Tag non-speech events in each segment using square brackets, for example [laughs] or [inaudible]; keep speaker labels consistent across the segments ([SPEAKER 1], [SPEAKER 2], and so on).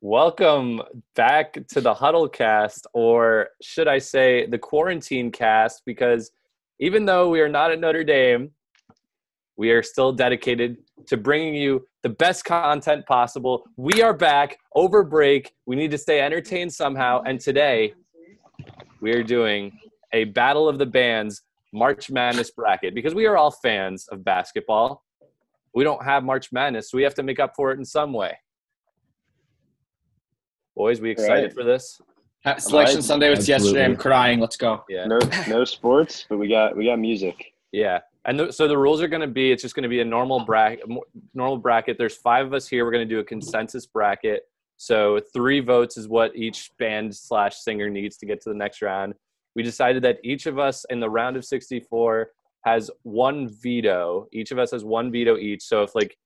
[SPEAKER 1] Welcome back to the Huddle Cast, or should I say the Quarantine Cast, because even though we are not at Notre Dame, we are still dedicated to bringing you the best content possible. We are back over break. We need to stay entertained somehow. And today, we are doing a Battle of the Bands March Madness bracket because we are all fans of basketball. We don't have March Madness, so we have to make up for it in some way. Boys, we excited
[SPEAKER 2] Right.
[SPEAKER 1] for this?
[SPEAKER 3] Ha- Selection
[SPEAKER 2] Right.
[SPEAKER 3] Sunday was yesterday. I'm
[SPEAKER 4] Absolutely.
[SPEAKER 3] crying. Let's go.
[SPEAKER 1] Yeah.
[SPEAKER 2] No,
[SPEAKER 3] [laughs]
[SPEAKER 2] no sports, but we got we got music.
[SPEAKER 1] Yeah, and th- so the rules are going to be it's just going to be a normal bracket. Normal bracket. There's five of us here. We're going to do a consensus bracket. So three votes is what each band slash singer needs to get to the next round. We decided that each of us in the round of 64 has one veto. Each of us has one veto each. So if like,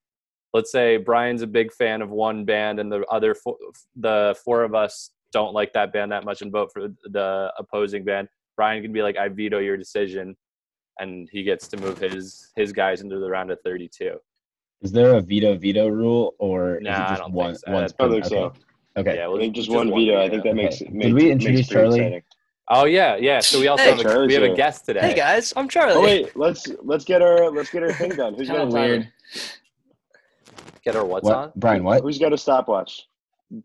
[SPEAKER 1] let's say Brian's a big fan of one band and the other four, the four of us don't like that band that much and vote for the opposing band, Brian can be like, I veto your decision and he gets to move his his guys into the round of 32.
[SPEAKER 4] Is there a veto veto rule or
[SPEAKER 1] Nah,
[SPEAKER 4] is
[SPEAKER 1] I
[SPEAKER 4] it
[SPEAKER 1] don't
[SPEAKER 4] just one?
[SPEAKER 1] think so.
[SPEAKER 4] one
[SPEAKER 1] That's
[SPEAKER 2] I
[SPEAKER 4] per-
[SPEAKER 2] think so.
[SPEAKER 4] okay. Okay.
[SPEAKER 1] Yeah,
[SPEAKER 2] I
[SPEAKER 1] well,
[SPEAKER 2] think just one veto. I think that makes it.
[SPEAKER 4] Did
[SPEAKER 2] Makes,
[SPEAKER 4] we
[SPEAKER 2] makes
[SPEAKER 4] introduce
[SPEAKER 2] for
[SPEAKER 4] Charlie?
[SPEAKER 2] exciting.
[SPEAKER 1] Oh yeah, yeah. So we also
[SPEAKER 5] Hey,
[SPEAKER 1] have a, we have a
[SPEAKER 2] Charlie.
[SPEAKER 1] guest today.
[SPEAKER 5] Hey guys, I'm Charlie.
[SPEAKER 2] Oh wait, let's let's get our let's get our thing done. Who's
[SPEAKER 3] Kind
[SPEAKER 2] got a
[SPEAKER 3] of
[SPEAKER 2] timer?
[SPEAKER 3] weird.
[SPEAKER 1] Get our what's
[SPEAKER 4] What?
[SPEAKER 1] on?
[SPEAKER 4] Brian, what?
[SPEAKER 2] Who's got a stopwatch?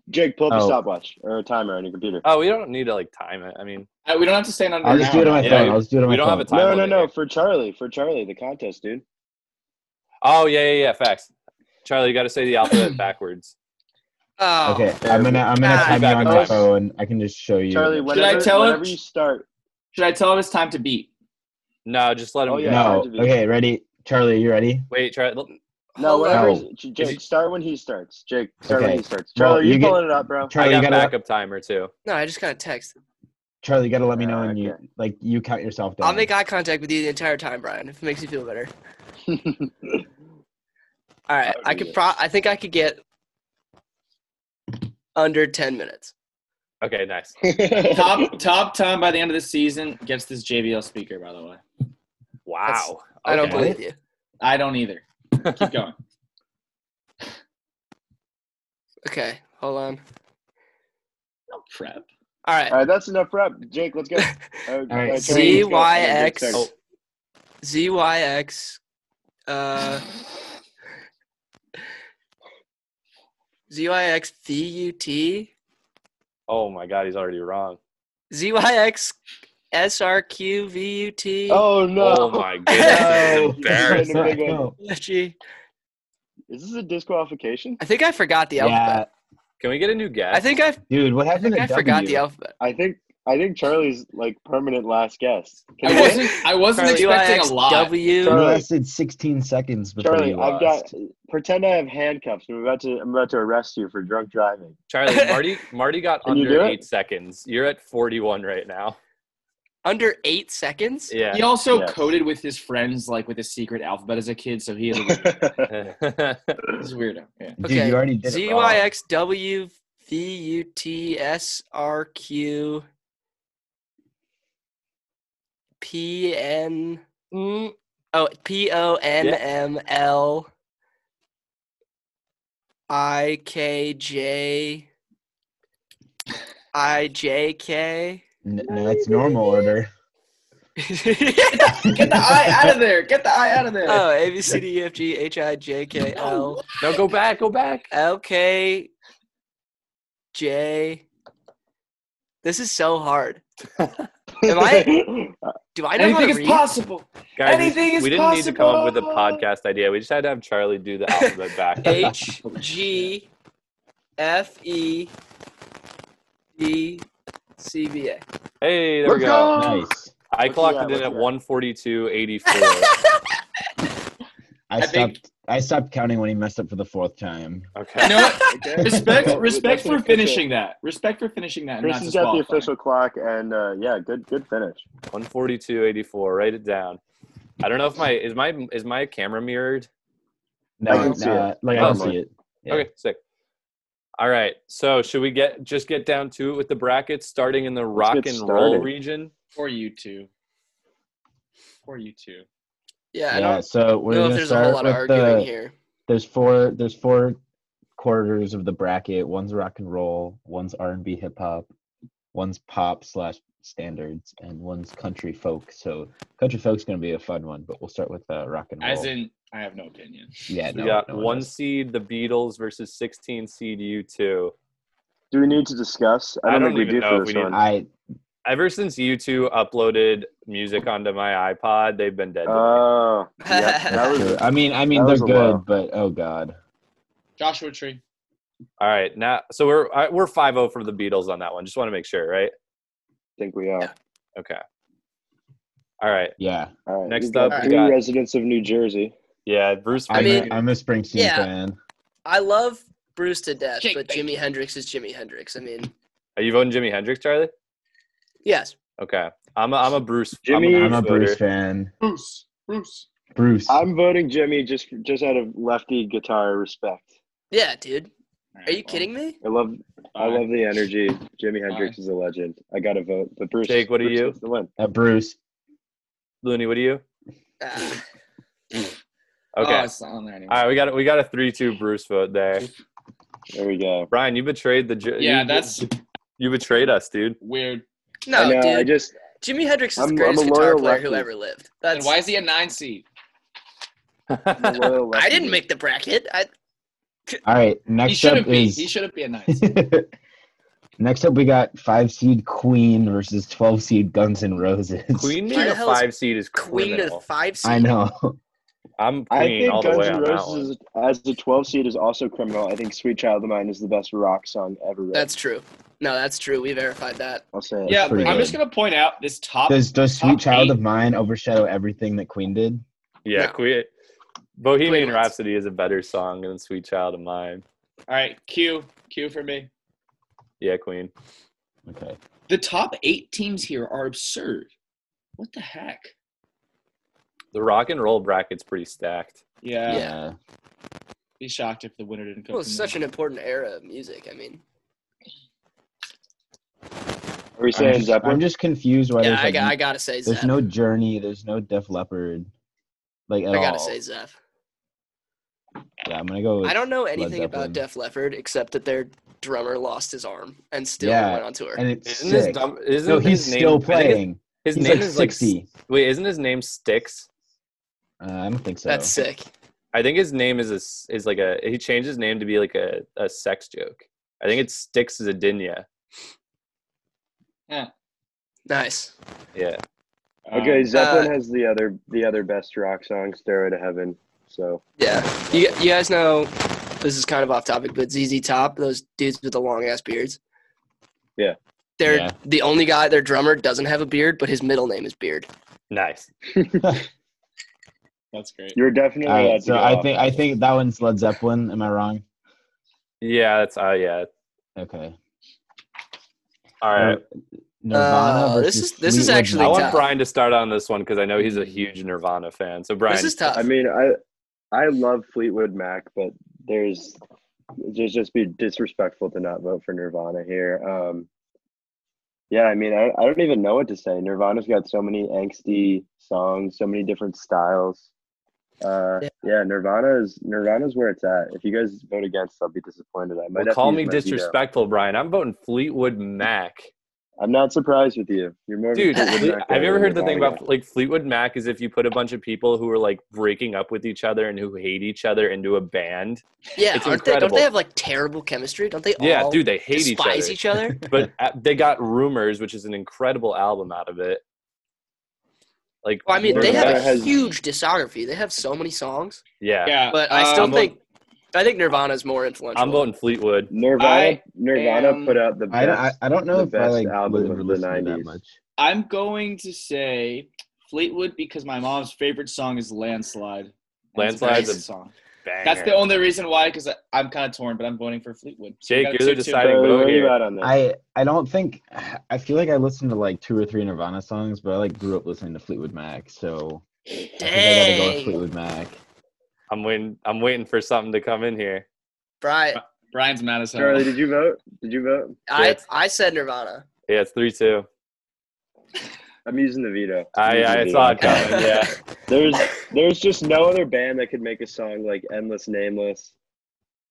[SPEAKER 2] Jake, pull up a
[SPEAKER 4] Oh.
[SPEAKER 2] stopwatch or a timer on your computer.
[SPEAKER 1] Oh, we don't need to like time it. I mean,
[SPEAKER 3] Uh, we don't have to stay in under
[SPEAKER 4] I'll
[SPEAKER 3] an
[SPEAKER 4] just do it on
[SPEAKER 3] hour.
[SPEAKER 4] my
[SPEAKER 1] Yeah,
[SPEAKER 4] phone. I'll just do it on
[SPEAKER 1] we
[SPEAKER 4] my
[SPEAKER 1] don't have
[SPEAKER 4] phone.
[SPEAKER 1] a time.
[SPEAKER 2] no, no,
[SPEAKER 1] limit
[SPEAKER 2] no,
[SPEAKER 1] here.
[SPEAKER 2] for Charlie, for Charlie, the contest, dude.
[SPEAKER 1] Oh yeah, yeah, yeah. Facts. Charlie, you got to say the
[SPEAKER 4] [coughs]
[SPEAKER 1] alphabet backwards.
[SPEAKER 5] Oh,
[SPEAKER 4] Okay, I'm gonna I'm gonna
[SPEAKER 5] Ah,
[SPEAKER 4] time you
[SPEAKER 1] back
[SPEAKER 4] on
[SPEAKER 1] up.
[SPEAKER 4] my phone. I can just show you.
[SPEAKER 2] Charlie,
[SPEAKER 3] Should I
[SPEAKER 2] whenever,
[SPEAKER 3] tell him?
[SPEAKER 2] whenever you start,
[SPEAKER 3] Should I tell him it's time to beat?
[SPEAKER 1] No, just let him.
[SPEAKER 2] Oh, yeah.
[SPEAKER 1] go.
[SPEAKER 4] no.
[SPEAKER 2] time to be-
[SPEAKER 4] Okay, ready? Charlie, you ready?
[SPEAKER 1] Wait, Charlie. l-
[SPEAKER 2] no,
[SPEAKER 5] Hold
[SPEAKER 2] whenever
[SPEAKER 4] on.
[SPEAKER 2] is- Jake, start when he starts. Jake, start
[SPEAKER 4] Okay.
[SPEAKER 2] when he starts.
[SPEAKER 4] Well,
[SPEAKER 2] Charlie, you,
[SPEAKER 4] you get-
[SPEAKER 2] pulling it up,
[SPEAKER 4] [laughs]
[SPEAKER 2] bro?
[SPEAKER 1] I
[SPEAKER 4] Charlie, you
[SPEAKER 1] got
[SPEAKER 4] gotta let,
[SPEAKER 1] backup timer too.
[SPEAKER 5] No, I just got a text.
[SPEAKER 4] Charlie, you gotta let me know
[SPEAKER 2] Uh,
[SPEAKER 4] when you like you count yourself down.
[SPEAKER 5] I'll make eye contact with you the entire time, Brian, if it makes you
[SPEAKER 2] [laughs]
[SPEAKER 5] feel better. All right,
[SPEAKER 2] I'll
[SPEAKER 5] I
[SPEAKER 2] do
[SPEAKER 5] could
[SPEAKER 2] it.
[SPEAKER 5] pro. I think I could get under ten minutes.
[SPEAKER 1] Okay, nice.
[SPEAKER 3] Top top time by the end of the season gets this JBL speaker. By the way,
[SPEAKER 1] Wow.
[SPEAKER 5] I don't
[SPEAKER 1] Okay.
[SPEAKER 5] believe you.
[SPEAKER 3] I don't either. Keep going.
[SPEAKER 5] Okay, hold on.
[SPEAKER 3] No prep.
[SPEAKER 5] All right,
[SPEAKER 2] All right, that's enough prep. Jake,
[SPEAKER 4] [laughs]
[SPEAKER 2] let's go. All right,
[SPEAKER 4] right.
[SPEAKER 2] Charlie, let's go.
[SPEAKER 5] ZYX.
[SPEAKER 2] Jake, start.
[SPEAKER 5] ZYX,
[SPEAKER 2] [laughs]
[SPEAKER 5] uh, ZYXVUT,
[SPEAKER 1] Oh my God, he's already wrong.
[SPEAKER 5] ZYXSRQVUT.
[SPEAKER 2] Oh no!
[SPEAKER 1] Oh my [laughs]
[SPEAKER 2] [laughs]
[SPEAKER 1] goodness,
[SPEAKER 2] No.
[SPEAKER 1] this is
[SPEAKER 2] No.
[SPEAKER 1] embarrassing.
[SPEAKER 5] G.
[SPEAKER 2] Is this a disqualification?
[SPEAKER 5] I think I forgot the alphabet.
[SPEAKER 4] [laughs] yeah,
[SPEAKER 1] Can we get a new guest?
[SPEAKER 5] I think I,
[SPEAKER 4] dude, what
[SPEAKER 5] I,
[SPEAKER 4] happened
[SPEAKER 5] think
[SPEAKER 4] to
[SPEAKER 5] I forgot
[SPEAKER 4] W?
[SPEAKER 5] the alphabet.
[SPEAKER 2] I think I think Charlie's like permanent last guest. Can
[SPEAKER 3] I
[SPEAKER 2] you-
[SPEAKER 3] wasn't. I wasn't
[SPEAKER 5] Charlie,
[SPEAKER 3] expecting a lot.
[SPEAKER 5] W.
[SPEAKER 4] You
[SPEAKER 2] Charlie.
[SPEAKER 4] lasted 16 seconds before
[SPEAKER 2] Charlie,
[SPEAKER 4] you
[SPEAKER 2] I've got
[SPEAKER 4] lost.
[SPEAKER 2] pretend I have handcuffs. I'm about to I'm about to arrest you for drunk driving.
[SPEAKER 1] Charlie,
[SPEAKER 5] [laughs]
[SPEAKER 1] Marty, Marty got
[SPEAKER 2] Can you
[SPEAKER 1] under
[SPEAKER 2] do it?
[SPEAKER 1] eight seconds. You're at 41 right now.
[SPEAKER 5] Under eight seconds?
[SPEAKER 1] Yeah.
[SPEAKER 3] He also
[SPEAKER 2] Yes.
[SPEAKER 3] coded with his friends like with his secret alphabet as a kid, so he is a weirdo.
[SPEAKER 1] [laughs]
[SPEAKER 2] [laughs] All
[SPEAKER 3] He's a weirdo. Yeah.
[SPEAKER 4] Dude,
[SPEAKER 5] Okay.
[SPEAKER 4] you already did it. wrong.
[SPEAKER 5] ZYXWVUTSRQ PN oh P O N M L I K J I J K
[SPEAKER 4] N- No, that's normal order.
[SPEAKER 3] Get the
[SPEAKER 4] [laughs]
[SPEAKER 3] eye out of there. Get the eye out of there.
[SPEAKER 5] [laughs] Oh A B C D E F G H I J K L
[SPEAKER 1] no, go back, go back.
[SPEAKER 5] L K J This is so hard. Am I- Do I know how
[SPEAKER 3] Anything
[SPEAKER 5] to
[SPEAKER 3] is
[SPEAKER 5] read?
[SPEAKER 3] possible.
[SPEAKER 1] Guys,
[SPEAKER 3] Anything
[SPEAKER 1] we,
[SPEAKER 3] is
[SPEAKER 1] we didn't need to come up with a
[SPEAKER 3] possible.
[SPEAKER 1] podcast idea. We just had to have Charlie do the alphabet
[SPEAKER 3] [laughs]
[SPEAKER 1] back.
[SPEAKER 5] H G F E D C B A.
[SPEAKER 1] hey, there we go.
[SPEAKER 4] Nice.
[SPEAKER 1] I
[SPEAKER 2] Look at
[SPEAKER 1] clocked
[SPEAKER 2] that,
[SPEAKER 1] it in
[SPEAKER 2] look
[SPEAKER 1] at
[SPEAKER 2] at that.
[SPEAKER 4] [laughs]
[SPEAKER 1] 142.84.
[SPEAKER 4] I,
[SPEAKER 3] I
[SPEAKER 4] stopped.
[SPEAKER 3] think-
[SPEAKER 4] I stopped counting when he messed up for the fourth time.
[SPEAKER 3] You
[SPEAKER 1] Okay.
[SPEAKER 3] know what?
[SPEAKER 2] Okay. [laughs]
[SPEAKER 3] Respect,
[SPEAKER 2] That's-
[SPEAKER 3] respect
[SPEAKER 2] that's an
[SPEAKER 3] for
[SPEAKER 2] official-
[SPEAKER 3] finishing that. Respect for finishing that. and
[SPEAKER 2] Chris
[SPEAKER 3] not
[SPEAKER 2] has got the
[SPEAKER 3] disqualifying.
[SPEAKER 2] official clock, and uh, yeah, good good finish.
[SPEAKER 1] 142.84. Write it down. I don't know if my is my is my camera mirrored.
[SPEAKER 4] No,
[SPEAKER 2] I can see
[SPEAKER 4] nah, like I
[SPEAKER 1] Oh,
[SPEAKER 4] can see it. Yeah.
[SPEAKER 1] Okay, sick. All right. So should we get just get down to it with the brackets starting in the rock
[SPEAKER 2] get
[SPEAKER 1] and roll
[SPEAKER 2] started.
[SPEAKER 1] region?
[SPEAKER 3] For you two. For you two.
[SPEAKER 5] [laughs] Yeah, I
[SPEAKER 4] Yeah.
[SPEAKER 5] don't
[SPEAKER 4] So we're
[SPEAKER 5] know if
[SPEAKER 4] gonna
[SPEAKER 5] there's a whole
[SPEAKER 4] start
[SPEAKER 5] lot of
[SPEAKER 4] with
[SPEAKER 5] arguing
[SPEAKER 4] the.
[SPEAKER 5] here.
[SPEAKER 4] There's four. There's four quarters of the bracket. One's rock and roll. One's R and B hip hop. One's pop slash standards, and one's country folk. So country folk's gonna be a fun one, but we'll start with uh, rock and roll.
[SPEAKER 3] As in, I have no opinion.
[SPEAKER 4] yeah,
[SPEAKER 1] We
[SPEAKER 4] no,
[SPEAKER 1] got
[SPEAKER 4] no
[SPEAKER 1] one
[SPEAKER 4] does.
[SPEAKER 1] seed the Beatles versus 16 seed U2.
[SPEAKER 2] Do we need to discuss?
[SPEAKER 1] I don't
[SPEAKER 2] think
[SPEAKER 1] even
[SPEAKER 2] we do
[SPEAKER 1] know
[SPEAKER 2] for
[SPEAKER 1] if
[SPEAKER 2] this
[SPEAKER 1] we need-
[SPEAKER 2] one.
[SPEAKER 4] I
[SPEAKER 1] Ever since U2 uploaded music onto my iPod, they've been dead. to me.
[SPEAKER 2] Oh, yeah,
[SPEAKER 4] [laughs]
[SPEAKER 2] that was
[SPEAKER 4] I mean, I mean,
[SPEAKER 2] That
[SPEAKER 4] they're
[SPEAKER 2] was a
[SPEAKER 4] good,
[SPEAKER 2] wow.
[SPEAKER 4] but oh god,
[SPEAKER 3] Joshua Tree.
[SPEAKER 1] All right, now so we're I- we're five zero for the Beatles on that one. Just want to make sure, right?
[SPEAKER 2] I think we are.
[SPEAKER 1] Okay. All right.
[SPEAKER 4] yeah.
[SPEAKER 2] All right.
[SPEAKER 1] Next
[SPEAKER 2] we've got
[SPEAKER 1] up, we
[SPEAKER 2] three
[SPEAKER 1] got-
[SPEAKER 2] residents of New Jersey.
[SPEAKER 1] Yeah, Bruce.
[SPEAKER 4] I'm,
[SPEAKER 5] I mean-
[SPEAKER 1] Springsteen.
[SPEAKER 4] a, I'm a Springsteen
[SPEAKER 5] yeah.
[SPEAKER 4] fan.
[SPEAKER 5] I love Bruce to death,
[SPEAKER 3] Shake
[SPEAKER 5] but
[SPEAKER 3] baby.
[SPEAKER 5] Jimi Hendrix is Jimi Hendrix. I mean,
[SPEAKER 1] are you voting Jimi Hendrix, Charlie?
[SPEAKER 5] yes.
[SPEAKER 1] Okay. I'm a, I'm a Bruce.
[SPEAKER 2] Jimmy-
[SPEAKER 4] I'm a
[SPEAKER 1] voter.
[SPEAKER 4] Bruce fan.
[SPEAKER 3] Bruce. Bruce.
[SPEAKER 4] Bruce.
[SPEAKER 2] I'm voting Jimmy just just out of lefty guitar respect.
[SPEAKER 5] Yeah, dude. Are you kidding me?
[SPEAKER 2] I love I love the energy. Jimi Hendrix is a legend. I gotta vote. But Bruce.
[SPEAKER 1] Jake, what are
[SPEAKER 2] Bruce
[SPEAKER 1] you?
[SPEAKER 2] gets the win.
[SPEAKER 4] Uh, Bruce.
[SPEAKER 1] Looney, what do you?
[SPEAKER 3] [laughs]
[SPEAKER 5] Ah,
[SPEAKER 1] Okay.
[SPEAKER 3] Oh, it's not on there anymore.
[SPEAKER 1] All right, we got we got a three two Bruce vote there.
[SPEAKER 2] There we go.
[SPEAKER 1] Brian, you betrayed the. Ju-
[SPEAKER 3] yeah,
[SPEAKER 1] you-
[SPEAKER 3] that's
[SPEAKER 1] you betrayed us, dude.
[SPEAKER 3] [laughs] weird.
[SPEAKER 5] no,
[SPEAKER 2] I know, I
[SPEAKER 5] dude.
[SPEAKER 2] just
[SPEAKER 5] Jimi Hendrix is
[SPEAKER 2] I'm-
[SPEAKER 5] the
[SPEAKER 2] I'm
[SPEAKER 5] greatest
[SPEAKER 2] a
[SPEAKER 5] guitar
[SPEAKER 2] loyal
[SPEAKER 5] player who
[SPEAKER 2] lefty.
[SPEAKER 5] ever lived.
[SPEAKER 3] And
[SPEAKER 5] That's
[SPEAKER 3] why is he a nine seed?
[SPEAKER 2] I'm a loyal
[SPEAKER 5] [laughs] I
[SPEAKER 2] lefty.
[SPEAKER 5] didn't make the bracket. I
[SPEAKER 4] All right,
[SPEAKER 3] He
[SPEAKER 4] next up
[SPEAKER 3] shouldn't be.
[SPEAKER 4] is.
[SPEAKER 3] He shouldn't be a
[SPEAKER 4] [laughs]
[SPEAKER 3] nine seed.
[SPEAKER 4] next up, we got five seed Queen versus twelve seed Guns N' Roses.
[SPEAKER 1] Queen being
[SPEAKER 5] Why the
[SPEAKER 1] a
[SPEAKER 5] hell is
[SPEAKER 1] five seed is
[SPEAKER 5] Queen of the
[SPEAKER 1] criminal.
[SPEAKER 5] five
[SPEAKER 4] [laughs]
[SPEAKER 5] seed.
[SPEAKER 4] I know.
[SPEAKER 1] I'm
[SPEAKER 2] I
[SPEAKER 1] Queen all
[SPEAKER 2] think
[SPEAKER 1] the
[SPEAKER 2] Guns
[SPEAKER 1] way
[SPEAKER 2] N'
[SPEAKER 1] on that
[SPEAKER 2] Roses
[SPEAKER 1] one.
[SPEAKER 2] is- as the 12 seed is also criminal. I think "Sweet Child of Mine" is the best rock song ever. Written.
[SPEAKER 5] That's true. No, that's true. We verified that.
[SPEAKER 2] I'll say it.
[SPEAKER 3] Yeah,
[SPEAKER 4] pretty
[SPEAKER 3] I'm
[SPEAKER 4] good.
[SPEAKER 3] just gonna point out this top.
[SPEAKER 4] Does does Sweet
[SPEAKER 3] Top
[SPEAKER 4] Child
[SPEAKER 3] eight.
[SPEAKER 4] of Mine overshadow everything that Queen did?
[SPEAKER 1] Yeah,
[SPEAKER 5] No.
[SPEAKER 1] Queen. Bohemian
[SPEAKER 5] Queen wins.
[SPEAKER 1] Rhapsody is a better song than Sweet Child of Mine.
[SPEAKER 3] All right, Q. Q for me.
[SPEAKER 1] Yeah, Queen.
[SPEAKER 4] Okay.
[SPEAKER 3] The top eight teams here are absurd. What the heck?
[SPEAKER 1] The rock and roll bracket's pretty stacked.
[SPEAKER 3] Yeah.
[SPEAKER 5] Yeah.
[SPEAKER 3] Be shocked if the winner didn't come.
[SPEAKER 5] Well, it's
[SPEAKER 3] from
[SPEAKER 5] such
[SPEAKER 3] them.
[SPEAKER 5] an important era of music. I mean,
[SPEAKER 2] Are we
[SPEAKER 4] I'm
[SPEAKER 2] saying
[SPEAKER 4] just,
[SPEAKER 2] Zeppelin?
[SPEAKER 4] I'm just confused why
[SPEAKER 5] yeah,
[SPEAKER 4] there's
[SPEAKER 5] I,
[SPEAKER 4] like,
[SPEAKER 5] got, I gotta say
[SPEAKER 4] there's
[SPEAKER 5] Zeph.
[SPEAKER 4] no Journey, there's no Def Leppard, like at
[SPEAKER 5] I gotta
[SPEAKER 4] all.
[SPEAKER 5] say Zeph.
[SPEAKER 4] Yeah, I'm gonna go. With,
[SPEAKER 5] I don't know anything
[SPEAKER 4] Zeppelin.
[SPEAKER 5] about Def Leppard except that their drummer lost his arm and still
[SPEAKER 4] Yeah,
[SPEAKER 5] went on tour.
[SPEAKER 4] and it's
[SPEAKER 1] Isn't
[SPEAKER 4] sick.
[SPEAKER 1] his dumb? Isn't
[SPEAKER 4] no,
[SPEAKER 1] his
[SPEAKER 4] he's
[SPEAKER 1] name,
[SPEAKER 4] still
[SPEAKER 1] I think his-
[SPEAKER 4] playing.
[SPEAKER 1] His
[SPEAKER 4] he's
[SPEAKER 1] name
[SPEAKER 4] like
[SPEAKER 1] is like
[SPEAKER 4] 60.
[SPEAKER 1] S- wait, isn't his name Sticks?
[SPEAKER 4] Uh, I don't think so.
[SPEAKER 5] That's sick.
[SPEAKER 1] I think his name is a s is like a he changed his name to be like a, a sex joke. I think it's Sticks Zadinya.
[SPEAKER 5] Nice.
[SPEAKER 1] Yeah,
[SPEAKER 3] Um,
[SPEAKER 2] okay, Zeppelin
[SPEAKER 5] uh,
[SPEAKER 2] has the other the other best rock song, "Stairway to Heaven." So
[SPEAKER 5] Yeah. You, you guys know this is kind of off topic, but ZZ Top, those dudes with the long ass beards.
[SPEAKER 2] Yeah.
[SPEAKER 5] They're
[SPEAKER 4] Yeah.
[SPEAKER 5] the only guy, their drummer doesn't have a beard, but his middle name is Beard.
[SPEAKER 1] nice.
[SPEAKER 3] That's great.
[SPEAKER 2] you're definitely.
[SPEAKER 4] All
[SPEAKER 2] allowed
[SPEAKER 4] right,
[SPEAKER 2] to
[SPEAKER 4] so
[SPEAKER 2] go
[SPEAKER 4] I
[SPEAKER 1] oh.
[SPEAKER 2] off.
[SPEAKER 4] think I think that one's Led Zeppelin. Am I wrong?
[SPEAKER 1] Yeah, that's uh yeah.
[SPEAKER 4] Okay.
[SPEAKER 1] All
[SPEAKER 4] Uh,
[SPEAKER 1] right,
[SPEAKER 4] Nirvana
[SPEAKER 5] Uh, this
[SPEAKER 4] versus
[SPEAKER 5] is- this is
[SPEAKER 4] Fleetwood
[SPEAKER 5] actually
[SPEAKER 1] I
[SPEAKER 4] Mac.
[SPEAKER 1] want
[SPEAKER 5] tough.
[SPEAKER 1] Brian to start on this one because I know he's a huge Nirvana fan. So Brian,
[SPEAKER 5] this is tough.
[SPEAKER 2] I mean, I I love Fleetwood Mac, but there's just just be disrespectful to not vote for Nirvana here. Um, yeah, I mean, I, I don't even know what to say. Nirvana's got so many angsty songs, so many different styles. Uh,
[SPEAKER 5] Yeah.
[SPEAKER 2] yeah. Nirvana is Nirvana's where it's at. If you guys vote against, I'll be disappointed. I might
[SPEAKER 1] well,
[SPEAKER 2] have to
[SPEAKER 1] call
[SPEAKER 2] use
[SPEAKER 1] me
[SPEAKER 2] my veto.
[SPEAKER 1] disrespectful, Brian. I'm voting Fleetwood Mac.
[SPEAKER 2] I'm not surprised with you. You're more of a
[SPEAKER 1] Dude,
[SPEAKER 2] Fleetwood
[SPEAKER 1] Fleet-
[SPEAKER 2] Mac
[SPEAKER 1] have you
[SPEAKER 2] guy
[SPEAKER 1] ever
[SPEAKER 2] than
[SPEAKER 1] heard the thing
[SPEAKER 2] Nirvana
[SPEAKER 1] about like Fleetwood Mac is if you put a bunch of people who are like breaking up with each other and who hate each other into a band?
[SPEAKER 5] yeah,
[SPEAKER 1] it's
[SPEAKER 5] aren't they, don't
[SPEAKER 1] incredible.
[SPEAKER 5] they have like terrible chemistry? Don't they
[SPEAKER 1] yeah,
[SPEAKER 5] all
[SPEAKER 1] dude, they hate each
[SPEAKER 5] despise
[SPEAKER 1] other.
[SPEAKER 5] each other?
[SPEAKER 1] [laughs] but uh, they got Rumors, which is an incredible album out of it. Like,
[SPEAKER 5] Well, I mean,
[SPEAKER 2] Or
[SPEAKER 5] they
[SPEAKER 2] the
[SPEAKER 5] have
[SPEAKER 2] guy
[SPEAKER 5] a
[SPEAKER 2] has-
[SPEAKER 5] huge discography. They have so many songs,
[SPEAKER 1] yeah.
[SPEAKER 4] Uh,
[SPEAKER 3] Yeah,
[SPEAKER 5] but I still
[SPEAKER 3] um,
[SPEAKER 5] think I think Nirvana's more influential.
[SPEAKER 1] I'm voting Fleetwood.
[SPEAKER 2] Nirvana,
[SPEAKER 3] I
[SPEAKER 2] Nirvana
[SPEAKER 3] am-
[SPEAKER 2] put out the best.
[SPEAKER 4] I, don't- I, I don't know
[SPEAKER 2] the
[SPEAKER 4] if I
[SPEAKER 2] best
[SPEAKER 4] like
[SPEAKER 2] album
[SPEAKER 4] would
[SPEAKER 2] of the
[SPEAKER 4] listen to that
[SPEAKER 2] 90s.
[SPEAKER 4] much.
[SPEAKER 3] I'm going to say Fleetwood because my mom's favorite song is Landslide. And it's a
[SPEAKER 1] Landslide's
[SPEAKER 5] a
[SPEAKER 3] great song.
[SPEAKER 1] Banger.
[SPEAKER 3] That's the only reason why, because I'm kind of torn, but I'm voting for Fleetwood. So we
[SPEAKER 1] Jake,
[SPEAKER 3] got a
[SPEAKER 1] you're the
[SPEAKER 3] 2-2.
[SPEAKER 1] deciding
[SPEAKER 2] So,
[SPEAKER 1] vote
[SPEAKER 2] where are you
[SPEAKER 1] here.
[SPEAKER 2] at on this?
[SPEAKER 4] I I don't think I feel like I listened to like two or three Nirvana songs, but I like grew up listening to Fleetwood Mac, so I think I gotta go with
[SPEAKER 5] Dang,
[SPEAKER 4] Fleetwood Mac.
[SPEAKER 1] I'm waiting. I'm waiting for something to come in here.
[SPEAKER 4] Uh,
[SPEAKER 5] Brian,
[SPEAKER 3] Brian's mad as hell.
[SPEAKER 2] Charlie,
[SPEAKER 3] [laughs]
[SPEAKER 2] did you vote? Did you vote?
[SPEAKER 5] I
[SPEAKER 1] Yes.
[SPEAKER 5] I said Nirvana.
[SPEAKER 1] Yeah, it's three two.
[SPEAKER 2] I'm using the veto. I'm
[SPEAKER 1] I
[SPEAKER 2] using the
[SPEAKER 1] I
[SPEAKER 2] veto.
[SPEAKER 1] saw it
[SPEAKER 2] [laughs]
[SPEAKER 1] coming. Yeah.
[SPEAKER 2] There's there's just no other band that could make a song like Endless Nameless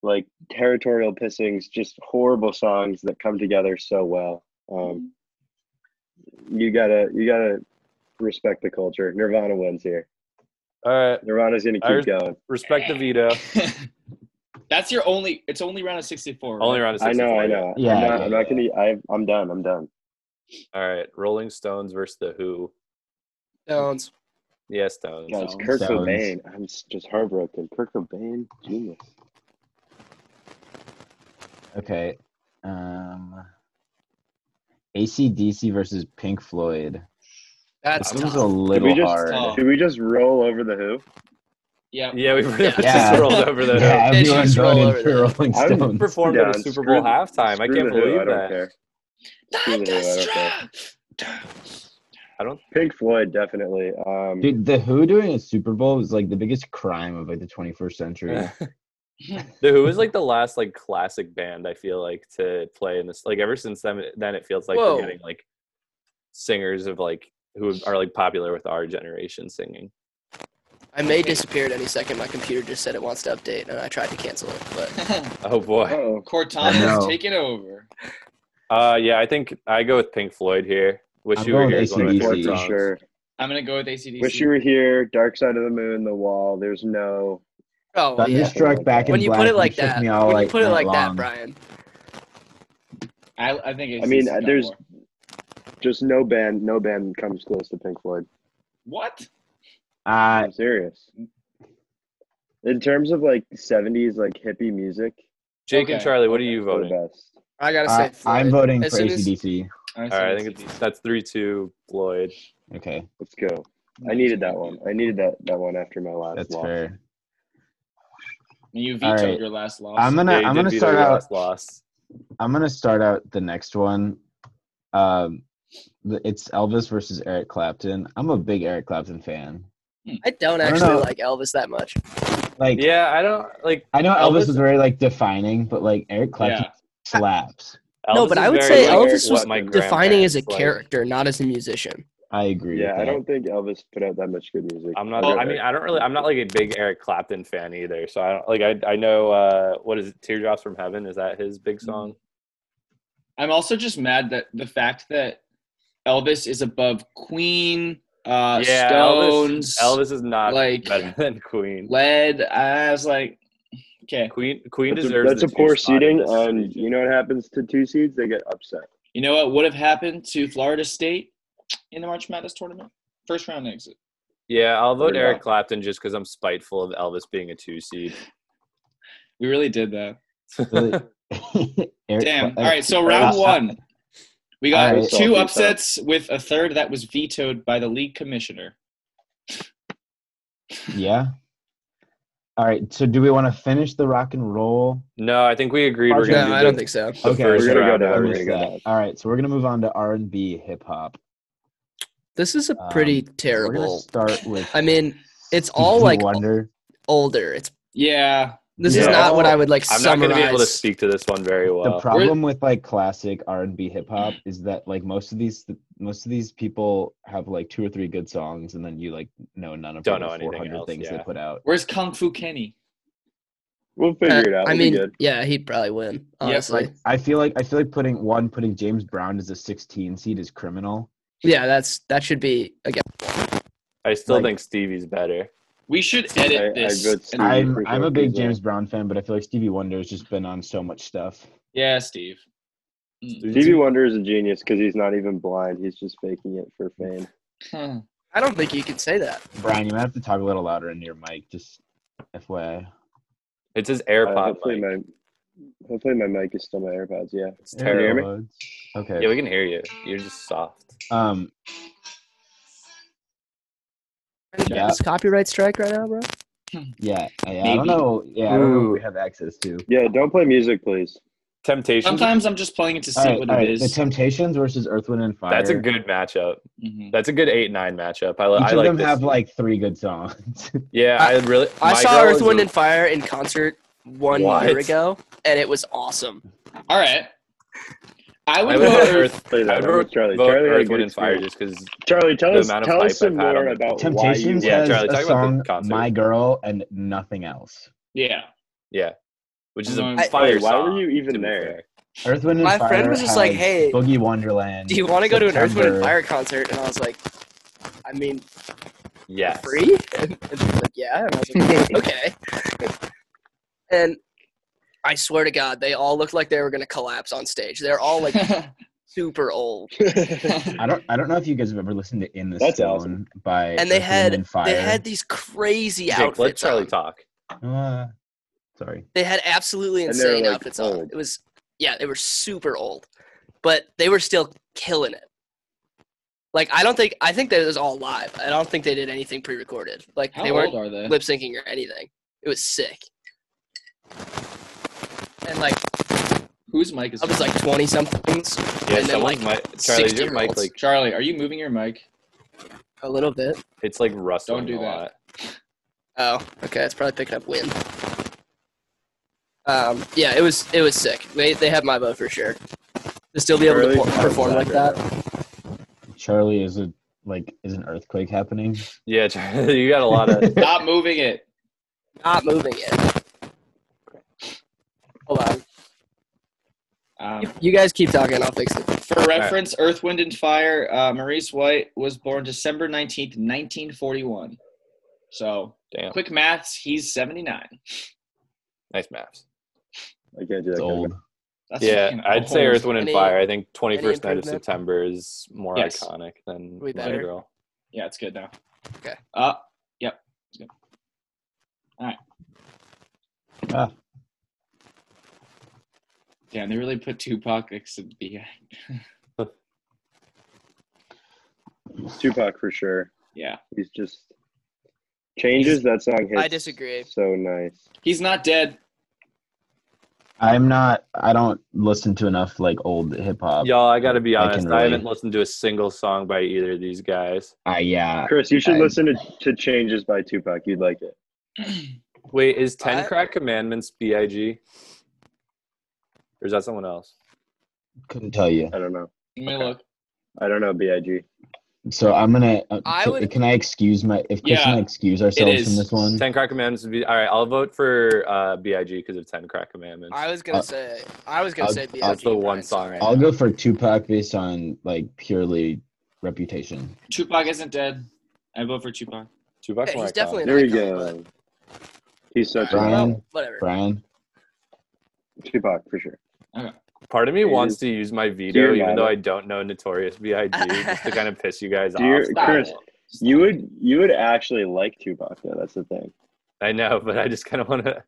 [SPEAKER 2] like territorial pissings, just horrible songs that come together so well. Um, you gotta you gotta respect the culture. Nirvana wins here.
[SPEAKER 1] All right,
[SPEAKER 2] Nirvana's gonna keep
[SPEAKER 1] I-
[SPEAKER 2] going.
[SPEAKER 1] respect the
[SPEAKER 2] [laughs]
[SPEAKER 1] veto.
[SPEAKER 3] That's your only. It's only round of sixty-four.
[SPEAKER 1] Only
[SPEAKER 3] right?
[SPEAKER 1] round of
[SPEAKER 2] I
[SPEAKER 1] 64.
[SPEAKER 2] know, I know.
[SPEAKER 4] Yeah,
[SPEAKER 2] I'm not,
[SPEAKER 4] yeah,
[SPEAKER 2] I'm not gonna. I, I'm done. I'm done.
[SPEAKER 1] All right, Rolling Stones versus the Who.
[SPEAKER 5] Stones.
[SPEAKER 1] Yeah, Stones.
[SPEAKER 2] God, it's
[SPEAKER 3] Sounds-
[SPEAKER 2] Kurt
[SPEAKER 4] sounds-
[SPEAKER 2] Cobain. I'm s- just heartbroken. Kurt Cobain, genius.
[SPEAKER 4] Okay. Um, ACDC versus Pink Floyd.
[SPEAKER 5] That's
[SPEAKER 4] this one's a
[SPEAKER 5] tough.
[SPEAKER 2] Did
[SPEAKER 4] little
[SPEAKER 2] we just
[SPEAKER 4] hard. [laughs]
[SPEAKER 3] tough.
[SPEAKER 2] did we just roll over the Who?
[SPEAKER 3] Yeah.
[SPEAKER 1] Yeah, we pretty much
[SPEAKER 4] Yeah.
[SPEAKER 1] just rolled over the
[SPEAKER 4] Yeah,
[SPEAKER 5] They should
[SPEAKER 4] everyone
[SPEAKER 5] just roll
[SPEAKER 4] voted
[SPEAKER 5] over
[SPEAKER 4] for
[SPEAKER 5] that.
[SPEAKER 4] Rolling
[SPEAKER 2] I would
[SPEAKER 1] Who. [laughs]
[SPEAKER 4] Stones.
[SPEAKER 1] Performed
[SPEAKER 2] Yeah,
[SPEAKER 1] at a
[SPEAKER 2] and
[SPEAKER 1] Super
[SPEAKER 2] screw
[SPEAKER 1] Bowl
[SPEAKER 2] the-
[SPEAKER 1] halftime. I
[SPEAKER 2] Screw
[SPEAKER 1] can't
[SPEAKER 2] the Who,
[SPEAKER 1] believe
[SPEAKER 2] I don't
[SPEAKER 1] that.
[SPEAKER 2] care. Screw the Who, I don't care.
[SPEAKER 3] Orchestra.
[SPEAKER 2] Pink Floyd, definitely. Um,
[SPEAKER 4] Dude, the Who doing a Super Bowl was like the biggest crime of like the 21st century.
[SPEAKER 1] [laughs] the Who is like the last like classic band I feel like to play in this. Like ever since then, then it feels like
[SPEAKER 5] Whoa.
[SPEAKER 1] we're getting like singers of like who are like popular with our generation singing.
[SPEAKER 5] I may disappear at any second. My computer just said it wants to update, and I tried to cancel it, but
[SPEAKER 3] [laughs]
[SPEAKER 1] Oh boy.
[SPEAKER 2] uh-oh.
[SPEAKER 4] I know.
[SPEAKER 3] Cortana's taking over.
[SPEAKER 1] Uh, yeah, I think I go with Pink Floyd here. Wish
[SPEAKER 4] I'm
[SPEAKER 1] you were
[SPEAKER 4] going
[SPEAKER 1] here is one of my
[SPEAKER 4] AC/DC.
[SPEAKER 1] favorite
[SPEAKER 2] for
[SPEAKER 4] Easy.
[SPEAKER 1] songs.
[SPEAKER 2] sure.
[SPEAKER 3] I'm gonna go with ACDC.
[SPEAKER 2] Wish you were here. Dark Side of the Moon, The Wall. There's no.
[SPEAKER 5] oh yeah.
[SPEAKER 4] Thunderstruck back in
[SPEAKER 5] When you
[SPEAKER 4] black.
[SPEAKER 5] put it like
[SPEAKER 4] shook
[SPEAKER 5] that,
[SPEAKER 4] me all
[SPEAKER 5] when you
[SPEAKER 4] like
[SPEAKER 5] put it
[SPEAKER 4] night
[SPEAKER 5] like that,
[SPEAKER 4] long.
[SPEAKER 5] Brian,
[SPEAKER 3] I, I think. ACDC
[SPEAKER 2] I mean,
[SPEAKER 3] got
[SPEAKER 2] there's
[SPEAKER 3] more.
[SPEAKER 2] just no band. No band comes close to Pink Floyd.
[SPEAKER 3] what?
[SPEAKER 4] Uh,
[SPEAKER 2] I'm serious. In terms of like 70s, like hippie music,
[SPEAKER 1] Jake and
[SPEAKER 3] Okay.
[SPEAKER 1] Charlie, what are you
[SPEAKER 2] for the
[SPEAKER 1] voting?
[SPEAKER 2] best.
[SPEAKER 5] I gotta
[SPEAKER 4] I,
[SPEAKER 5] say,
[SPEAKER 4] I'm
[SPEAKER 5] Floyd.
[SPEAKER 4] voting for
[SPEAKER 5] As soon as-
[SPEAKER 4] ACDC.
[SPEAKER 1] All right, I think it's that's three two Floyd.
[SPEAKER 4] Okay,
[SPEAKER 2] Let's go. I needed that one. I needed that that one after my last
[SPEAKER 4] that's
[SPEAKER 2] loss.
[SPEAKER 4] fair.
[SPEAKER 3] You vetoed
[SPEAKER 4] All right.
[SPEAKER 3] your last loss.
[SPEAKER 4] I'm gonna
[SPEAKER 1] Yeah, you
[SPEAKER 4] I'm
[SPEAKER 1] did
[SPEAKER 4] gonna
[SPEAKER 1] beat
[SPEAKER 4] start
[SPEAKER 1] our
[SPEAKER 4] out
[SPEAKER 1] last loss.
[SPEAKER 4] I'm gonna start out the next one. Um, the- it's Elvis versus Eric Clapton. I'm a big Eric Clapton fan.
[SPEAKER 5] I don't
[SPEAKER 4] I don't
[SPEAKER 5] actually
[SPEAKER 4] know.
[SPEAKER 5] like Elvis that much.
[SPEAKER 4] Like,
[SPEAKER 1] Yeah, I don't like
[SPEAKER 4] I know Elvis,
[SPEAKER 1] Elvis-
[SPEAKER 4] was very like defining, but like Eric Clapton
[SPEAKER 3] Yeah.
[SPEAKER 4] slaps.
[SPEAKER 1] Elvis
[SPEAKER 5] no, but
[SPEAKER 1] is
[SPEAKER 5] I would
[SPEAKER 1] very
[SPEAKER 5] say
[SPEAKER 1] like
[SPEAKER 5] Elvis
[SPEAKER 1] what
[SPEAKER 5] was
[SPEAKER 1] my
[SPEAKER 5] defining as a
[SPEAKER 1] grandparents like.
[SPEAKER 5] character, not as a musician.
[SPEAKER 4] I agree.
[SPEAKER 2] Yeah,
[SPEAKER 4] with
[SPEAKER 2] I
[SPEAKER 4] that.
[SPEAKER 2] don't think Elvis put out that much good music.
[SPEAKER 1] I'm not.
[SPEAKER 3] Oh,
[SPEAKER 1] I mean, I don't really. I'm not like a big Eric Clapton fan either. So I don't like. I I know. Uh, what is it? Teardrops from Heaven? Is that his big song?
[SPEAKER 3] I'm also just mad that the fact that Elvis is above Queen, uh, Stones,
[SPEAKER 1] Elvis, Elvis is not
[SPEAKER 3] like-
[SPEAKER 1] better than Queen.
[SPEAKER 3] Lead. I was like, okay.
[SPEAKER 1] Queen Queen
[SPEAKER 2] that's a,
[SPEAKER 1] deserves.
[SPEAKER 2] that's
[SPEAKER 1] the
[SPEAKER 2] a
[SPEAKER 1] two
[SPEAKER 2] poor
[SPEAKER 1] spot in
[SPEAKER 2] seeding,
[SPEAKER 1] this
[SPEAKER 2] and
[SPEAKER 1] region.
[SPEAKER 2] you know what happens to two seeds? They get upset.
[SPEAKER 3] You know what would have happened to Florida State in the March Madness tournament? First round exit.
[SPEAKER 1] Yeah, I'll vote
[SPEAKER 2] Or
[SPEAKER 1] Eric
[SPEAKER 2] not.
[SPEAKER 1] Clapton just because I'm spiteful of Elvis being a two seed.
[SPEAKER 3] We really did that.
[SPEAKER 4] Really? [laughs] Eric
[SPEAKER 3] Damn.
[SPEAKER 4] Cla-
[SPEAKER 3] All right, so round
[SPEAKER 4] uh,
[SPEAKER 3] one. We got
[SPEAKER 4] All right.
[SPEAKER 3] two
[SPEAKER 2] Salty,
[SPEAKER 3] upsets with a third that was vetoed by the league commissioner.
[SPEAKER 4] Yeah. All right. So, do we want to finish the rock and roll?
[SPEAKER 1] No, I think we agreed we're
[SPEAKER 4] Roger.
[SPEAKER 1] gonna.
[SPEAKER 5] No,
[SPEAKER 1] do
[SPEAKER 5] I
[SPEAKER 1] the-
[SPEAKER 5] don't think so.
[SPEAKER 1] The first
[SPEAKER 4] we're gonna
[SPEAKER 1] round,
[SPEAKER 4] go
[SPEAKER 1] I
[SPEAKER 4] down.
[SPEAKER 1] would
[SPEAKER 4] Missed
[SPEAKER 2] agree.
[SPEAKER 4] that. All right. So we're gonna move on to R and B hip hop.
[SPEAKER 5] This is a
[SPEAKER 4] Um,
[SPEAKER 5] pretty
[SPEAKER 4] We're gonna
[SPEAKER 5] terrible.
[SPEAKER 4] start with.
[SPEAKER 5] [laughs] I mean, it's all,
[SPEAKER 4] Stevie
[SPEAKER 5] like,
[SPEAKER 4] Wonder.
[SPEAKER 5] older. It's
[SPEAKER 3] Yeah.
[SPEAKER 5] this is
[SPEAKER 1] Yeah.
[SPEAKER 5] not what I would like
[SPEAKER 1] I'm not
[SPEAKER 5] summarize.
[SPEAKER 1] gonna be able to speak to this one very
[SPEAKER 4] the
[SPEAKER 1] well.
[SPEAKER 4] problem with like classic r&b hip hop is that like most of these most of these people have like two or three good songs and then you like know none of
[SPEAKER 1] Don't
[SPEAKER 4] the
[SPEAKER 1] know anything
[SPEAKER 4] 400
[SPEAKER 1] else,
[SPEAKER 4] things they
[SPEAKER 1] yeah.
[SPEAKER 4] put out
[SPEAKER 3] Where's Kung Fu Kenny?
[SPEAKER 2] We'll figure it out.
[SPEAKER 5] Uh,
[SPEAKER 2] We'll
[SPEAKER 5] I
[SPEAKER 2] be
[SPEAKER 5] mean,
[SPEAKER 2] good.
[SPEAKER 5] yeah, he'd probably win.
[SPEAKER 3] Yeah,
[SPEAKER 5] Honestly, yeah,
[SPEAKER 3] like-
[SPEAKER 4] i feel like i feel like putting one putting james brown as a 16 seed is criminal
[SPEAKER 5] that's that should be again.
[SPEAKER 1] I still
[SPEAKER 4] like-
[SPEAKER 1] think Stevie's better.
[SPEAKER 3] We should
[SPEAKER 2] I-
[SPEAKER 3] edit
[SPEAKER 2] I
[SPEAKER 3] this.
[SPEAKER 2] vote
[SPEAKER 3] and-
[SPEAKER 2] Steve.
[SPEAKER 4] i'm
[SPEAKER 2] for
[SPEAKER 4] i'm
[SPEAKER 2] sure,
[SPEAKER 4] a big
[SPEAKER 2] he's a-
[SPEAKER 4] james brown fan but i feel like stevie wonder has just been on so much stuff
[SPEAKER 3] yeah, Steve. Mm.
[SPEAKER 2] Stevie Wonder is a genius because he's not even blind. He's just faking it for fame.
[SPEAKER 3] Huh.
[SPEAKER 5] I don't think you could say that.
[SPEAKER 4] brian you might have to talk a little louder in your mic just fyi
[SPEAKER 1] It's his
[SPEAKER 2] Uh,
[SPEAKER 1] AirPod.
[SPEAKER 2] hopefully
[SPEAKER 1] mic.
[SPEAKER 2] my hopefully my mic is still my AirPods. Yeah.
[SPEAKER 1] It's terrible.
[SPEAKER 4] okay
[SPEAKER 1] Yeah, we can hear you. You're just soft.
[SPEAKER 4] um Yeah.
[SPEAKER 5] Is copyright strike right now, bro.
[SPEAKER 4] yeah, yeah i don't
[SPEAKER 3] Maybe.
[SPEAKER 4] know yeah i don't know
[SPEAKER 1] Ooh.
[SPEAKER 4] if we have access to
[SPEAKER 2] Yeah. Don't play music, please.
[SPEAKER 1] Temptations.
[SPEAKER 3] Sometimes I'm just playing it to see
[SPEAKER 4] All right,
[SPEAKER 3] what
[SPEAKER 4] all right,
[SPEAKER 3] it
[SPEAKER 4] The
[SPEAKER 3] is.
[SPEAKER 4] Temptations versus Earth, Wind, and Fire.
[SPEAKER 1] That's a good matchup.
[SPEAKER 3] Mhm.
[SPEAKER 1] That's a good eight nine matchup. I, li-
[SPEAKER 4] Each
[SPEAKER 1] I
[SPEAKER 4] of
[SPEAKER 1] like
[SPEAKER 4] them
[SPEAKER 1] this.
[SPEAKER 4] have like three
[SPEAKER 1] [laughs]
[SPEAKER 4] good songs.
[SPEAKER 1] yeah, I,
[SPEAKER 5] I-
[SPEAKER 1] really.
[SPEAKER 5] I
[SPEAKER 1] my
[SPEAKER 5] saw
[SPEAKER 1] girl
[SPEAKER 5] Earth,
[SPEAKER 1] is
[SPEAKER 5] Wind,
[SPEAKER 1] a-
[SPEAKER 5] and Fire in concert one
[SPEAKER 1] What?
[SPEAKER 5] year ago, and it was awesome.
[SPEAKER 3] All right. I would
[SPEAKER 1] I
[SPEAKER 3] go
[SPEAKER 1] would vote
[SPEAKER 3] Earth.
[SPEAKER 1] Earth.
[SPEAKER 2] Play
[SPEAKER 1] I
[SPEAKER 2] that.
[SPEAKER 1] would
[SPEAKER 2] I'm with
[SPEAKER 1] vote
[SPEAKER 2] Charlie.
[SPEAKER 1] vote
[SPEAKER 2] Charlie had a
[SPEAKER 1] Earth,
[SPEAKER 2] good
[SPEAKER 1] Wind, and Fire
[SPEAKER 2] experience.
[SPEAKER 1] just because
[SPEAKER 2] Charlie, tell
[SPEAKER 1] the
[SPEAKER 2] us
[SPEAKER 1] amount of
[SPEAKER 2] tell
[SPEAKER 1] hype
[SPEAKER 2] us some
[SPEAKER 1] I've had on
[SPEAKER 2] more
[SPEAKER 1] the-
[SPEAKER 2] about why you.
[SPEAKER 4] [laughs] Temptations
[SPEAKER 1] Yeah,
[SPEAKER 4] has
[SPEAKER 1] Charlie,
[SPEAKER 4] a
[SPEAKER 1] talk about the
[SPEAKER 4] song
[SPEAKER 1] concert.
[SPEAKER 4] "My Girl" and nothing else.
[SPEAKER 3] Yeah.
[SPEAKER 1] yeah, which is a
[SPEAKER 3] I-
[SPEAKER 1] fire
[SPEAKER 2] Wait, why
[SPEAKER 1] song,
[SPEAKER 2] were you
[SPEAKER 1] to
[SPEAKER 2] even
[SPEAKER 1] be
[SPEAKER 2] there?
[SPEAKER 1] fair.
[SPEAKER 4] Earth, Wind, and
[SPEAKER 5] My
[SPEAKER 4] Fire
[SPEAKER 5] friend was just like,
[SPEAKER 4] had
[SPEAKER 5] "Hey,
[SPEAKER 4] Boogie Wonderland.
[SPEAKER 5] do you want to go to an Earth, Wind, and
[SPEAKER 4] September.
[SPEAKER 5] Fire concert?" And I was like, "I mean,
[SPEAKER 1] Yes.
[SPEAKER 5] free?" [laughs] And, and they were like, "Yeah." And I was like, [laughs] "Okay." and I swear to God, they all looked like they were gonna collapse on stage. They're all
[SPEAKER 3] [laughs]
[SPEAKER 5] [laughs] like super old,
[SPEAKER 4] [laughs]
[SPEAKER 2] [laughs]
[SPEAKER 4] I don't. I don't know if you guys have ever listened to "In the
[SPEAKER 2] That's
[SPEAKER 4] Stone"
[SPEAKER 2] awesome.
[SPEAKER 4] by
[SPEAKER 5] and they
[SPEAKER 4] Earth, Wind,
[SPEAKER 5] had
[SPEAKER 4] and Fire.
[SPEAKER 5] they had these crazy
[SPEAKER 1] Jake,
[SPEAKER 5] outfits.
[SPEAKER 1] let Charlie
[SPEAKER 5] on.
[SPEAKER 1] talk.
[SPEAKER 4] Uh, sorry.
[SPEAKER 5] They had absolutely
[SPEAKER 2] And they were,
[SPEAKER 5] insane
[SPEAKER 2] like,
[SPEAKER 5] outfits on.
[SPEAKER 2] old.
[SPEAKER 5] It was yeah, they were super old, but they were still killing it. Like I don't think I think that it was all live. I don't think they did anything pre-recorded. Like
[SPEAKER 3] How
[SPEAKER 5] they
[SPEAKER 3] old
[SPEAKER 5] weren't
[SPEAKER 3] are they?
[SPEAKER 5] lip syncing or anything. It was sick. And like
[SPEAKER 3] Whose mic is
[SPEAKER 5] I was like twenty somethings
[SPEAKER 1] Yeah,
[SPEAKER 5] And then,
[SPEAKER 1] someone's
[SPEAKER 5] like,
[SPEAKER 1] mic. Charlie, is your mic
[SPEAKER 5] 60-year-olds.
[SPEAKER 1] like
[SPEAKER 3] Charlie, are you moving your mic?
[SPEAKER 5] a little bit.
[SPEAKER 1] it's like rustling
[SPEAKER 3] Don't do
[SPEAKER 1] a
[SPEAKER 3] that.
[SPEAKER 1] lot.
[SPEAKER 5] Oh, okay, it's probably picking up wind. Um, yeah, it was it was sick. They they have my vote for sure. To still be able
[SPEAKER 2] Charlie
[SPEAKER 5] to
[SPEAKER 2] Brown's
[SPEAKER 5] por- perform like
[SPEAKER 2] background.
[SPEAKER 5] that.
[SPEAKER 4] Charlie is a like is an earthquake happening.
[SPEAKER 1] Yeah, [laughs] Charlie, you got a lot
[SPEAKER 3] [laughs]
[SPEAKER 1] of
[SPEAKER 3] Stop moving it.
[SPEAKER 5] not moving it. Hold on.
[SPEAKER 3] Um,
[SPEAKER 5] You- You guys keep talking. I'll fix it.
[SPEAKER 3] for reference, Earth, Wind, and Fire, uh, Maurice White was born December 19th, 1941. So,
[SPEAKER 1] damn
[SPEAKER 3] quick maths, he's 79.
[SPEAKER 1] nice maps.
[SPEAKER 2] I can't do that.
[SPEAKER 4] It's
[SPEAKER 2] kind of-
[SPEAKER 4] old.
[SPEAKER 3] That's
[SPEAKER 1] Yeah,
[SPEAKER 3] fucking
[SPEAKER 1] I'd say
[SPEAKER 3] old.
[SPEAKER 1] Earth, Wind, and
[SPEAKER 5] Any-
[SPEAKER 1] Fire. I think 21st Night of
[SPEAKER 5] improvement?
[SPEAKER 1] September is more
[SPEAKER 3] Yes.
[SPEAKER 1] iconic than
[SPEAKER 5] We
[SPEAKER 1] My
[SPEAKER 5] better.
[SPEAKER 1] Girl.
[SPEAKER 3] Yeah, it's good now.
[SPEAKER 5] Okay.
[SPEAKER 3] Uh, yep.
[SPEAKER 4] Ah,
[SPEAKER 3] Damn, they really put Tupac next to the
[SPEAKER 2] Tupac for sure.
[SPEAKER 3] Yeah.
[SPEAKER 2] He's just changes that song. Hits
[SPEAKER 5] I disagree.
[SPEAKER 2] So nice.
[SPEAKER 3] He's not dead.
[SPEAKER 4] I'm not. I don't listen to enough like old hip hop.
[SPEAKER 1] Y'all, I gotta be
[SPEAKER 4] I can
[SPEAKER 1] honest. I,
[SPEAKER 4] relate.
[SPEAKER 1] haven't listened to a single song by either of these guys.
[SPEAKER 4] I yeah.
[SPEAKER 2] Chris, you should
[SPEAKER 4] I-
[SPEAKER 2] listen to, to Changes by Tupac. You'd like it.
[SPEAKER 1] Wait, is Ten
[SPEAKER 5] I-
[SPEAKER 1] Crack Commandments B.I.G. or is that someone else?
[SPEAKER 4] Couldn't tell you.
[SPEAKER 2] I don't know.
[SPEAKER 3] Let me
[SPEAKER 1] Okay.
[SPEAKER 3] look.
[SPEAKER 2] I don't know, B.I.G.
[SPEAKER 4] So I'm gonna. Uh,
[SPEAKER 5] I
[SPEAKER 4] ca-
[SPEAKER 5] would-
[SPEAKER 4] can I excuse my? If Chris
[SPEAKER 3] Yeah,
[SPEAKER 4] and I excuse ourselves from
[SPEAKER 3] is.
[SPEAKER 4] this one,
[SPEAKER 1] Ten Crack Commandments. Would be, all right, I'll vote for uh, B.I.G. because of Ten Crack Commandments.
[SPEAKER 5] I was gonna
[SPEAKER 4] Uh,
[SPEAKER 5] say. I was gonna
[SPEAKER 4] I'll-
[SPEAKER 5] say.
[SPEAKER 1] That's the
[SPEAKER 5] B.O.G.
[SPEAKER 1] one
[SPEAKER 5] Brian.
[SPEAKER 1] song. I
[SPEAKER 4] I'll go for Tupac based on like purely reputation.
[SPEAKER 3] Tupac isn't dead. I vote for Tupac.
[SPEAKER 1] Tupac.
[SPEAKER 5] Yeah, he's definitely
[SPEAKER 2] There we
[SPEAKER 5] an icon,
[SPEAKER 2] go. He's so
[SPEAKER 4] Brian.
[SPEAKER 2] Tupac.
[SPEAKER 5] but Whatever.
[SPEAKER 4] Brian,
[SPEAKER 2] Tupac for sure.
[SPEAKER 1] Part of me
[SPEAKER 2] Dude.
[SPEAKER 1] wants to use my veto,
[SPEAKER 2] Dear
[SPEAKER 1] even though
[SPEAKER 2] Nana.
[SPEAKER 1] I don't know Notorious B.I.G. just
[SPEAKER 5] [laughs]
[SPEAKER 1] to kind of piss you guys
[SPEAKER 2] Dear-
[SPEAKER 1] off.
[SPEAKER 3] Stop.
[SPEAKER 2] Chris, You would you would actually like Tupac though. That's the thing.
[SPEAKER 1] I know, but I just kind of want to.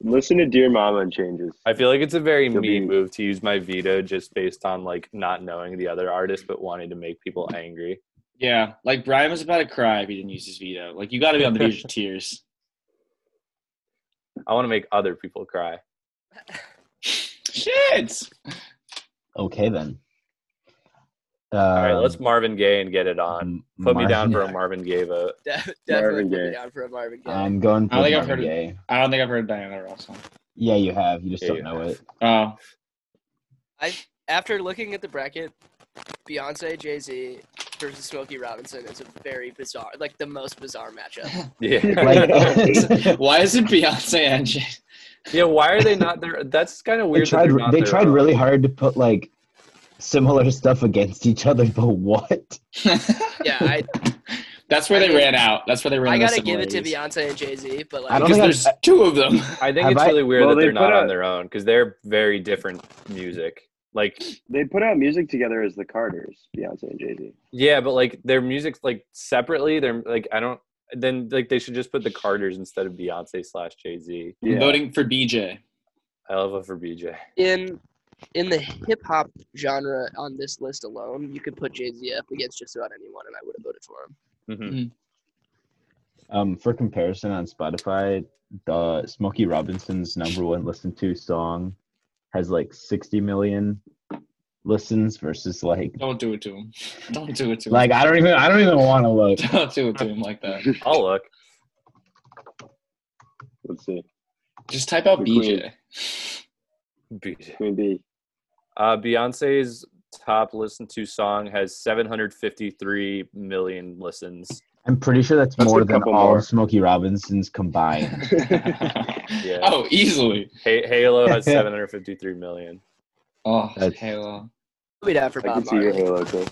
[SPEAKER 2] Listen to Dear Mama and Changes.
[SPEAKER 1] I feel like it's a very
[SPEAKER 2] You'll
[SPEAKER 1] mean
[SPEAKER 2] be-
[SPEAKER 1] move to use my veto just based on like not knowing the other artist, but wanting to make people angry.
[SPEAKER 3] Yeah, like Brian was about to cry if he didn't use his veto. Like you got to be on the
[SPEAKER 4] [laughs]
[SPEAKER 3] verge of tears.
[SPEAKER 1] I want to make other people cry.
[SPEAKER 3] Shit.
[SPEAKER 4] okay then. Uh,
[SPEAKER 1] All right, let's Marvin Gaye and get it on.
[SPEAKER 4] Um,
[SPEAKER 1] Put me down for a Marvin Gaye vote. [laughs]
[SPEAKER 5] De-
[SPEAKER 2] Marvin
[SPEAKER 5] [laughs] definitely put me
[SPEAKER 2] Gaye.
[SPEAKER 5] down for a Marvin Gaye.
[SPEAKER 4] I'm going for
[SPEAKER 3] I don't think I've
[SPEAKER 4] Marvin
[SPEAKER 3] heard of-
[SPEAKER 4] Gaye.
[SPEAKER 3] I don't think I've heard Diana Ross song.
[SPEAKER 4] Yeah, you have. You just
[SPEAKER 1] Yeah,
[SPEAKER 4] don't
[SPEAKER 1] you
[SPEAKER 4] know
[SPEAKER 1] have. [laughs]
[SPEAKER 3] Oh,
[SPEAKER 4] it. [laughs]
[SPEAKER 5] After looking at the bracket, Beyonce, Jay Z versus Smokey Robinson is a very bizarre, like the most bizarre matchup.
[SPEAKER 1] [laughs] Yeah,
[SPEAKER 4] [laughs] Like,
[SPEAKER 3] why isn't Beyonce and Jay? [laughs]
[SPEAKER 1] yeah. Why are they not there? That's kind of
[SPEAKER 4] they
[SPEAKER 1] weird. that
[SPEAKER 4] tried.
[SPEAKER 1] they're not
[SPEAKER 4] They
[SPEAKER 1] their
[SPEAKER 4] tried
[SPEAKER 1] own.
[SPEAKER 4] really hard to put like similar stuff against each other, but what?
[SPEAKER 5] yeah, I
[SPEAKER 3] That's where
[SPEAKER 5] I
[SPEAKER 3] they
[SPEAKER 5] mean,
[SPEAKER 3] ran out. That's where they ran.
[SPEAKER 5] I
[SPEAKER 3] out of
[SPEAKER 5] gotta give it to
[SPEAKER 3] similarities.
[SPEAKER 5] Beyonce and Jay Z, but like
[SPEAKER 4] I don't
[SPEAKER 3] Because
[SPEAKER 4] think
[SPEAKER 3] there's two of them.
[SPEAKER 1] I think
[SPEAKER 4] Have
[SPEAKER 1] it's
[SPEAKER 4] I-
[SPEAKER 1] really weird
[SPEAKER 2] Well,
[SPEAKER 1] that
[SPEAKER 2] they
[SPEAKER 1] they're
[SPEAKER 2] put
[SPEAKER 1] not on
[SPEAKER 2] out-
[SPEAKER 1] their own because they're very different music. Like,
[SPEAKER 2] They put out music together as the Carters, Beyonce and Jay Z.
[SPEAKER 1] yeah, but like their music's like separately. They're like I don't. Then like they should just put the Carters instead of Beyonce slash Jay Z.
[SPEAKER 3] I'm
[SPEAKER 2] Yeah.
[SPEAKER 3] voting for BJ.
[SPEAKER 1] I love it for BJ.
[SPEAKER 5] in in the hip hop genre on this list alone, you could put Jay Z up against just about anyone, and I would have voted for him.
[SPEAKER 1] Mhm.
[SPEAKER 4] Um, for comparison on Spotify, the Smokey Robinson's number one listened to song has like 60 million listens versus like
[SPEAKER 3] Don't do it to him. [laughs] Don't do it to him.
[SPEAKER 4] like I don't even I don't even want to look.
[SPEAKER 3] [laughs] don't do it to him like that.
[SPEAKER 2] [laughs]
[SPEAKER 1] I'll look.
[SPEAKER 2] Let's see.
[SPEAKER 3] Just type
[SPEAKER 2] The
[SPEAKER 3] out BJ.
[SPEAKER 1] BJ.
[SPEAKER 2] Queen B.
[SPEAKER 1] Uh, Beyonce's top listened to song has 753 million listens.
[SPEAKER 4] I'm pretty sure that's,
[SPEAKER 2] That's a
[SPEAKER 4] more than
[SPEAKER 2] couple
[SPEAKER 4] all
[SPEAKER 2] more.
[SPEAKER 4] of Smokey Robinson's combined.
[SPEAKER 1] Yeah.
[SPEAKER 3] [laughs] Oh, easily.
[SPEAKER 1] Ha- Halo has 753 million.
[SPEAKER 3] Oh,
[SPEAKER 4] That's-
[SPEAKER 3] Halo.
[SPEAKER 5] We'd have for
[SPEAKER 2] I can
[SPEAKER 5] Bob
[SPEAKER 2] see your
[SPEAKER 5] Marley.
[SPEAKER 2] halo, Chris.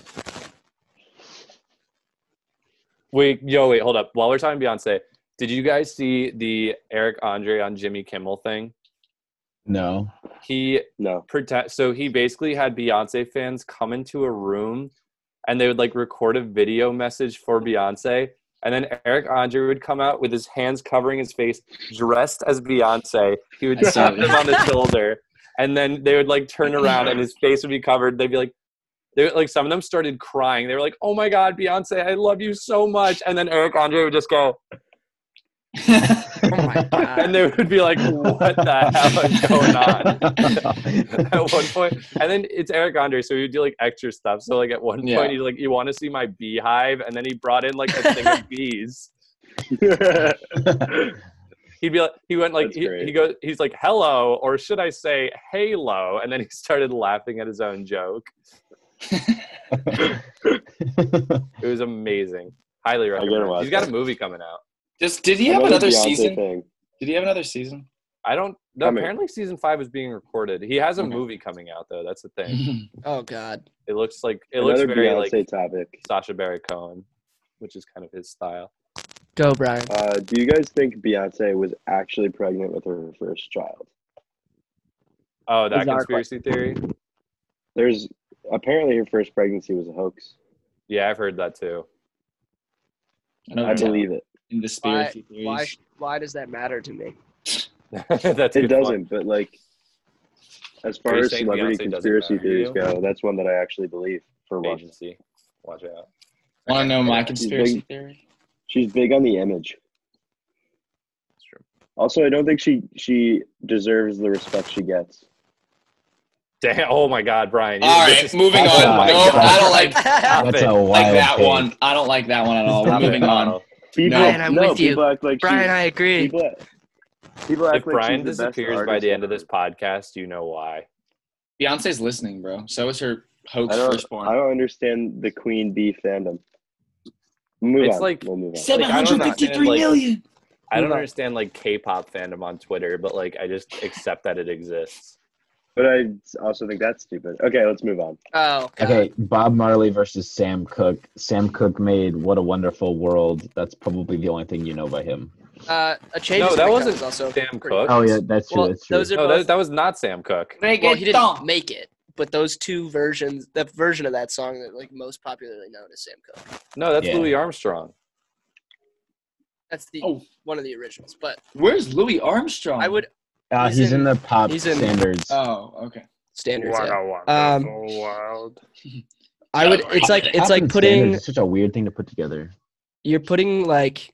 [SPEAKER 1] Wait, yo, wait, hold up. While we're talking Beyonce, did you guys see the Eric Andre on Jimmy Kimmel thing?
[SPEAKER 4] No.
[SPEAKER 1] He [laughs]
[SPEAKER 2] No. [laughs]
[SPEAKER 1] pretend so he basically had Beyonce fans come into a room and they would like record a video message for Beyonce and then Eric Andre would come out with his hands covering his face dressed as Beyonce. He would
[SPEAKER 3] I saw
[SPEAKER 1] tap
[SPEAKER 3] that.
[SPEAKER 1] them on the shoulder and then they would like turn around and his face would be covered. They'd be like they like some of them started crying. They were like, "Oh my god, Beyonce, I love you so much." And then Eric Andre would just
[SPEAKER 3] [laughs]
[SPEAKER 1] go
[SPEAKER 5] Oh
[SPEAKER 1] [laughs]
[SPEAKER 5] my god.
[SPEAKER 1] and they would be like, "What the hell is going on?" [laughs] at one point and then it's eric andre so he would do like extra stuff so like at one
[SPEAKER 3] Yeah.
[SPEAKER 1] point he's like you want to see my beehive and then he brought in like a thing
[SPEAKER 2] [laughs]
[SPEAKER 1] of bees he'd be like he went like
[SPEAKER 2] That's
[SPEAKER 1] he,
[SPEAKER 2] great.
[SPEAKER 1] he goes he's like hello or should i say halo and then he started laughing at his own joke it was amazing highly
[SPEAKER 2] gotta
[SPEAKER 1] recommend
[SPEAKER 2] watch
[SPEAKER 1] he's got a
[SPEAKER 2] that.
[SPEAKER 1] movie coming out
[SPEAKER 3] [laughs] Just did he have another
[SPEAKER 2] Beyonce
[SPEAKER 3] season?
[SPEAKER 2] Thing.
[SPEAKER 3] Did he have another season? [laughs]
[SPEAKER 1] i don't no,
[SPEAKER 2] Coming.
[SPEAKER 1] apparently season five is being recorded he has a
[SPEAKER 3] Okay.
[SPEAKER 1] movie coming out though that's the thing
[SPEAKER 3] yeah,
[SPEAKER 5] Oh god.
[SPEAKER 1] it looks like it
[SPEAKER 2] Another
[SPEAKER 1] looks very
[SPEAKER 2] Beyonce
[SPEAKER 1] like
[SPEAKER 2] topic.
[SPEAKER 1] sasha baron cohen which is kind of his style
[SPEAKER 5] Go Brian.
[SPEAKER 2] Uh, do you guys think Beyonce was actually pregnant with her first child?
[SPEAKER 1] oh that
[SPEAKER 5] Bizarre
[SPEAKER 1] conspiracy theory
[SPEAKER 2] There's apparently her first pregnancy was a hoax.
[SPEAKER 1] Yeah, I've heard that too. [laughs]
[SPEAKER 2] I believe it.
[SPEAKER 3] in the
[SPEAKER 5] Why,
[SPEAKER 3] conspiracy theories.
[SPEAKER 5] why why does that matter to me?
[SPEAKER 1] That's a
[SPEAKER 2] It
[SPEAKER 1] good point.
[SPEAKER 2] doesn't, but like, as
[SPEAKER 1] Are
[SPEAKER 2] far
[SPEAKER 1] you
[SPEAKER 2] as
[SPEAKER 1] saying
[SPEAKER 2] celebrity
[SPEAKER 1] Beyonce doesn't
[SPEAKER 2] conspiracy
[SPEAKER 1] matter to
[SPEAKER 2] theories
[SPEAKER 1] you?
[SPEAKER 2] go, that's one that I actually believe for once.
[SPEAKER 1] Agency, watch out.
[SPEAKER 3] Want to know my
[SPEAKER 1] Yeah,
[SPEAKER 3] conspiracy
[SPEAKER 2] big-
[SPEAKER 3] theory?
[SPEAKER 2] She's big on the image.
[SPEAKER 1] That's true.
[SPEAKER 2] Also, I don't think she she deserves the respect she gets.
[SPEAKER 1] Damn! Oh my God, Brian. you-
[SPEAKER 3] All
[SPEAKER 1] this
[SPEAKER 3] right,
[SPEAKER 1] is-
[SPEAKER 3] moving on.
[SPEAKER 4] That's
[SPEAKER 3] No,
[SPEAKER 4] a lie.
[SPEAKER 3] I don't
[SPEAKER 5] [laughs]
[SPEAKER 3] like [laughs]
[SPEAKER 1] Stop
[SPEAKER 4] That's
[SPEAKER 1] it.
[SPEAKER 4] a wild
[SPEAKER 3] like that
[SPEAKER 4] take.
[SPEAKER 3] one. I don't like that one at all. We're
[SPEAKER 1] Stop it, [laughs]
[SPEAKER 3] moving on.
[SPEAKER 2] [laughs]
[SPEAKER 1] Donald.
[SPEAKER 2] People,
[SPEAKER 3] Brian,
[SPEAKER 5] I'm
[SPEAKER 2] no,
[SPEAKER 5] with you.
[SPEAKER 2] people act like she's,
[SPEAKER 5] agree.
[SPEAKER 2] people, people act
[SPEAKER 1] If
[SPEAKER 2] like
[SPEAKER 1] Brian
[SPEAKER 2] she's the best
[SPEAKER 1] disappears by
[SPEAKER 2] artist
[SPEAKER 1] the end of
[SPEAKER 2] ever.
[SPEAKER 1] this podcast, you know why.
[SPEAKER 3] Beyonce's listening, bro. So is her hoax
[SPEAKER 2] I don't, I
[SPEAKER 3] firstborn.
[SPEAKER 2] don't understand the Queen Bee fandom. Move
[SPEAKER 1] It's
[SPEAKER 2] on.
[SPEAKER 1] like-
[SPEAKER 2] we'll move on.
[SPEAKER 1] Seven hundred fifty-three million. I don't
[SPEAKER 5] Move on.
[SPEAKER 1] understand like K-pop fandom on Twitter, but like I just accept that it exists.
[SPEAKER 2] But I also think that's stupid. Okay, let's move on.
[SPEAKER 5] Oh god.
[SPEAKER 4] Okay, Bob Marley versus Sam Cooke. Sam Cooke made "What a Wonderful World." That's probably the only thing you know by him.
[SPEAKER 5] Uh, a change.
[SPEAKER 1] No,
[SPEAKER 5] is
[SPEAKER 1] that
[SPEAKER 5] gonna come
[SPEAKER 1] wasn't
[SPEAKER 5] is also
[SPEAKER 1] Sam
[SPEAKER 5] pretty-
[SPEAKER 1] Cooke.
[SPEAKER 4] Oh yeah, that's true.
[SPEAKER 5] Well,
[SPEAKER 4] that's true.
[SPEAKER 5] those are
[SPEAKER 1] No,
[SPEAKER 5] both
[SPEAKER 1] that, that was not Sam Cook.
[SPEAKER 5] well, he didn't make it, but those two versions, the version of that song that like most popularly known is Sam Cooke.
[SPEAKER 1] No, that's
[SPEAKER 4] Yeah.
[SPEAKER 1] Louis Armstrong.
[SPEAKER 5] That's the
[SPEAKER 3] Oh,
[SPEAKER 5] one of the originals. But
[SPEAKER 3] where's Louis Armstrong?
[SPEAKER 5] I would
[SPEAKER 4] uh,
[SPEAKER 5] he's
[SPEAKER 4] he's in, uh,
[SPEAKER 5] in-
[SPEAKER 4] the pop
[SPEAKER 5] he's in-
[SPEAKER 4] standards.
[SPEAKER 3] Oh, okay.
[SPEAKER 5] standards. yeah.
[SPEAKER 1] a
[SPEAKER 5] Um,
[SPEAKER 1] wonderful world.
[SPEAKER 5] [laughs] I would. It's like
[SPEAKER 4] Pop
[SPEAKER 5] it's like
[SPEAKER 4] and
[SPEAKER 5] putting
[SPEAKER 4] standards is such a weird thing to put together.
[SPEAKER 5] you're putting like,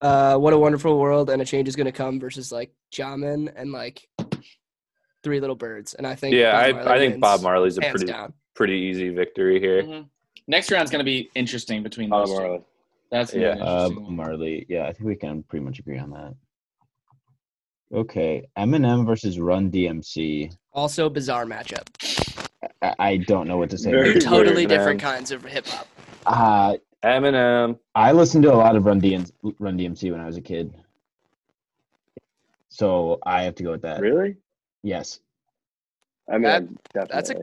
[SPEAKER 5] uh, what a wonderful world and a change is gonna come versus like Jamin and like Three Little Birds, and I think
[SPEAKER 1] Yeah,
[SPEAKER 5] Bob
[SPEAKER 1] I,
[SPEAKER 5] Marley
[SPEAKER 1] I think
[SPEAKER 5] wins,
[SPEAKER 1] Bob Marley's a
[SPEAKER 5] hands
[SPEAKER 1] pretty
[SPEAKER 5] down.
[SPEAKER 1] pretty easy victory here.
[SPEAKER 3] Mhm. Next round's gonna be interesting between
[SPEAKER 2] Bob
[SPEAKER 3] those
[SPEAKER 2] Marley.
[SPEAKER 3] two. That's gonna
[SPEAKER 1] Yeah.
[SPEAKER 3] be an
[SPEAKER 4] Uh,
[SPEAKER 3] interesting one.
[SPEAKER 4] Marley. Yeah, I think we can pretty much agree on that. Okay, Eminem versus Run DMC.
[SPEAKER 5] Also, bizarre matchup.
[SPEAKER 4] I, I don't know what to say.
[SPEAKER 2] Very
[SPEAKER 5] Two
[SPEAKER 2] Pretty
[SPEAKER 5] totally
[SPEAKER 2] weird,
[SPEAKER 5] different
[SPEAKER 2] man.
[SPEAKER 5] kinds of hip hop.
[SPEAKER 4] Uh,
[SPEAKER 5] Mm-hmm.
[SPEAKER 1] Eminem.
[SPEAKER 4] I listened to a lot of Run, DM- Run DMC when I was a kid, so I have to go with that.
[SPEAKER 2] Really?
[SPEAKER 4] Yes.
[SPEAKER 2] I mean,
[SPEAKER 5] That-
[SPEAKER 2] definitely.
[SPEAKER 5] that's a-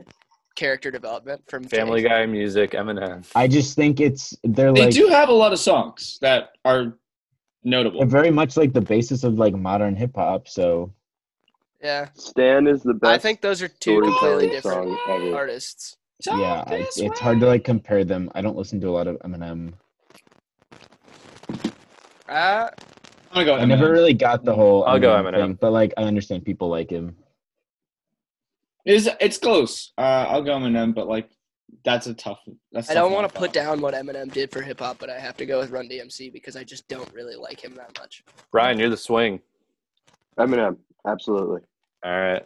[SPEAKER 5] Character development from
[SPEAKER 1] Family
[SPEAKER 5] Jay.
[SPEAKER 1] Guy music, Eminem.
[SPEAKER 4] I just think it's they're
[SPEAKER 3] They
[SPEAKER 4] like
[SPEAKER 3] do have a lot of songs that are notable.
[SPEAKER 4] they're very much like the basis of like modern hip hop. So
[SPEAKER 5] Yeah,
[SPEAKER 2] Stan is the best.
[SPEAKER 5] I think those are two completely
[SPEAKER 2] storytelling
[SPEAKER 5] different
[SPEAKER 2] song ever.
[SPEAKER 5] artists.
[SPEAKER 4] yeah, I, it's hard to like compare them. I don't listen to a lot of Eminem.
[SPEAKER 5] Uh,
[SPEAKER 3] I'm gonna go.
[SPEAKER 4] I never really got the whole
[SPEAKER 1] I'll go Eminem.
[SPEAKER 4] thing, but like I understand people like him.
[SPEAKER 3] It's it's close. Uh, I'll go Eminem, but like that's a tough. That's
[SPEAKER 5] I don't
[SPEAKER 3] tough
[SPEAKER 5] want to
[SPEAKER 3] knockout.
[SPEAKER 5] put down what Eminem did for hip hop, but I have to go with Run DMC because I just don't really like him that much.
[SPEAKER 1] Brian, you're the swing.
[SPEAKER 2] Eminem, absolutely.
[SPEAKER 1] All right.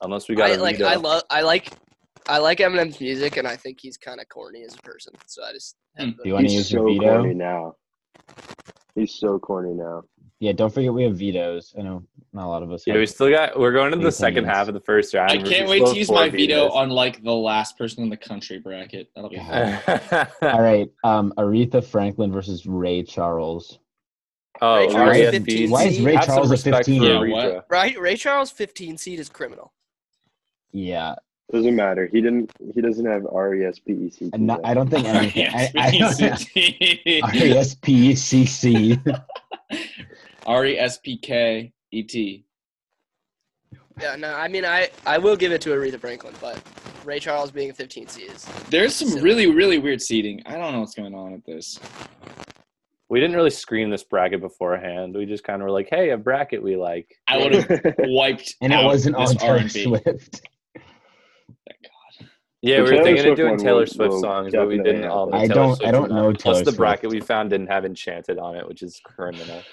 [SPEAKER 1] Unless we got
[SPEAKER 5] I
[SPEAKER 1] a
[SPEAKER 5] like
[SPEAKER 1] veto.
[SPEAKER 5] I love I like I like Eminem's music, and I think he's kind of corny as a person. So I just have
[SPEAKER 3] Hmm.
[SPEAKER 5] the-
[SPEAKER 4] Do you want to
[SPEAKER 2] He's
[SPEAKER 4] use your
[SPEAKER 2] so
[SPEAKER 4] veto?
[SPEAKER 2] corny now. He's so corny now.
[SPEAKER 4] Yeah, don't forget we have vetoes. I know not a lot of us.
[SPEAKER 1] yeah,
[SPEAKER 4] have-
[SPEAKER 1] we still got. We're going into the
[SPEAKER 4] Any
[SPEAKER 1] second
[SPEAKER 4] opinions?
[SPEAKER 1] half of the first round.
[SPEAKER 3] I
[SPEAKER 1] We're
[SPEAKER 3] can't
[SPEAKER 1] just
[SPEAKER 3] wait
[SPEAKER 1] both
[SPEAKER 3] to use
[SPEAKER 1] four
[SPEAKER 3] my veto
[SPEAKER 1] vetoes.
[SPEAKER 3] on like the last person in the country bracket.
[SPEAKER 1] [laughs]
[SPEAKER 3] That'll be
[SPEAKER 4] [laughs] Yeah.
[SPEAKER 3] fun.
[SPEAKER 4] All right, um, Aretha Franklin versus Ray Charles.
[SPEAKER 1] Oh,
[SPEAKER 5] Ray
[SPEAKER 4] Charles
[SPEAKER 1] RESPs.
[SPEAKER 5] 15.
[SPEAKER 4] Why is Ray
[SPEAKER 1] Have some
[SPEAKER 4] Charles a
[SPEAKER 1] respect
[SPEAKER 4] 15?
[SPEAKER 1] for
[SPEAKER 4] Yeah,
[SPEAKER 1] Rita.
[SPEAKER 3] what?
[SPEAKER 5] Right? Ray Charles 15 seed is criminal.
[SPEAKER 4] Yeah,
[SPEAKER 2] Doesn't matter. He didn't. He doesn't have R E S P E C.
[SPEAKER 4] and not, I
[SPEAKER 1] [laughs]
[SPEAKER 3] [laughs]
[SPEAKER 4] don't think anything. I, I don't have
[SPEAKER 3] R-E-S-P-E-C-T.
[SPEAKER 4] R-E-S-P-E-C-C.
[SPEAKER 3] [laughs] E R-E-S-P-K-E-T.
[SPEAKER 5] Yeah, no, I mean, I, I will give it to Aretha Franklin, but Ray Charles being a 15 seed is.
[SPEAKER 3] There's some
[SPEAKER 5] Silly.
[SPEAKER 3] really, really weird seating. I don't know what's going on at this.
[SPEAKER 1] We didn't really screen this bracket beforehand. We just kind of were like, "Hey, a bracket we like."
[SPEAKER 3] I would
[SPEAKER 4] [laughs]
[SPEAKER 3] have wiped
[SPEAKER 4] and it
[SPEAKER 3] out
[SPEAKER 4] wasn't
[SPEAKER 3] this
[SPEAKER 4] on Taylor
[SPEAKER 3] R&B.
[SPEAKER 1] [laughs]
[SPEAKER 4] Swift.
[SPEAKER 1] Yeah, we
[SPEAKER 2] The
[SPEAKER 1] were
[SPEAKER 2] Taylor
[SPEAKER 1] thinking of
[SPEAKER 2] Swift
[SPEAKER 1] doing
[SPEAKER 2] one
[SPEAKER 1] Taylor
[SPEAKER 2] will-
[SPEAKER 1] Swift
[SPEAKER 2] will
[SPEAKER 1] songs, but we
[SPEAKER 2] definitely
[SPEAKER 1] didn't all.
[SPEAKER 2] happen.
[SPEAKER 1] the
[SPEAKER 4] I
[SPEAKER 1] Taylor
[SPEAKER 4] don't- I
[SPEAKER 1] Swift
[SPEAKER 4] don't
[SPEAKER 1] songs.
[SPEAKER 4] know
[SPEAKER 1] Plus,
[SPEAKER 4] Taylor
[SPEAKER 1] the
[SPEAKER 4] Swift.
[SPEAKER 1] bracket we found didn't have Enchanted on it, which is criminal.
[SPEAKER 2] [laughs]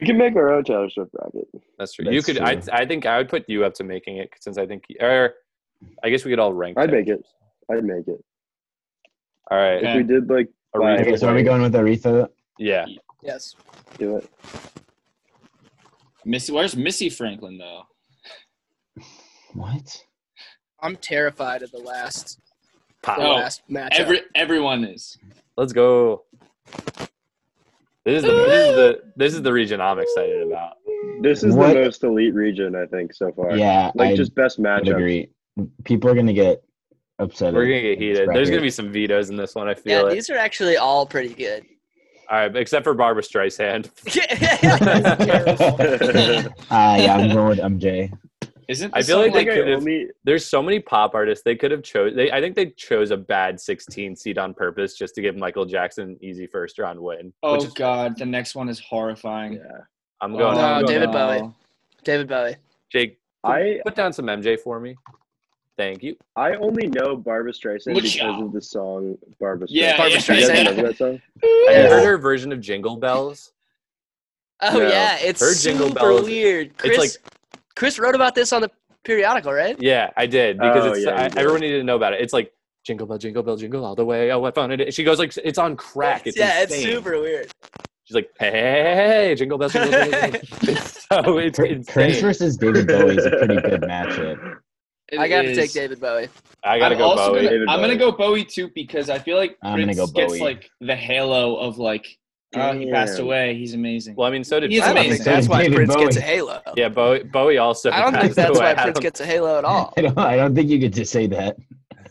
[SPEAKER 2] We can make our own Taylor Swift bracket.
[SPEAKER 1] That's true.
[SPEAKER 4] That's
[SPEAKER 1] you could. I.
[SPEAKER 4] true.
[SPEAKER 1] I think I would put you up to making it since I think. Or, I guess we could all rank.
[SPEAKER 2] I'd
[SPEAKER 1] them.
[SPEAKER 2] make it. I'd make it.
[SPEAKER 1] All right.
[SPEAKER 3] Okay.
[SPEAKER 2] If we did like
[SPEAKER 1] Aretha-
[SPEAKER 2] by
[SPEAKER 4] Okay, so are we
[SPEAKER 2] weight,
[SPEAKER 4] going with Aretha?
[SPEAKER 1] Yeah.
[SPEAKER 5] Yes.
[SPEAKER 2] do it.
[SPEAKER 3] Missy, where's Missy Franklin though?
[SPEAKER 4] What?
[SPEAKER 5] I'm terrified of the last, the
[SPEAKER 1] Pop.
[SPEAKER 3] Oh,
[SPEAKER 5] last matchup.
[SPEAKER 3] Every everyone is.
[SPEAKER 1] Let's go. This is the. This is the. This is the region I'm excited about.
[SPEAKER 2] This is
[SPEAKER 4] What?
[SPEAKER 2] the most elite region I think so far.
[SPEAKER 4] Yeah,
[SPEAKER 2] Like
[SPEAKER 4] I
[SPEAKER 2] just best
[SPEAKER 4] would
[SPEAKER 2] matchup. [laughs]
[SPEAKER 3] [laughs]
[SPEAKER 4] agree. People are gonna get upset.
[SPEAKER 1] We're gonna get heated. There's gonna be some vetoes in this one. I
[SPEAKER 5] yeah,
[SPEAKER 1] feel it.
[SPEAKER 5] these are actually all pretty
[SPEAKER 1] [laughs]
[SPEAKER 5] good. [laughs]
[SPEAKER 1] All right, except for Barbara Streisand. [laughs]
[SPEAKER 5] That's terrible.
[SPEAKER 4] Ah, yeah, I'm going with MJ.
[SPEAKER 3] Isn't
[SPEAKER 1] I
[SPEAKER 3] this
[SPEAKER 1] feel
[SPEAKER 2] I
[SPEAKER 1] like
[SPEAKER 3] song,
[SPEAKER 1] they
[SPEAKER 2] think
[SPEAKER 3] like,
[SPEAKER 2] I
[SPEAKER 1] could've-
[SPEAKER 2] only
[SPEAKER 1] There's so many pop artists they could have chose. They, I think they chose a bad 16 seed on purpose just to give Michael Jackson an easy first round win.
[SPEAKER 3] oh
[SPEAKER 1] which is-
[SPEAKER 3] god, the next one is horrifying. Oh,
[SPEAKER 2] yeah.
[SPEAKER 1] I'm going.
[SPEAKER 5] No,
[SPEAKER 1] I'm going-
[SPEAKER 5] Oh,
[SPEAKER 1] uh,
[SPEAKER 5] David Bowie. David Bowie.
[SPEAKER 1] Jake,
[SPEAKER 2] I
[SPEAKER 1] put down some MJ for me. Thank you.
[SPEAKER 2] I only know Barbara Streisand
[SPEAKER 3] Good
[SPEAKER 2] because
[SPEAKER 3] job.
[SPEAKER 2] of the song Barbara Streisand.
[SPEAKER 3] Yeah,
[SPEAKER 5] Barbra
[SPEAKER 3] yeah.
[SPEAKER 2] You guys
[SPEAKER 5] Streisand.
[SPEAKER 2] remember that song?
[SPEAKER 1] Have you
[SPEAKER 4] Yeah.
[SPEAKER 1] heard her version of Jingle Bells?
[SPEAKER 5] Oh
[SPEAKER 2] No.
[SPEAKER 5] yeah, it's
[SPEAKER 1] Her Jingle
[SPEAKER 5] super
[SPEAKER 1] Bells-
[SPEAKER 5] weird. Chris, Chris wrote about this on the periodical, right?
[SPEAKER 1] Yeah, I did because
[SPEAKER 2] Oh,
[SPEAKER 1] it's
[SPEAKER 2] yeah, you
[SPEAKER 1] I,
[SPEAKER 2] did.
[SPEAKER 1] everyone needed to know about it. It's like Jingle Bell, Jingle Bell, Jingle all the way. Oh, what fun it is! She goes like it's on crack. It's
[SPEAKER 5] yeah, it's
[SPEAKER 1] insane.
[SPEAKER 5] super weird.
[SPEAKER 1] She's like, hey, hey, hey, hey, hey, Jingle Bell, Jingle Bell. Jingle Bell." [laughs] It's so it's
[SPEAKER 4] Cr- Chris
[SPEAKER 1] insane.
[SPEAKER 4] versus David Bowie is
[SPEAKER 2] [laughs]
[SPEAKER 4] a pretty good matchup.
[SPEAKER 3] It
[SPEAKER 5] I gotta
[SPEAKER 3] is.
[SPEAKER 5] take David Bowie.
[SPEAKER 1] I gotta
[SPEAKER 3] I'm
[SPEAKER 1] go
[SPEAKER 3] also
[SPEAKER 1] Bowie.
[SPEAKER 3] Gonna,
[SPEAKER 2] David
[SPEAKER 3] I'm gonna
[SPEAKER 2] Bowie.
[SPEAKER 3] go Bowie too because I feel like
[SPEAKER 4] I'm
[SPEAKER 3] Prince
[SPEAKER 4] gonna go
[SPEAKER 3] gets
[SPEAKER 4] Bowie.
[SPEAKER 3] like the halo of like oh he passed
[SPEAKER 2] Damn.
[SPEAKER 3] away. He's amazing.
[SPEAKER 1] Well, I mean, so did
[SPEAKER 3] He is
[SPEAKER 5] I don't
[SPEAKER 1] Prince.
[SPEAKER 5] think
[SPEAKER 3] amazing.
[SPEAKER 5] that's why
[SPEAKER 4] David
[SPEAKER 5] Prince gets a
[SPEAKER 4] Bowie.
[SPEAKER 5] halo.
[SPEAKER 1] [laughs] Yeah, Bowie, Bowie also.
[SPEAKER 5] I don't think
[SPEAKER 1] passed
[SPEAKER 5] that's
[SPEAKER 1] away.
[SPEAKER 5] why
[SPEAKER 1] I
[SPEAKER 5] Prince
[SPEAKER 1] don't-
[SPEAKER 5] gets a halo
[SPEAKER 1] [laughs]
[SPEAKER 5] at all.
[SPEAKER 4] [laughs] I don't, I don't think you could just say that.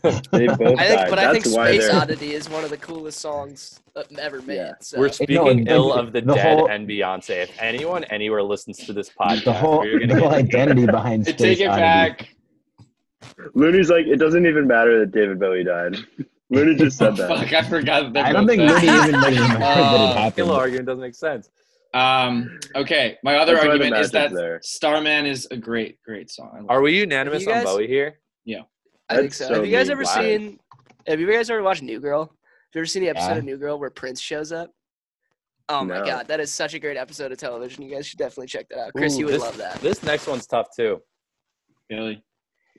[SPEAKER 2] They
[SPEAKER 4] [laughs]
[SPEAKER 2] both
[SPEAKER 5] I think,
[SPEAKER 2] died.
[SPEAKER 5] but
[SPEAKER 2] That's
[SPEAKER 5] I think
[SPEAKER 2] why
[SPEAKER 5] Space
[SPEAKER 2] they're-
[SPEAKER 5] Oddity is one of the coolest songs uh, ever made.
[SPEAKER 2] Yeah.
[SPEAKER 5] So.
[SPEAKER 1] We're
[SPEAKER 4] It- no,
[SPEAKER 1] speaking
[SPEAKER 4] it-
[SPEAKER 1] ill of the,
[SPEAKER 4] the
[SPEAKER 1] dead
[SPEAKER 4] whole-
[SPEAKER 1] and Beyonce. If anyone anywhere listens to this podcast,
[SPEAKER 4] the whole,
[SPEAKER 1] we're
[SPEAKER 4] [laughs] the
[SPEAKER 1] gonna
[SPEAKER 4] whole
[SPEAKER 1] get
[SPEAKER 4] identity behind
[SPEAKER 3] I
[SPEAKER 4] Space
[SPEAKER 3] take it
[SPEAKER 4] Oddity.
[SPEAKER 3] back.
[SPEAKER 2] Looney's like, it doesn't even matter that David Bowie
[SPEAKER 5] [laughs]
[SPEAKER 2] died. Looney just said that.
[SPEAKER 3] Fuck, I forgot that. they're
[SPEAKER 4] I don't
[SPEAKER 3] both
[SPEAKER 4] think
[SPEAKER 3] back.
[SPEAKER 4] Looney even like, remembered that
[SPEAKER 3] Uh,
[SPEAKER 4] it happened.
[SPEAKER 1] Kill argument doesn't make sense.
[SPEAKER 3] Um. Okay. My other
[SPEAKER 2] That's why the
[SPEAKER 3] argument is that
[SPEAKER 2] magic's there.
[SPEAKER 3] Starman is a great, great song. I love
[SPEAKER 1] Are we unanimous
[SPEAKER 5] You guys-
[SPEAKER 1] on Bowie here?
[SPEAKER 5] I think
[SPEAKER 2] That's
[SPEAKER 5] so.
[SPEAKER 2] so
[SPEAKER 5] Have you guys
[SPEAKER 2] mean.
[SPEAKER 5] ever
[SPEAKER 2] Wow.
[SPEAKER 5] seen? Have you guys ever watched New Girl? Have you ever seen the episode
[SPEAKER 4] Yeah.
[SPEAKER 5] of New Girl where Prince shows up? Oh my
[SPEAKER 2] No.
[SPEAKER 5] god, that is such a great episode of television. You guys should definitely check that out. Chris,
[SPEAKER 1] Ooh,
[SPEAKER 5] you would
[SPEAKER 1] this-
[SPEAKER 5] love that.
[SPEAKER 1] This next one's tough too.
[SPEAKER 3] Billy.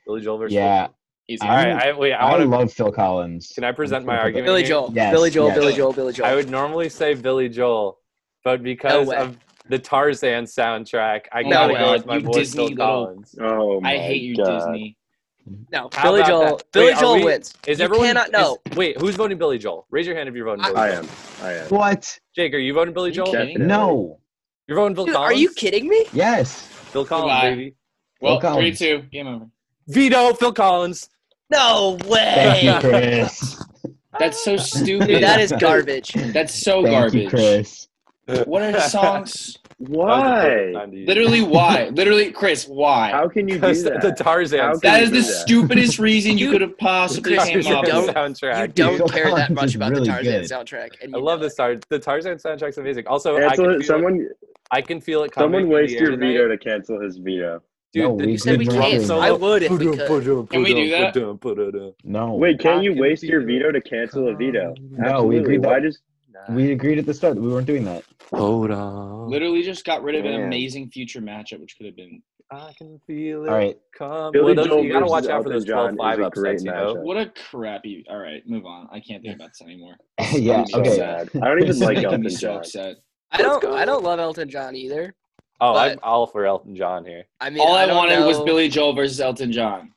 [SPEAKER 1] Billy Joel versus.
[SPEAKER 4] Yeah,
[SPEAKER 3] Easy.
[SPEAKER 1] All right. I, wait. I,
[SPEAKER 4] I,
[SPEAKER 1] want to.
[SPEAKER 4] love Phil Collins.
[SPEAKER 1] Can I present
[SPEAKER 4] I'm
[SPEAKER 1] my
[SPEAKER 4] Phil
[SPEAKER 1] argument?
[SPEAKER 5] Billy
[SPEAKER 1] here?
[SPEAKER 5] Joel,
[SPEAKER 4] Yes,
[SPEAKER 5] Billy Joel,
[SPEAKER 4] yes.
[SPEAKER 5] Billy Joel, Billy Joel.
[SPEAKER 1] I would normally say Billy Joel, but because
[SPEAKER 5] way.
[SPEAKER 1] of the Tarzan soundtrack, I
[SPEAKER 3] No
[SPEAKER 1] gotta go
[SPEAKER 3] way.
[SPEAKER 1] with my
[SPEAKER 3] You
[SPEAKER 1] boy
[SPEAKER 3] Disney
[SPEAKER 1] Phil
[SPEAKER 3] little-
[SPEAKER 1] Collins.
[SPEAKER 2] Oh my
[SPEAKER 3] I hate you,
[SPEAKER 2] God.
[SPEAKER 3] Disney.
[SPEAKER 5] no,
[SPEAKER 1] How
[SPEAKER 5] Billy
[SPEAKER 1] about
[SPEAKER 5] Joel.
[SPEAKER 1] that?
[SPEAKER 5] Billy
[SPEAKER 1] Wait, are
[SPEAKER 5] Joel
[SPEAKER 1] we-
[SPEAKER 5] wins.
[SPEAKER 1] Is
[SPEAKER 5] you
[SPEAKER 1] everyone?
[SPEAKER 5] cannot
[SPEAKER 1] is-
[SPEAKER 5] know.
[SPEAKER 1] wait, who's voting Billy Joel? Raise your hand if you're voting
[SPEAKER 5] I-
[SPEAKER 1] Billy
[SPEAKER 2] I
[SPEAKER 1] Joel.
[SPEAKER 2] am. I am.
[SPEAKER 4] What?
[SPEAKER 1] Jake, are you voting Billy
[SPEAKER 3] Are you
[SPEAKER 1] Joel?
[SPEAKER 3] kidding?
[SPEAKER 2] Definitely.
[SPEAKER 4] No.
[SPEAKER 1] You're voting Bill
[SPEAKER 5] Dude,
[SPEAKER 1] Collins.
[SPEAKER 5] are you kidding me?
[SPEAKER 4] Yes.
[SPEAKER 1] Phil Collins,
[SPEAKER 3] Goodbye.
[SPEAKER 1] baby.
[SPEAKER 3] Well,
[SPEAKER 4] Phil
[SPEAKER 3] three
[SPEAKER 4] Collins.
[SPEAKER 3] two. Game over.
[SPEAKER 1] Veto Phil Collins.
[SPEAKER 5] No way.
[SPEAKER 4] Thank you,
[SPEAKER 5] [laughs]
[SPEAKER 4] Chris.
[SPEAKER 3] That's so
[SPEAKER 5] Dude,
[SPEAKER 3] stupid.
[SPEAKER 4] [laughs]
[SPEAKER 5] that is garbage.
[SPEAKER 3] That's so
[SPEAKER 4] Thank
[SPEAKER 3] garbage.
[SPEAKER 4] you, Chris.
[SPEAKER 3] What are the songs?
[SPEAKER 2] Why?
[SPEAKER 3] Literally, why? Literally, Chris, why?
[SPEAKER 2] How can you do
[SPEAKER 1] Because
[SPEAKER 2] that?
[SPEAKER 1] the Tarzan.
[SPEAKER 2] How
[SPEAKER 1] soundtrack.
[SPEAKER 2] can
[SPEAKER 3] that
[SPEAKER 2] you
[SPEAKER 3] is
[SPEAKER 2] do
[SPEAKER 3] the stupidest reason you could have possibly
[SPEAKER 5] Chris,
[SPEAKER 3] came
[SPEAKER 5] you
[SPEAKER 3] up with.
[SPEAKER 5] don't- You
[SPEAKER 1] soundtrack.
[SPEAKER 5] don't
[SPEAKER 4] Phil
[SPEAKER 5] care that
[SPEAKER 4] Collins
[SPEAKER 5] much
[SPEAKER 4] is
[SPEAKER 5] about
[SPEAKER 4] really
[SPEAKER 5] the Tarzan
[SPEAKER 4] good.
[SPEAKER 5] soundtrack. And
[SPEAKER 1] I
[SPEAKER 5] you
[SPEAKER 1] love
[SPEAKER 5] know
[SPEAKER 1] this.
[SPEAKER 5] it.
[SPEAKER 1] Tar- the Tarzan soundtrack's amazing. Also, I
[SPEAKER 2] Cancel
[SPEAKER 1] can, feel
[SPEAKER 2] it. Someone,
[SPEAKER 1] it, I can feel it coming.
[SPEAKER 2] someone
[SPEAKER 1] in the
[SPEAKER 2] waste
[SPEAKER 1] air
[SPEAKER 2] your
[SPEAKER 1] tonight.
[SPEAKER 2] veto to cancel his veto.
[SPEAKER 1] Dude,
[SPEAKER 4] No,
[SPEAKER 1] the,
[SPEAKER 4] we
[SPEAKER 5] You said we
[SPEAKER 4] Good
[SPEAKER 1] drum
[SPEAKER 5] can't.
[SPEAKER 4] solo.
[SPEAKER 5] I would if we could.
[SPEAKER 3] Can we do that?
[SPEAKER 4] No.
[SPEAKER 2] Wait,
[SPEAKER 1] Oh, I
[SPEAKER 2] can't you
[SPEAKER 1] can
[SPEAKER 2] waste your
[SPEAKER 1] feel
[SPEAKER 2] veto
[SPEAKER 1] it
[SPEAKER 2] to cancel a veto?
[SPEAKER 1] coming.
[SPEAKER 4] No, we
[SPEAKER 2] Absolutely.
[SPEAKER 4] agreed that-
[SPEAKER 2] Why just?
[SPEAKER 1] Uh,
[SPEAKER 4] We agreed at the start that we weren't doing that.
[SPEAKER 1] Hold on.
[SPEAKER 3] Literally, just got rid of an
[SPEAKER 2] Man.
[SPEAKER 3] amazing future matchup, which could have been.
[SPEAKER 1] I can feel it.
[SPEAKER 4] All right.
[SPEAKER 1] Come.
[SPEAKER 2] Billy
[SPEAKER 1] well, those,
[SPEAKER 2] Joel
[SPEAKER 1] you gotta
[SPEAKER 2] versus
[SPEAKER 1] watch out for
[SPEAKER 2] Elton
[SPEAKER 1] those
[SPEAKER 2] John
[SPEAKER 1] 12
[SPEAKER 2] is
[SPEAKER 1] 5
[SPEAKER 2] a great
[SPEAKER 1] upsets, you know?
[SPEAKER 2] matchup.
[SPEAKER 3] What a crappy. All right, move on. I can't think about this anymore.
[SPEAKER 4] [laughs] yeah.
[SPEAKER 3] I'm
[SPEAKER 2] So
[SPEAKER 4] Okay.
[SPEAKER 2] mad. I
[SPEAKER 4] [laughs]
[SPEAKER 2] don't even
[SPEAKER 3] This is
[SPEAKER 2] like
[SPEAKER 3] making
[SPEAKER 2] Elton
[SPEAKER 3] me so
[SPEAKER 2] John.
[SPEAKER 3] upset.
[SPEAKER 5] I
[SPEAKER 1] Let's
[SPEAKER 5] don't.
[SPEAKER 1] go.
[SPEAKER 5] I don't love Elton John either.
[SPEAKER 1] Oh, I'm
[SPEAKER 5] But-
[SPEAKER 1] all for Elton John
[SPEAKER 3] [laughs]
[SPEAKER 1] here.
[SPEAKER 5] I mean,
[SPEAKER 3] All I,
[SPEAKER 5] don't
[SPEAKER 3] wanted was
[SPEAKER 5] know.
[SPEAKER 3] Billy Joel versus Elton John.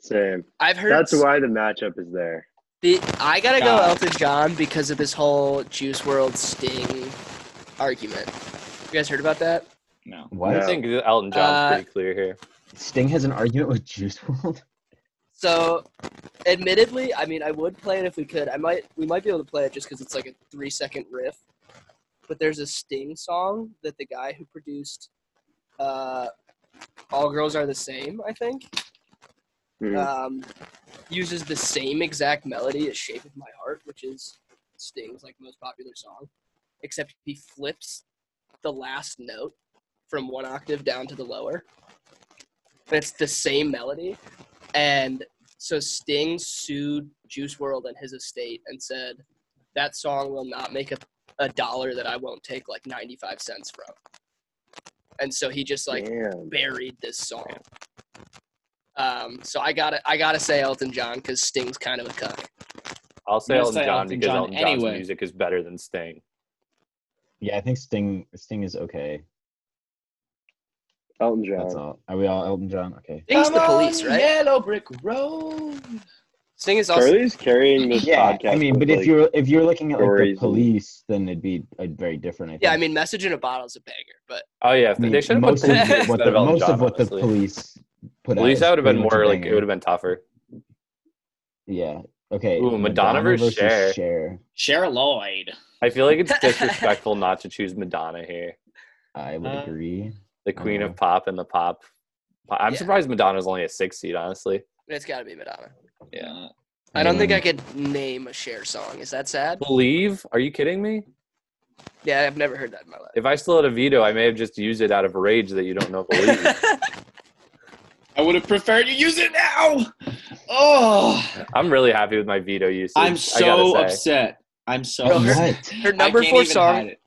[SPEAKER 2] Same.
[SPEAKER 5] I've heard
[SPEAKER 2] That's why the matchup is there.
[SPEAKER 5] The I gotta go
[SPEAKER 3] God.
[SPEAKER 5] Elton John because of this whole Juice World Sting argument. You guys heard about that?
[SPEAKER 3] No.
[SPEAKER 4] What?
[SPEAKER 1] I think Elton John's
[SPEAKER 5] Uh,
[SPEAKER 1] pretty clear here.
[SPEAKER 4] Sting has an argument with Juice World. [laughs]
[SPEAKER 5] So, admittedly, I mean, I would play it if we could. I might, we might be able to play it just because it's like a three-second riff. But there's a Sting song that the guy who produced uh, "All Girls Are the Same," I think,
[SPEAKER 2] Mhm.
[SPEAKER 5] um, uses the same exact melody as "Shape of My Heart," which is Sting's like most popular song, except he flips the last note from one octave down to the lower. But it's the same melody, and so Sting sued Juice World and his estate and said that song will not make a, a dollar that I won't take like ninety five cents from. And so he just like
[SPEAKER 2] Damn.
[SPEAKER 5] buried this song. Um, so I gotta I gotta say Elton John because Sting's kind of a cuck.
[SPEAKER 1] I'll say
[SPEAKER 3] I'm gonna
[SPEAKER 1] Elton
[SPEAKER 3] say
[SPEAKER 1] John
[SPEAKER 3] Elton
[SPEAKER 1] because
[SPEAKER 3] John
[SPEAKER 1] Elton John's
[SPEAKER 3] anyway.
[SPEAKER 1] music is better than Sting.
[SPEAKER 4] Yeah, I think Sting Sting is okay.
[SPEAKER 2] Elton
[SPEAKER 4] That's
[SPEAKER 2] John.
[SPEAKER 4] all. Are we all Elton John? Okay.
[SPEAKER 5] Sting's the police,
[SPEAKER 3] on,
[SPEAKER 5] right?
[SPEAKER 3] Yellow brick road.
[SPEAKER 5] Sting is also
[SPEAKER 2] Charlie's carrying this podcast.
[SPEAKER 4] I mean, but
[SPEAKER 2] with,
[SPEAKER 4] if
[SPEAKER 2] like,
[SPEAKER 4] you're if you're looking at like the
[SPEAKER 2] stories and-
[SPEAKER 4] police, then it'd be uh, very different. I think.
[SPEAKER 5] yeah. I mean, message in a bottle's a banger, but
[SPEAKER 1] Oh yeah, if
[SPEAKER 4] I mean,
[SPEAKER 1] they should have put [laughs]
[SPEAKER 4] most
[SPEAKER 1] Police
[SPEAKER 4] of
[SPEAKER 1] instead
[SPEAKER 4] what
[SPEAKER 1] of
[SPEAKER 4] the,
[SPEAKER 1] Elton
[SPEAKER 4] most
[SPEAKER 1] John,
[SPEAKER 4] of what
[SPEAKER 1] honestly.
[SPEAKER 4] the police put out.
[SPEAKER 1] Police,
[SPEAKER 4] is
[SPEAKER 1] that would have been
[SPEAKER 4] pretty much a
[SPEAKER 1] more like it
[SPEAKER 4] banger.
[SPEAKER 1] would have been tougher.
[SPEAKER 4] Yeah. Okay.
[SPEAKER 1] Ooh, Madonna versus Cher.
[SPEAKER 4] Cher.
[SPEAKER 3] Cher Lloyd.
[SPEAKER 1] I feel like
[SPEAKER 4] [laughs]
[SPEAKER 1] it's disrespectful not to choose Madonna here,
[SPEAKER 4] I would
[SPEAKER 3] Uh,
[SPEAKER 1] [laughs]
[SPEAKER 4] agree.
[SPEAKER 1] the queen
[SPEAKER 4] Mhm.
[SPEAKER 1] of pop and the pop. I'm
[SPEAKER 5] Yeah.
[SPEAKER 1] surprised Madonna's only a six seed, honestly.
[SPEAKER 5] it's gotta be Madonna.
[SPEAKER 3] Yeah.
[SPEAKER 5] I
[SPEAKER 2] Mm.
[SPEAKER 5] don't think I
[SPEAKER 4] mean,
[SPEAKER 5] could name a share song. Is that sad?
[SPEAKER 1] Believe? Are you kidding me?
[SPEAKER 5] Yeah, I've never heard that in my
[SPEAKER 1] If I still had a veto, I may have just used it out of rage that you don't know Believe. [laughs]
[SPEAKER 5] life.
[SPEAKER 3] I would have preferred you use it now. Oh,
[SPEAKER 1] I'm really happy with my veto usage.
[SPEAKER 3] I'm
[SPEAKER 1] I gotta
[SPEAKER 3] so
[SPEAKER 1] say.
[SPEAKER 3] upset. I'm so
[SPEAKER 5] Bro, her-
[SPEAKER 3] upset.
[SPEAKER 4] What?
[SPEAKER 5] her
[SPEAKER 3] I
[SPEAKER 5] number
[SPEAKER 3] can't
[SPEAKER 5] four
[SPEAKER 3] even
[SPEAKER 5] song-
[SPEAKER 3] hide it.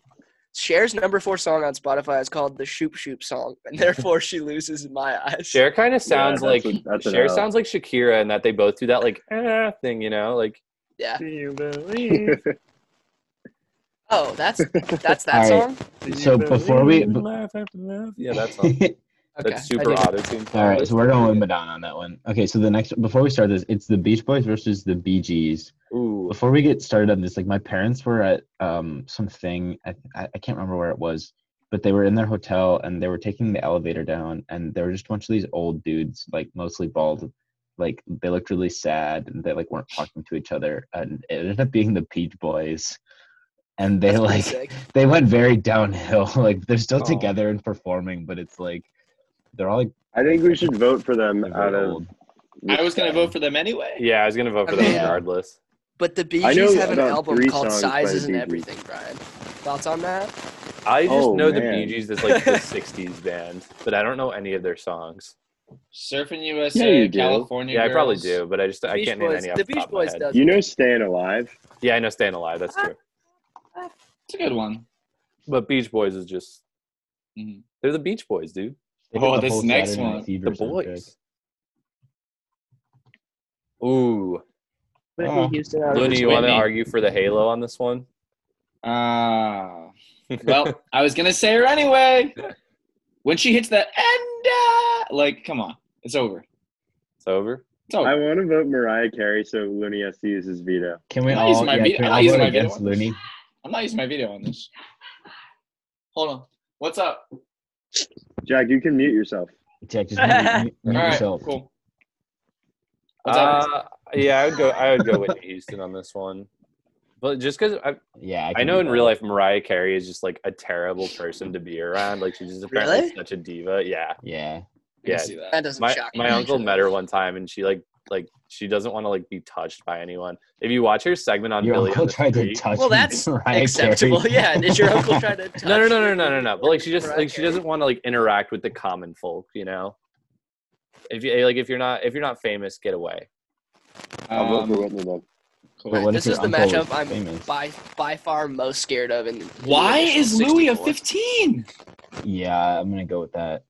[SPEAKER 5] Cher's number four song on Spotify is called the Shoop Shoop song,
[SPEAKER 2] [laughs]
[SPEAKER 5] and therefore she loses in my eyes.
[SPEAKER 1] Cher kind of sounds like
[SPEAKER 2] that's a- that's an
[SPEAKER 1] Cher
[SPEAKER 2] L.
[SPEAKER 1] sounds like Shakira, and that they both do that like [laughs] eh, thing, you know, like [laughs]
[SPEAKER 5] Yeah.
[SPEAKER 1] Do you
[SPEAKER 4] [laughs]
[SPEAKER 1] believe?
[SPEAKER 5] Oh, that's
[SPEAKER 2] [laughs]
[SPEAKER 5] that's that
[SPEAKER 4] All
[SPEAKER 5] song.
[SPEAKER 1] Do you
[SPEAKER 4] So before we-
[SPEAKER 1] believe in life after love? yeah, that's song.
[SPEAKER 5] Okay,
[SPEAKER 1] [laughs] That's
[SPEAKER 5] I
[SPEAKER 1] super
[SPEAKER 5] dig it.
[SPEAKER 1] auto tune.
[SPEAKER 4] [laughs] All right, so we're going with Madonna on that one. Okay, so the next before we start this, it's the Beach Boys versus the Bee Gees.
[SPEAKER 1] Ooh,
[SPEAKER 4] Before we get started on this, like my parents were at um something I I I can't remember where it was, but they were in their hotel and they were taking the elevator down, and there were just a bunch of these old dudes, like mostly bald, like they looked really sad, and they like weren't talking to each other, and it ended up being the Beach Boys, and they
[SPEAKER 5] That's pretty
[SPEAKER 4] like
[SPEAKER 5] sick.
[SPEAKER 4] they went very downhill. [laughs] Like they're still
[SPEAKER 1] Oh.
[SPEAKER 4] together and performing, but it's like they're all like
[SPEAKER 2] I think we should vote for them
[SPEAKER 4] they're
[SPEAKER 2] out
[SPEAKER 4] very
[SPEAKER 2] of.
[SPEAKER 4] old.
[SPEAKER 3] I was gonna vote for them anyway.
[SPEAKER 1] yeah, I was gonna vote for that
[SPEAKER 5] Okay.
[SPEAKER 1] regardless.
[SPEAKER 5] But the Bee
[SPEAKER 2] I know
[SPEAKER 5] Gees have an
[SPEAKER 2] about
[SPEAKER 5] album
[SPEAKER 2] three
[SPEAKER 5] called
[SPEAKER 2] songs by the
[SPEAKER 5] Sizes and
[SPEAKER 2] Bee Gees.
[SPEAKER 5] Everything, Brian. Thoughts on that?
[SPEAKER 1] I just
[SPEAKER 2] Oh,
[SPEAKER 1] know the Bee
[SPEAKER 2] man.
[SPEAKER 1] Gees is like
[SPEAKER 2] [laughs]
[SPEAKER 1] the '60s band, but I don't know any of their songs.
[SPEAKER 3] Surfing USA,
[SPEAKER 2] Yeah, you do.
[SPEAKER 3] California.
[SPEAKER 1] Yeah, I probably
[SPEAKER 3] Girls.
[SPEAKER 1] do, but I just I
[SPEAKER 5] Beach
[SPEAKER 1] can't name
[SPEAKER 5] Boys,
[SPEAKER 1] any off
[SPEAKER 5] the
[SPEAKER 1] the,
[SPEAKER 5] Beach
[SPEAKER 1] top
[SPEAKER 5] Boys
[SPEAKER 1] of my head.
[SPEAKER 5] does.
[SPEAKER 2] You know, "Staying Alive."
[SPEAKER 1] Yeah, I know "Staying Alive." That's
[SPEAKER 5] [laughs]
[SPEAKER 1] true,
[SPEAKER 3] It's a good one.
[SPEAKER 1] but Beach Boys is just
[SPEAKER 5] Mm-hmm.
[SPEAKER 3] Mhm.
[SPEAKER 1] they're the Beach Boys, dude.
[SPEAKER 4] They did
[SPEAKER 3] Oh,
[SPEAKER 4] the
[SPEAKER 3] this
[SPEAKER 4] whole
[SPEAKER 3] next
[SPEAKER 4] Saturday Night
[SPEAKER 3] one,
[SPEAKER 4] Fever
[SPEAKER 1] The
[SPEAKER 4] soundtrack.
[SPEAKER 1] boys. Ooh,
[SPEAKER 5] Whitney
[SPEAKER 4] Oh.
[SPEAKER 5] Houston out of
[SPEAKER 1] Lou, do you want to
[SPEAKER 3] Whitney.
[SPEAKER 1] argue for the Halo on this one?
[SPEAKER 3] Ah. well, I was gonna say her anyway. When she hits that and uh, like, come on, it's over.
[SPEAKER 1] It's over.
[SPEAKER 3] It's
[SPEAKER 4] Oh.
[SPEAKER 2] I
[SPEAKER 3] over.
[SPEAKER 2] want to vote Mariah Carey, so Looney has to use his veto.
[SPEAKER 4] Can we
[SPEAKER 3] I'll use
[SPEAKER 4] all,
[SPEAKER 3] my
[SPEAKER 4] yeah,
[SPEAKER 3] veto-
[SPEAKER 4] can we
[SPEAKER 3] I'll
[SPEAKER 4] all
[SPEAKER 3] use
[SPEAKER 4] vote
[SPEAKER 3] my veto
[SPEAKER 4] against
[SPEAKER 3] on
[SPEAKER 4] Looney?
[SPEAKER 3] I'm not using my video on this. Hold on. What's up?
[SPEAKER 2] Jack, you can mute yourself.
[SPEAKER 4] Jack,
[SPEAKER 5] [laughs]
[SPEAKER 4] just mute, mute, mute
[SPEAKER 3] All right,
[SPEAKER 4] yourself.
[SPEAKER 3] cool. What's up?
[SPEAKER 1] Uh, yeah, I would go. I would go with Houston on this one, but just because I,
[SPEAKER 4] Yeah,
[SPEAKER 1] I
[SPEAKER 4] can
[SPEAKER 1] know
[SPEAKER 4] do
[SPEAKER 1] in
[SPEAKER 4] that.
[SPEAKER 1] real life Mariah Carey is just like a terrible person to be around. Like she's just apparently
[SPEAKER 5] Really?
[SPEAKER 1] such a diva. Yeah,
[SPEAKER 4] Yeah,
[SPEAKER 3] I
[SPEAKER 1] yeah.
[SPEAKER 3] can see that.
[SPEAKER 5] That doesn't
[SPEAKER 1] My
[SPEAKER 5] shock me.
[SPEAKER 1] my uncle met her one time, and she like like she doesn't want to like be touched by anyone. If you watch her segment on
[SPEAKER 4] your
[SPEAKER 1] Billy
[SPEAKER 4] uncle
[SPEAKER 1] on the
[SPEAKER 4] tried to
[SPEAKER 1] Street,
[SPEAKER 4] touch. [laughs]
[SPEAKER 5] Well, that's
[SPEAKER 4] Mariah
[SPEAKER 1] [laughs]
[SPEAKER 5] Acceptable,
[SPEAKER 4] Carey.
[SPEAKER 5] yeah. And is your uncle trying to? Touch
[SPEAKER 1] no, no, no, no, no, no, no. But like she just
[SPEAKER 5] Mariah
[SPEAKER 1] like she
[SPEAKER 5] Carey?
[SPEAKER 1] doesn't want to like interact with the common folk, you know. If you like, if you're not if you're not famous, get away.
[SPEAKER 2] I'll vote for
[SPEAKER 3] Um,
[SPEAKER 4] Whitney
[SPEAKER 2] then.
[SPEAKER 4] But what
[SPEAKER 5] This
[SPEAKER 4] if
[SPEAKER 5] is
[SPEAKER 4] your
[SPEAKER 5] the
[SPEAKER 4] uncle was
[SPEAKER 5] matchup I'm
[SPEAKER 4] famous?
[SPEAKER 5] by by far most scared of. In, in the
[SPEAKER 3] why
[SPEAKER 5] initial
[SPEAKER 3] is Louis a
[SPEAKER 5] 64.
[SPEAKER 3] 15?
[SPEAKER 4] Yeah, I'm gonna go with that.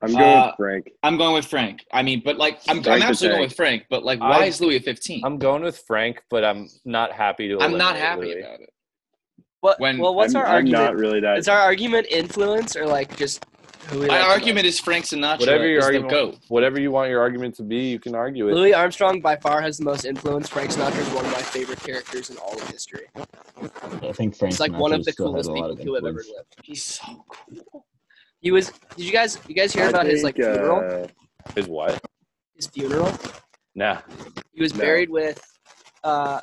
[SPEAKER 2] I'm going
[SPEAKER 3] Uh,
[SPEAKER 2] with Frank.
[SPEAKER 3] I'm going with Frank. I mean, but like, I'm, I'm
[SPEAKER 2] Frank the
[SPEAKER 3] absolutely going
[SPEAKER 2] Tank.
[SPEAKER 3] with Frank. But like, why
[SPEAKER 1] I-
[SPEAKER 3] is Louis a 15? I'm,
[SPEAKER 1] I'm going with Frank, but I'm not happy to.
[SPEAKER 3] not
[SPEAKER 1] eliminate
[SPEAKER 3] happy
[SPEAKER 1] Louis.
[SPEAKER 3] about it.
[SPEAKER 5] What,
[SPEAKER 3] when-
[SPEAKER 5] well, what's
[SPEAKER 2] I'm,
[SPEAKER 5] our
[SPEAKER 2] I'm
[SPEAKER 5] argument?
[SPEAKER 2] not really that.
[SPEAKER 5] Is our argument influence or like just Who we
[SPEAKER 3] My
[SPEAKER 5] like the
[SPEAKER 3] argument
[SPEAKER 5] most.
[SPEAKER 3] is Frank Sinatra
[SPEAKER 1] Whatever your
[SPEAKER 3] is
[SPEAKER 1] argument-
[SPEAKER 3] the goat.
[SPEAKER 1] Whatever you want your argument to be, you can argue it.
[SPEAKER 5] Louis Armstrong by far has the most influence. Frank Sinatra is one of my favorite characters in all of history.
[SPEAKER 4] I think Frank
[SPEAKER 5] He's like one
[SPEAKER 4] Sinatra
[SPEAKER 5] of the
[SPEAKER 4] still has
[SPEAKER 5] coolest
[SPEAKER 4] a lot
[SPEAKER 5] people
[SPEAKER 4] of
[SPEAKER 5] to have ever
[SPEAKER 4] influence.
[SPEAKER 5] lived.
[SPEAKER 3] He's so cool.
[SPEAKER 5] He was. Did you guys? You guys hear about his like
[SPEAKER 2] think,
[SPEAKER 5] funeral?
[SPEAKER 2] uh,
[SPEAKER 1] Is what?
[SPEAKER 5] His funeral.
[SPEAKER 1] Nah.
[SPEAKER 5] He was
[SPEAKER 2] No.
[SPEAKER 5] buried with uh,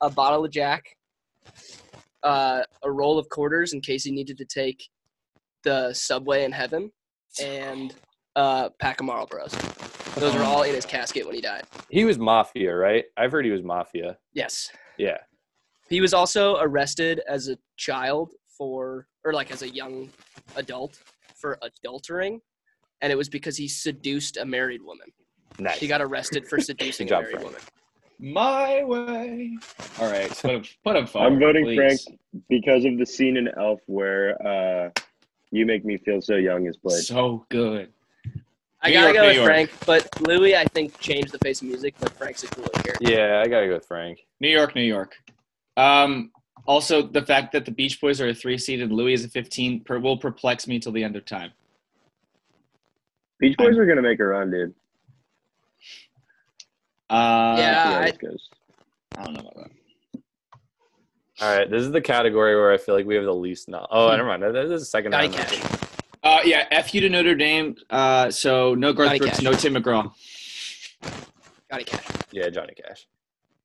[SPEAKER 5] a bottle of Jack, uh, a roll of quarters in case he needed to take the subway in heaven, and uh, pack of Marlboros. Those
[SPEAKER 1] Uh-huh.
[SPEAKER 5] were all in his casket when he died.
[SPEAKER 1] He was mafia, right? I've heard he was mafia.
[SPEAKER 5] Yes.
[SPEAKER 1] Yeah.
[SPEAKER 5] He was also arrested as a child for, or like as a young adult for adultering, and it was because he seduced a married woman.
[SPEAKER 1] Nice.
[SPEAKER 5] He got arrested
[SPEAKER 1] [laughs]
[SPEAKER 5] for seducing
[SPEAKER 1] Good job,
[SPEAKER 5] a married
[SPEAKER 1] Frank.
[SPEAKER 5] woman.
[SPEAKER 3] My way. All right, put him, put him forward,
[SPEAKER 2] I'm voting
[SPEAKER 3] please.
[SPEAKER 2] Frank because of the scene in Elf where uh, "You Make Me Feel So Young" is played.
[SPEAKER 3] So good.
[SPEAKER 5] I
[SPEAKER 3] New
[SPEAKER 5] gotta
[SPEAKER 3] York,
[SPEAKER 5] go
[SPEAKER 3] New
[SPEAKER 5] with
[SPEAKER 3] York.
[SPEAKER 5] Frank, but Louis, I think, changed the face of music, but Frank's a cooler character.
[SPEAKER 1] Yeah, I gotta go with Frank.
[SPEAKER 3] New York, New York. Um, also, the fact that the Beach Boys are a three seed and Louis is a 15 per, will perplex me till the end of time.
[SPEAKER 2] Beach Boys are gonna make a run, dude.
[SPEAKER 3] Uh,
[SPEAKER 5] Yeah.
[SPEAKER 2] See how
[SPEAKER 5] I-
[SPEAKER 2] this goes.
[SPEAKER 3] I don't know about that.
[SPEAKER 1] All right, this is the category where I feel like we have the least. No- oh, never mind. This is the second
[SPEAKER 5] Hmm. Johnny
[SPEAKER 1] round.
[SPEAKER 5] Cash.
[SPEAKER 3] Uh, yeah, F you to Notre Dame. Uh, so no Garth
[SPEAKER 5] Johnny
[SPEAKER 3] Brooks,
[SPEAKER 5] Cash.
[SPEAKER 3] no Tim McGraw.
[SPEAKER 5] Johnny Cash.
[SPEAKER 1] Yeah, Johnny Cash.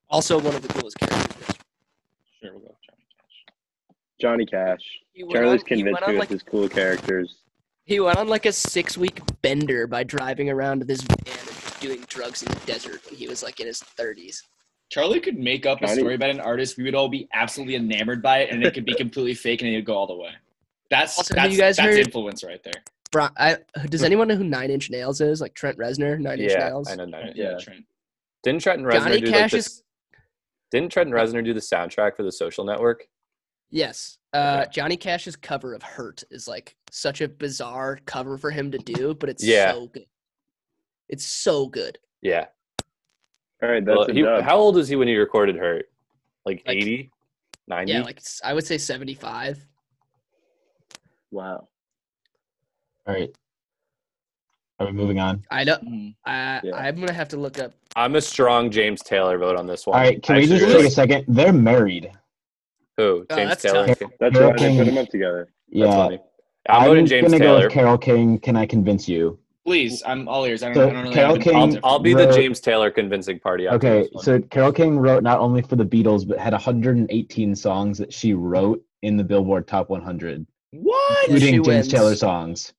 [SPEAKER 5] Also one of the coolest characters.
[SPEAKER 3] Sure, we'll go with Johnny Cash.
[SPEAKER 2] Johnny Cash.
[SPEAKER 5] He went
[SPEAKER 2] Charlie's
[SPEAKER 5] on- he
[SPEAKER 2] convinced me
[SPEAKER 5] went on,
[SPEAKER 2] with
[SPEAKER 5] like-
[SPEAKER 2] his cool characters.
[SPEAKER 5] He went on like a six week bender by driving around this van and doing drugs in the desert when he was like in his 30s.
[SPEAKER 3] Charlie could make up a
[SPEAKER 2] Johnny-
[SPEAKER 3] story about an artist. We would all be absolutely enamored by it, and it could be completely [laughs] fake, and it would go all the way. That's
[SPEAKER 5] Also, have
[SPEAKER 3] that's,
[SPEAKER 5] you guys
[SPEAKER 3] that's
[SPEAKER 5] heard-
[SPEAKER 3] influence right there.
[SPEAKER 5] Bro, I, does anyone know who Nine Inch Nails is? Like Trent Reznor, Nine Inch
[SPEAKER 1] Uh, yeah,
[SPEAKER 5] Nails?
[SPEAKER 1] I know. Nine Inch
[SPEAKER 3] Yeah,
[SPEAKER 1] Nails.
[SPEAKER 3] Trent.
[SPEAKER 1] Didn't Trenton Reznor
[SPEAKER 5] Johnny
[SPEAKER 1] do
[SPEAKER 5] Cash
[SPEAKER 1] like
[SPEAKER 5] is-
[SPEAKER 1] this? Didn't Trenton Reznor do the soundtrack for The Social Network?
[SPEAKER 5] Yes. Uh, Johnny Cash's cover of Hurt is like such a bizarre cover for him to do, but it's
[SPEAKER 1] Yeah.
[SPEAKER 5] so good. It's so good.
[SPEAKER 1] Yeah.
[SPEAKER 2] All right, that's
[SPEAKER 1] Well,
[SPEAKER 2] a
[SPEAKER 1] he-
[SPEAKER 2] dub.
[SPEAKER 1] how old was he when he recorded Hurt? Like,
[SPEAKER 5] Like-
[SPEAKER 1] 80, 90?
[SPEAKER 5] Yeah, like s- I would say 75.
[SPEAKER 2] wow.
[SPEAKER 4] All right. Are we moving on?
[SPEAKER 5] I don't. I,
[SPEAKER 2] Yeah.
[SPEAKER 5] I'm gonna have to look up.
[SPEAKER 1] I'm a strong James Taylor vote on this one.
[SPEAKER 4] All right. Can we
[SPEAKER 1] Actually,
[SPEAKER 4] just
[SPEAKER 1] really-
[SPEAKER 4] take a second? They're married.
[SPEAKER 1] Who?
[SPEAKER 5] Oh,
[SPEAKER 1] James
[SPEAKER 5] that's
[SPEAKER 1] Taylor?
[SPEAKER 4] tough.
[SPEAKER 1] That's
[SPEAKER 2] That's
[SPEAKER 4] You're
[SPEAKER 2] why they
[SPEAKER 4] okay.
[SPEAKER 2] put them up together.
[SPEAKER 4] Yeah.
[SPEAKER 1] funny. I'm, voting James
[SPEAKER 4] gonna go
[SPEAKER 1] Taylor.
[SPEAKER 4] with Carol King. Can I convince you?
[SPEAKER 3] Please, I'm all ears. I don't,
[SPEAKER 4] So,
[SPEAKER 3] I don't really
[SPEAKER 4] Carole
[SPEAKER 3] have an
[SPEAKER 4] King-
[SPEAKER 1] I'll,
[SPEAKER 3] opinion.
[SPEAKER 1] I'll be the
[SPEAKER 4] Wrote-
[SPEAKER 1] James Taylor convincing party. after
[SPEAKER 4] Okay,
[SPEAKER 1] this one.
[SPEAKER 4] so Carol King wrote not only for the Beatles, but had 118 songs that she wrote in the Billboard Top 100,
[SPEAKER 3] What?
[SPEAKER 5] Yeah, she
[SPEAKER 4] including James
[SPEAKER 5] wins.
[SPEAKER 4] Taylor songs.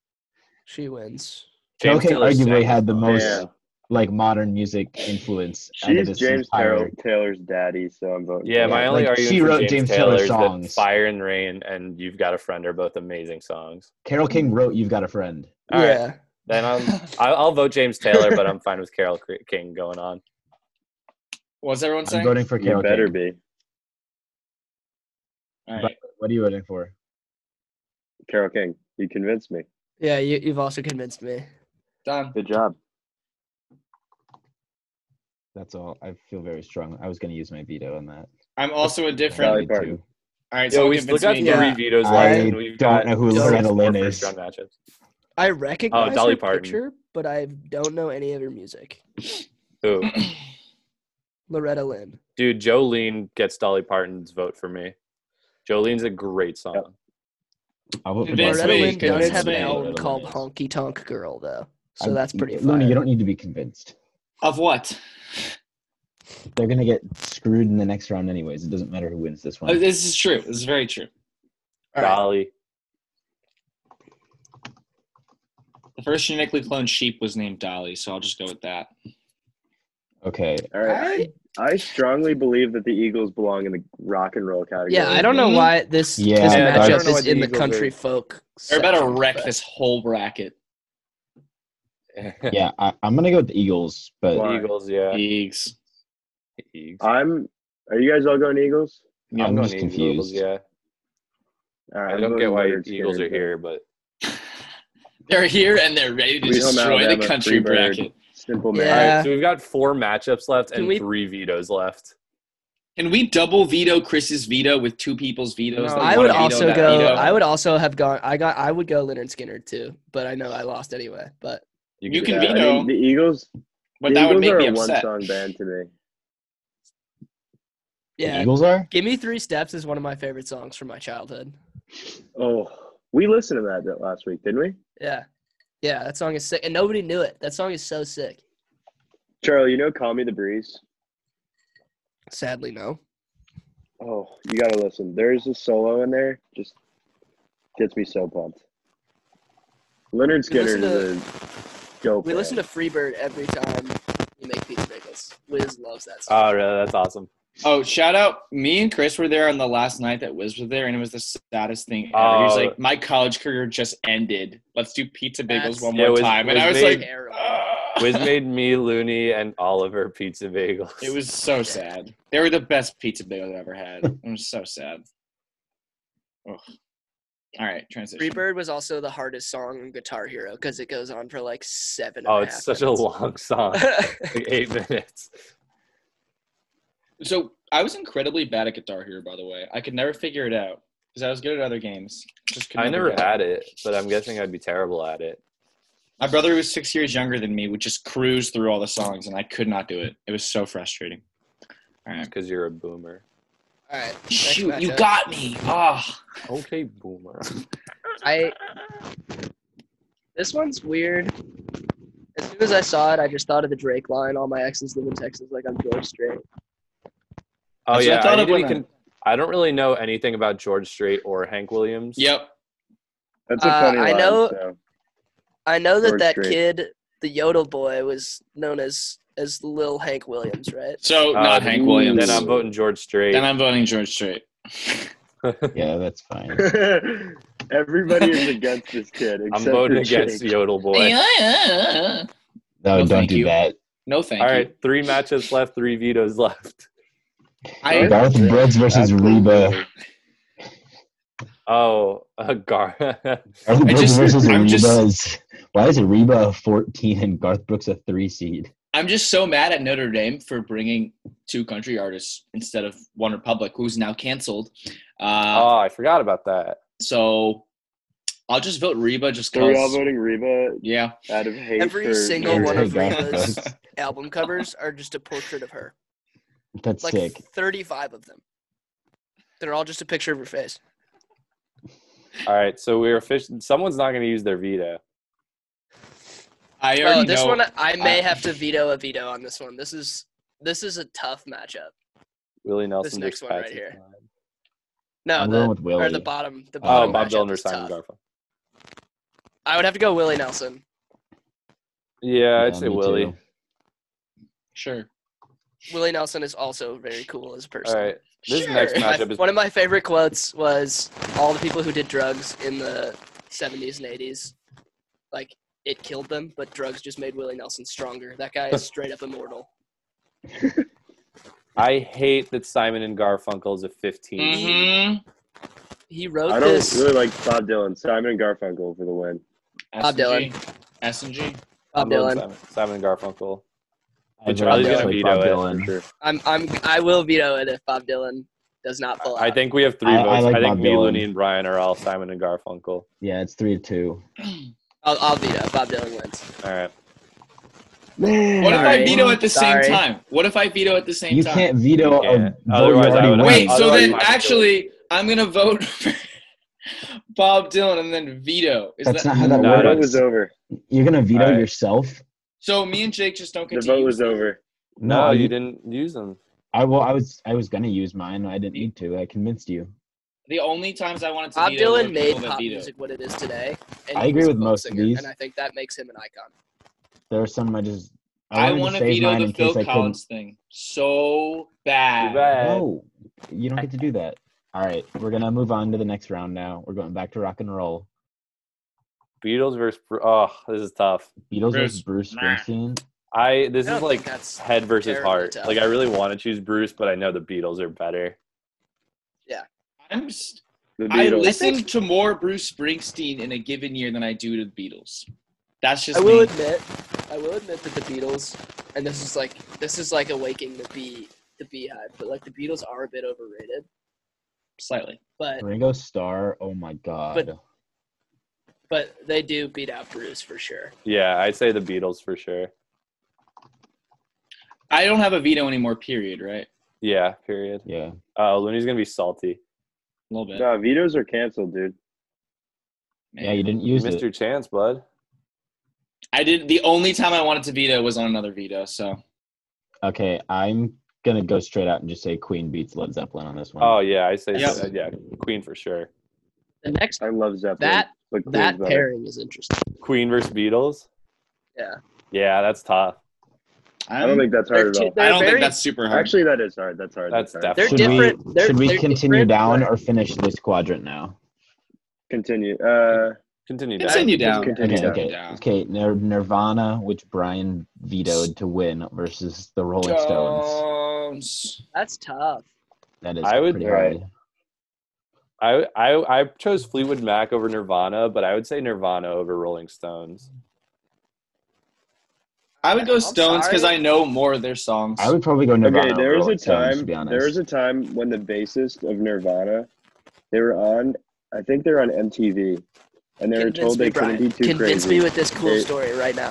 [SPEAKER 5] She wins.
[SPEAKER 4] Carol
[SPEAKER 1] James
[SPEAKER 4] King
[SPEAKER 1] Taylor's
[SPEAKER 4] arguably
[SPEAKER 1] sound
[SPEAKER 4] had the
[SPEAKER 1] is-
[SPEAKER 4] most
[SPEAKER 2] Yeah.
[SPEAKER 4] like modern music influence. out of
[SPEAKER 2] She's
[SPEAKER 4] this
[SPEAKER 2] James
[SPEAKER 4] entire-
[SPEAKER 2] Taylor, Taylor's daddy, so I'm voting.
[SPEAKER 1] Yeah,
[SPEAKER 2] for
[SPEAKER 1] my
[SPEAKER 2] her.
[SPEAKER 4] Yeah,
[SPEAKER 1] only
[SPEAKER 4] like,
[SPEAKER 1] argument
[SPEAKER 4] she
[SPEAKER 1] for
[SPEAKER 4] wrote
[SPEAKER 1] James,
[SPEAKER 4] James
[SPEAKER 1] Taylor
[SPEAKER 4] Taylor
[SPEAKER 1] is that
[SPEAKER 4] songs.
[SPEAKER 1] "Fire and Rain" and "You've Got a Friend" are both amazing songs.
[SPEAKER 4] Carol King wrote "You've Got a Friend."
[SPEAKER 1] All right,
[SPEAKER 5] yeah.
[SPEAKER 1] then I'm I- I'll vote James Taylor, but I'm fine with Carol C- King going on.
[SPEAKER 3] What's everyone
[SPEAKER 4] I'm
[SPEAKER 3] saying?
[SPEAKER 4] voting for
[SPEAKER 2] You
[SPEAKER 4] Carol
[SPEAKER 2] better
[SPEAKER 4] King.
[SPEAKER 2] be
[SPEAKER 3] All right.
[SPEAKER 4] What are you voting for?
[SPEAKER 2] Carol King. You convinced me.
[SPEAKER 5] Yeah. You, you've also convinced me.
[SPEAKER 3] Done.
[SPEAKER 2] Good job.
[SPEAKER 4] That's all. I feel very strong. I was going to use my veto on that.
[SPEAKER 3] I'm also
[SPEAKER 4] I
[SPEAKER 3] indifferent.
[SPEAKER 2] Valid.
[SPEAKER 4] need
[SPEAKER 2] pardon.
[SPEAKER 4] to.
[SPEAKER 3] All right,
[SPEAKER 1] So
[SPEAKER 3] so
[SPEAKER 1] we
[SPEAKER 3] convince
[SPEAKER 1] still got
[SPEAKER 3] me.
[SPEAKER 5] Yeah.
[SPEAKER 1] three vetoes
[SPEAKER 4] I
[SPEAKER 1] left, and we've
[SPEAKER 4] don't
[SPEAKER 1] got
[SPEAKER 4] know who
[SPEAKER 1] six
[SPEAKER 4] Loretta
[SPEAKER 1] more
[SPEAKER 4] Lynn
[SPEAKER 1] first
[SPEAKER 4] is.
[SPEAKER 1] round matchups.
[SPEAKER 5] I recognize
[SPEAKER 1] Dolly
[SPEAKER 5] her
[SPEAKER 1] Parton.
[SPEAKER 5] picture, but I don't know any of her music.
[SPEAKER 1] Who?
[SPEAKER 5] Loretta Lynn.
[SPEAKER 1] Dude, Jolene gets Dolly Parton's vote for me. Jolene's a great song.
[SPEAKER 4] I'll vote for
[SPEAKER 3] Convince
[SPEAKER 4] Dolly
[SPEAKER 5] Loretta
[SPEAKER 3] me,
[SPEAKER 4] Parton.
[SPEAKER 5] Lynn does
[SPEAKER 3] convince
[SPEAKER 5] have an
[SPEAKER 3] me.
[SPEAKER 5] album
[SPEAKER 4] Loretta
[SPEAKER 5] called
[SPEAKER 4] Lynn is.
[SPEAKER 5] Honky Tonk Girl, though, so
[SPEAKER 4] I'm-
[SPEAKER 5] that's pretty.
[SPEAKER 4] Luna,
[SPEAKER 5] fire.
[SPEAKER 4] you don't need to be convinced.
[SPEAKER 1] uh,
[SPEAKER 3] Of what?
[SPEAKER 4] They're gonna get screwed in the next round anyways. It doesn't matter who wins this
[SPEAKER 3] Uh,
[SPEAKER 4] one.
[SPEAKER 3] This is true. This is very true.
[SPEAKER 5] All right.
[SPEAKER 1] Dolly.
[SPEAKER 3] The first genetically cloned sheep was named Dolly, so I'll just go with that. [laughs]
[SPEAKER 4] Okay.
[SPEAKER 2] All right. I, I strongly believe that the Eagles belong in the rock and roll category.
[SPEAKER 5] Yeah, I don't know
[SPEAKER 3] Mhm.
[SPEAKER 5] why this
[SPEAKER 4] Yeah,
[SPEAKER 5] this
[SPEAKER 4] Yeah, I don't
[SPEAKER 5] matchup
[SPEAKER 1] know
[SPEAKER 5] is
[SPEAKER 1] what the
[SPEAKER 5] in the
[SPEAKER 1] Eagles
[SPEAKER 5] country
[SPEAKER 1] are-
[SPEAKER 5] folk.
[SPEAKER 3] They're about to
[SPEAKER 5] section,
[SPEAKER 3] wreck
[SPEAKER 5] but-
[SPEAKER 3] this whole bracket.
[SPEAKER 4] Yeah, I, I'm gonna go with the Eagles, but
[SPEAKER 1] [laughs]
[SPEAKER 2] Why?
[SPEAKER 1] Eagles, yeah.
[SPEAKER 3] Eags.
[SPEAKER 1] Eagles.
[SPEAKER 2] I'm. Are you guys all going Eagles?
[SPEAKER 4] I'm
[SPEAKER 1] going
[SPEAKER 4] just
[SPEAKER 1] Eagles,
[SPEAKER 4] confused.
[SPEAKER 1] yeah.
[SPEAKER 2] All right,
[SPEAKER 1] I
[SPEAKER 2] I'm
[SPEAKER 1] don't
[SPEAKER 2] voting
[SPEAKER 1] get why
[SPEAKER 2] Leonard
[SPEAKER 1] Eagles
[SPEAKER 2] Skinner,
[SPEAKER 1] are here, but
[SPEAKER 3] They're here and they're ready to
[SPEAKER 2] Sweet Home
[SPEAKER 3] destroy the
[SPEAKER 2] Alabama,
[SPEAKER 3] country
[SPEAKER 2] Freebird.
[SPEAKER 3] bracket.
[SPEAKER 2] but Simple
[SPEAKER 5] Yeah.
[SPEAKER 2] man.
[SPEAKER 1] All right, so we've got four matchups left
[SPEAKER 5] Can
[SPEAKER 1] and
[SPEAKER 5] we-
[SPEAKER 1] three vetoes left.
[SPEAKER 3] Can we double veto Chris's veto with two people's vetoes?
[SPEAKER 2] No.
[SPEAKER 3] Like,
[SPEAKER 5] I
[SPEAKER 3] one
[SPEAKER 5] would
[SPEAKER 3] veto,
[SPEAKER 5] also
[SPEAKER 3] that
[SPEAKER 5] go.
[SPEAKER 3] veto?
[SPEAKER 5] I would also have gone. I got. I would go Leonard Skinner too, but I know I lost anyway. But
[SPEAKER 3] You
[SPEAKER 1] do
[SPEAKER 3] can
[SPEAKER 1] that.
[SPEAKER 2] I mean,
[SPEAKER 3] veto.
[SPEAKER 2] the Eagles.
[SPEAKER 3] but
[SPEAKER 2] the
[SPEAKER 3] that would
[SPEAKER 2] Eagles
[SPEAKER 3] make
[SPEAKER 2] are
[SPEAKER 3] me
[SPEAKER 2] a
[SPEAKER 3] upset.
[SPEAKER 2] one-song band to me.
[SPEAKER 4] The
[SPEAKER 5] yeah,
[SPEAKER 3] [laughs]
[SPEAKER 4] Eagles are.
[SPEAKER 5] "Give Me Three Steps" is one of my favorite songs from my childhood.
[SPEAKER 2] Oh, we listened to that last week, didn't we?
[SPEAKER 5] Yeah, yeah, that song is sick, and nobody knew it. That song is so sick.
[SPEAKER 2] Charlie, you know, "Call Me the Breeze."
[SPEAKER 5] Sadly, no.
[SPEAKER 2] Oh, you gotta listen. There's a solo in there, just gets me so pumped. Leonard
[SPEAKER 5] We
[SPEAKER 2] Skinner
[SPEAKER 5] listen
[SPEAKER 2] is a dope.
[SPEAKER 5] We
[SPEAKER 2] band.
[SPEAKER 5] listen to Freebird every time we make pizza bagels. Wiz loves that song.
[SPEAKER 1] Oh, really? That's awesome.
[SPEAKER 3] Oh, shout out! Me and Chris were there on the last night that Wiz was there, and it was the saddest thing ever. he was
[SPEAKER 1] Oh.
[SPEAKER 3] like, "My college career just ended. Let's do pizza
[SPEAKER 5] That's-
[SPEAKER 3] bagels one
[SPEAKER 1] Yeah,
[SPEAKER 3] more
[SPEAKER 1] Wiz-
[SPEAKER 3] time." And
[SPEAKER 1] Wiz
[SPEAKER 3] I was
[SPEAKER 1] made-
[SPEAKER 3] like,
[SPEAKER 5] Terrible.
[SPEAKER 1] uh,
[SPEAKER 3] "Ah."
[SPEAKER 1] Wiz made me, Looney, and Oliver pizza bagels.
[SPEAKER 3] It was so sad. They were the best pizza bagels I've ever had. It was so sad. Ugh. All right, transition.
[SPEAKER 5] Freebird was also the hardest song in Guitar Hero because it goes on for like seven.
[SPEAKER 1] Oh,
[SPEAKER 5] and a
[SPEAKER 1] it's
[SPEAKER 5] half
[SPEAKER 1] such a
[SPEAKER 5] [laughs] minutes.
[SPEAKER 1] long song. like
[SPEAKER 3] [laughs]
[SPEAKER 1] eight minutes.
[SPEAKER 3] So I was incredibly bad at Guitar Hero, by the way. I could never figure it out because I was good at other games. Just could
[SPEAKER 1] I never
[SPEAKER 3] get it.
[SPEAKER 1] had it, but I'm guessing I'd be terrible at it.
[SPEAKER 3] My brother, who was six years younger than me, would just cruise through all the songs, and I could not do it. It was so frustrating. All right.
[SPEAKER 1] because you're a boomer.
[SPEAKER 5] All right. next
[SPEAKER 3] Shoot, you
[SPEAKER 5] matchup.
[SPEAKER 3] got me. Ah.
[SPEAKER 1] Okay, [laughs] boomer.
[SPEAKER 5] I this one's weird. As soon as I saw it, I just thought of the Drake line. All my exes live in Texas, like I'm George Strait.
[SPEAKER 1] Oh
[SPEAKER 3] That's what I
[SPEAKER 1] yeah, I,
[SPEAKER 3] thought
[SPEAKER 1] need
[SPEAKER 3] of
[SPEAKER 1] to be
[SPEAKER 3] when I-
[SPEAKER 1] con- I don't really know anything about George Strait or Hank Williams.
[SPEAKER 3] Yep.
[SPEAKER 2] That's a
[SPEAKER 5] Uh,
[SPEAKER 2] funny
[SPEAKER 5] I
[SPEAKER 2] line,
[SPEAKER 5] know-
[SPEAKER 2] so. [laughs]
[SPEAKER 5] I know that
[SPEAKER 2] George
[SPEAKER 5] that
[SPEAKER 2] Strait.
[SPEAKER 5] kid, the Yodel boy, was known as as Lil Hank Williams, right?
[SPEAKER 3] So
[SPEAKER 1] Uh,
[SPEAKER 3] not Hank
[SPEAKER 2] ooh.
[SPEAKER 3] Williams.
[SPEAKER 1] Then I'm voting George Strait.
[SPEAKER 3] Then I'm voting George Strait. [laughs]
[SPEAKER 4] Yeah,
[SPEAKER 2] [laughs]
[SPEAKER 4] that's fine.
[SPEAKER 2] Everybody
[SPEAKER 5] [laughs]
[SPEAKER 2] is against this kid.
[SPEAKER 1] I'm
[SPEAKER 2] Except
[SPEAKER 1] voting
[SPEAKER 2] for
[SPEAKER 1] against
[SPEAKER 2] Jake.
[SPEAKER 1] Yodel Boy.
[SPEAKER 4] No,
[SPEAKER 3] No,
[SPEAKER 4] don't
[SPEAKER 3] thank
[SPEAKER 4] do
[SPEAKER 3] you.
[SPEAKER 4] that.
[SPEAKER 3] No, thank
[SPEAKER 1] All
[SPEAKER 3] you.
[SPEAKER 1] right, three matches left, three vetoes [laughs] left.
[SPEAKER 3] I,
[SPEAKER 4] Garth Brooks versus Reba.
[SPEAKER 2] Absolutely.
[SPEAKER 1] Oh, uh, Gar. [laughs]
[SPEAKER 4] Garth Brooks
[SPEAKER 3] just-
[SPEAKER 4] versus
[SPEAKER 3] I'm
[SPEAKER 4] Ariba
[SPEAKER 3] just-
[SPEAKER 4] is. Why is Ariba a 14 and Garth Brooks a three seed?
[SPEAKER 3] I'm just so mad at Notre Dame for bringing two country artists instead of One Republic, who's now canceled. Uh,
[SPEAKER 1] oh, I forgot about that.
[SPEAKER 3] so I'll just vote Reba just
[SPEAKER 2] So Are we all
[SPEAKER 3] because.
[SPEAKER 2] voting Reba
[SPEAKER 3] Yeah.
[SPEAKER 2] out of hate?
[SPEAKER 5] Every
[SPEAKER 2] for
[SPEAKER 5] single
[SPEAKER 2] Notre
[SPEAKER 5] one
[SPEAKER 2] Dame?
[SPEAKER 5] of
[SPEAKER 3] [laughs]
[SPEAKER 4] Garth
[SPEAKER 5] Reba's-
[SPEAKER 4] Brooks.
[SPEAKER 5] Album covers are just a portrait of her,
[SPEAKER 4] That's
[SPEAKER 5] like
[SPEAKER 4] sick.
[SPEAKER 5] 35 of them. They're all just a picture of her face.
[SPEAKER 1] All right, so we're official. Someone's not going to use their veto.
[SPEAKER 3] I uh, already
[SPEAKER 5] Oh, this
[SPEAKER 3] know. Uh,
[SPEAKER 5] one I may
[SPEAKER 3] I-
[SPEAKER 5] have to veto a veto on this one. This is this is a tough matchup.
[SPEAKER 1] Willie Nelson
[SPEAKER 5] next
[SPEAKER 1] versus
[SPEAKER 5] one right
[SPEAKER 1] Patsy
[SPEAKER 5] here.
[SPEAKER 1] Cline.
[SPEAKER 5] No,
[SPEAKER 4] I'm
[SPEAKER 5] the,
[SPEAKER 4] going with
[SPEAKER 5] or
[SPEAKER 4] Willie.
[SPEAKER 5] the bottom, the bottom.
[SPEAKER 1] Oh, Bob
[SPEAKER 5] matchup
[SPEAKER 1] Dylan or
[SPEAKER 5] is
[SPEAKER 1] Simon
[SPEAKER 5] tough.
[SPEAKER 1] Garfunkel.
[SPEAKER 5] I would have to go Willie Nelson.
[SPEAKER 1] Yeah, I'd
[SPEAKER 4] Yeah,
[SPEAKER 1] say
[SPEAKER 4] me
[SPEAKER 1] Willie.
[SPEAKER 4] too.
[SPEAKER 3] Sure.
[SPEAKER 5] Willie Nelson is also very cool as a person.
[SPEAKER 1] All right, this
[SPEAKER 3] Sure.
[SPEAKER 1] next
[SPEAKER 5] My-
[SPEAKER 1] matchup is
[SPEAKER 5] one of my favorite quotes was all the people who did drugs in the 70s and 80s, like it killed them, but drugs just made Willie Nelson stronger. That
[SPEAKER 1] [laughs]
[SPEAKER 5] guy is straight up immortal.
[SPEAKER 1] I hate that Simon and Garfunkel is a 15.
[SPEAKER 5] Mm-hmm.
[SPEAKER 3] hmm
[SPEAKER 5] He wrote
[SPEAKER 2] I don't
[SPEAKER 5] this.
[SPEAKER 2] really like Bob Dylan. Simon and Garfunkel for the win.
[SPEAKER 5] Bob Dylan.
[SPEAKER 3] S and G.
[SPEAKER 5] Bob
[SPEAKER 1] I'm voting
[SPEAKER 5] Dylan.
[SPEAKER 1] Simon, Simon and Garfunkel.
[SPEAKER 4] I
[SPEAKER 1] But
[SPEAKER 4] vote
[SPEAKER 1] Charlie's
[SPEAKER 5] Bob
[SPEAKER 1] gonna
[SPEAKER 4] Dylan.
[SPEAKER 1] veto
[SPEAKER 4] Bob
[SPEAKER 1] it.
[SPEAKER 4] Dylan.
[SPEAKER 2] For sure.
[SPEAKER 5] I'm I'm I will veto it if Bob Dylan does not pull out.
[SPEAKER 1] I think we have three
[SPEAKER 4] I- I
[SPEAKER 1] votes. I,
[SPEAKER 4] like
[SPEAKER 1] think
[SPEAKER 4] Bob
[SPEAKER 1] me,
[SPEAKER 4] Dylan.
[SPEAKER 1] Looney, and Brian are all Simon and Garfunkel. All
[SPEAKER 4] Yeah, it's three to two.
[SPEAKER 5] I'll, I'll veto. Bob Dylan wins.
[SPEAKER 1] right.
[SPEAKER 2] Man,
[SPEAKER 3] What if I
[SPEAKER 5] Sorry.
[SPEAKER 3] veto at the
[SPEAKER 5] Sorry.
[SPEAKER 3] same time? What if I veto at the same
[SPEAKER 4] You
[SPEAKER 3] time?
[SPEAKER 4] can't veto
[SPEAKER 1] You can't.
[SPEAKER 4] a vote you
[SPEAKER 1] Otherwise, I
[SPEAKER 4] already
[SPEAKER 1] would-
[SPEAKER 4] won.
[SPEAKER 3] Wait, so
[SPEAKER 1] Otherwise,
[SPEAKER 3] then
[SPEAKER 1] mine would do it.
[SPEAKER 3] actually, I'm gonna vote for [laughs] Bob Dylan and then veto. Is
[SPEAKER 4] That's
[SPEAKER 3] that
[SPEAKER 4] not how that
[SPEAKER 1] No,
[SPEAKER 2] the
[SPEAKER 1] no,
[SPEAKER 2] vote
[SPEAKER 4] works.
[SPEAKER 2] was over.
[SPEAKER 4] You're gonna veto
[SPEAKER 1] Alright.
[SPEAKER 4] yourself?
[SPEAKER 3] so? Me and Jake just don't
[SPEAKER 2] The
[SPEAKER 3] continue.
[SPEAKER 2] vote was over.
[SPEAKER 1] No,
[SPEAKER 4] I,
[SPEAKER 1] Oh, you didn't use them.
[SPEAKER 4] I well, I was I was gonna use mine. I didn't need to. I convinced you.
[SPEAKER 3] The only times I wanted to
[SPEAKER 5] Bob
[SPEAKER 3] veto were
[SPEAKER 5] Dylan made
[SPEAKER 3] people that
[SPEAKER 5] pop
[SPEAKER 3] vetoed.
[SPEAKER 5] music what it is today. And
[SPEAKER 4] I
[SPEAKER 5] he
[SPEAKER 4] agree
[SPEAKER 5] was a
[SPEAKER 4] with
[SPEAKER 5] folk
[SPEAKER 4] most of
[SPEAKER 5] singer,
[SPEAKER 4] these.
[SPEAKER 5] And I think that makes him an icon.
[SPEAKER 4] There are some I just I,
[SPEAKER 3] I
[SPEAKER 4] wanted
[SPEAKER 3] want
[SPEAKER 4] to
[SPEAKER 3] to
[SPEAKER 4] save
[SPEAKER 3] veto
[SPEAKER 4] mine
[SPEAKER 3] the
[SPEAKER 4] in case
[SPEAKER 3] Phil
[SPEAKER 4] I couldn't.
[SPEAKER 3] Collins thing so
[SPEAKER 1] Too
[SPEAKER 3] bad.
[SPEAKER 5] Uh,
[SPEAKER 1] bad.
[SPEAKER 4] No, you don't get to do that. All right, we're gonna move on to the next round now. We're going back to rock and roll.
[SPEAKER 1] Beatles versus Bru- oh, this is tough.
[SPEAKER 4] Beatles
[SPEAKER 3] Bruce.
[SPEAKER 4] versus Bruce
[SPEAKER 3] Nah.
[SPEAKER 4] Springsteen.
[SPEAKER 1] I this
[SPEAKER 5] I don't
[SPEAKER 1] is
[SPEAKER 5] think
[SPEAKER 1] like
[SPEAKER 5] that's
[SPEAKER 1] head versus
[SPEAKER 5] terribly
[SPEAKER 1] heart.
[SPEAKER 5] tough.
[SPEAKER 1] Like I really want to choose Bruce, but I know the Beatles are better.
[SPEAKER 3] I'm s
[SPEAKER 2] The
[SPEAKER 3] I
[SPEAKER 2] Beatles.
[SPEAKER 3] listen to more Bruce Springsteen in a given year than I do to the Beatles. That's just
[SPEAKER 5] I will
[SPEAKER 3] me.
[SPEAKER 5] admit, I will admit that the Beatles, and this is like this is like a waking to be the Beehive, but like the Beatles are a bit overrated.
[SPEAKER 3] Slightly.
[SPEAKER 5] But
[SPEAKER 4] Ringo Starr. Oh my god.
[SPEAKER 5] but they do beat out Bruce for sure.
[SPEAKER 1] Yeah, I'd say the Beatles for sure.
[SPEAKER 3] I don't have a veto anymore, period, right?
[SPEAKER 1] Yeah, period.
[SPEAKER 4] yeah.
[SPEAKER 1] Uh, Looney's gonna be salty.
[SPEAKER 3] A little bit.
[SPEAKER 2] No, vetoes are canceled, dude.
[SPEAKER 3] Man.
[SPEAKER 4] Yeah. You didn't use
[SPEAKER 1] Missed
[SPEAKER 4] it.
[SPEAKER 1] your chance, bud.
[SPEAKER 3] I did the only time I wanted to veto was on another veto, so
[SPEAKER 4] Okay. I'm gonna go straight out and just say Queen beats Led Zeppelin on this one.
[SPEAKER 1] Oh yeah, I say
[SPEAKER 3] Yep.
[SPEAKER 1] so. yeah, Queen for sure.
[SPEAKER 5] The next
[SPEAKER 2] I love Zeppelin.
[SPEAKER 5] that
[SPEAKER 2] but Queen's
[SPEAKER 5] that
[SPEAKER 2] better.
[SPEAKER 5] pairing is interesting.
[SPEAKER 1] Queen versus Beatles.
[SPEAKER 5] Yeah.
[SPEAKER 1] Yeah, that's tough.
[SPEAKER 2] I don't
[SPEAKER 3] I'm,
[SPEAKER 2] think that's hard at
[SPEAKER 5] They're
[SPEAKER 2] all.
[SPEAKER 5] two-
[SPEAKER 3] I don't
[SPEAKER 5] very-
[SPEAKER 3] think that's super hard.
[SPEAKER 2] Actually, that is hard. That's hard.
[SPEAKER 1] That's
[SPEAKER 2] hard.
[SPEAKER 1] definitely.
[SPEAKER 4] Should
[SPEAKER 5] They're different.
[SPEAKER 4] we
[SPEAKER 5] they're,
[SPEAKER 4] should we
[SPEAKER 5] they're
[SPEAKER 4] continue
[SPEAKER 5] different,
[SPEAKER 4] down
[SPEAKER 5] but-
[SPEAKER 4] or finish this quadrant now?
[SPEAKER 2] continue. Uh,
[SPEAKER 1] Continue. down.
[SPEAKER 3] Continue down.
[SPEAKER 2] Continue
[SPEAKER 4] Okay,
[SPEAKER 2] down.
[SPEAKER 4] okay, okay. Nir- Nirvana, which Brian vetoed to win versus the Rolling Stones.
[SPEAKER 3] Stones.
[SPEAKER 5] That's tough.
[SPEAKER 4] That is
[SPEAKER 1] I would-
[SPEAKER 4] pretty
[SPEAKER 2] Alright.
[SPEAKER 4] hard.
[SPEAKER 1] I, I I chose Fleetwood Mac over Nirvana, but I would say Nirvana over Rolling Stones.
[SPEAKER 3] I would go
[SPEAKER 5] I'm
[SPEAKER 3] Stones because
[SPEAKER 5] sorry.
[SPEAKER 3] I know more of their songs.
[SPEAKER 4] I would probably go Nirvana.
[SPEAKER 2] okay, there
[SPEAKER 4] over
[SPEAKER 2] was a
[SPEAKER 4] Rolling Stones,
[SPEAKER 2] time.
[SPEAKER 4] to be honest.
[SPEAKER 2] There was a time when the bassist of Nirvana, they were on. I think they were on MTV, and they were told they couldn't
[SPEAKER 5] Brian.
[SPEAKER 2] be too
[SPEAKER 5] Convince
[SPEAKER 2] crazy.
[SPEAKER 5] me with this cool
[SPEAKER 2] They-
[SPEAKER 5] story right now.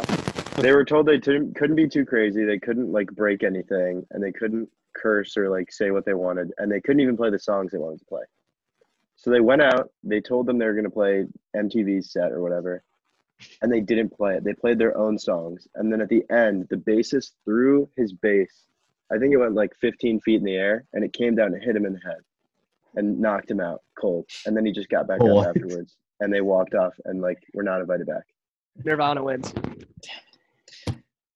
[SPEAKER 2] [laughs] they were told they didn't, couldn't be too crazy. They couldn't like break anything, and they couldn't curse or like say what they wanted, and they couldn't even play the songs they wanted to play. So they went out. They told them they were going to play MTV's set or whatever, and they didn't play it. They played their own songs, and then at the end, the bassist threw his bass. I think it went like 15 feet in the air, and it came down and hit him in the head, and knocked him out cold. And then he just got back
[SPEAKER 4] What?
[SPEAKER 2] up afterwards, and they walked off, and like were not invited back.
[SPEAKER 5] Nirvana wins.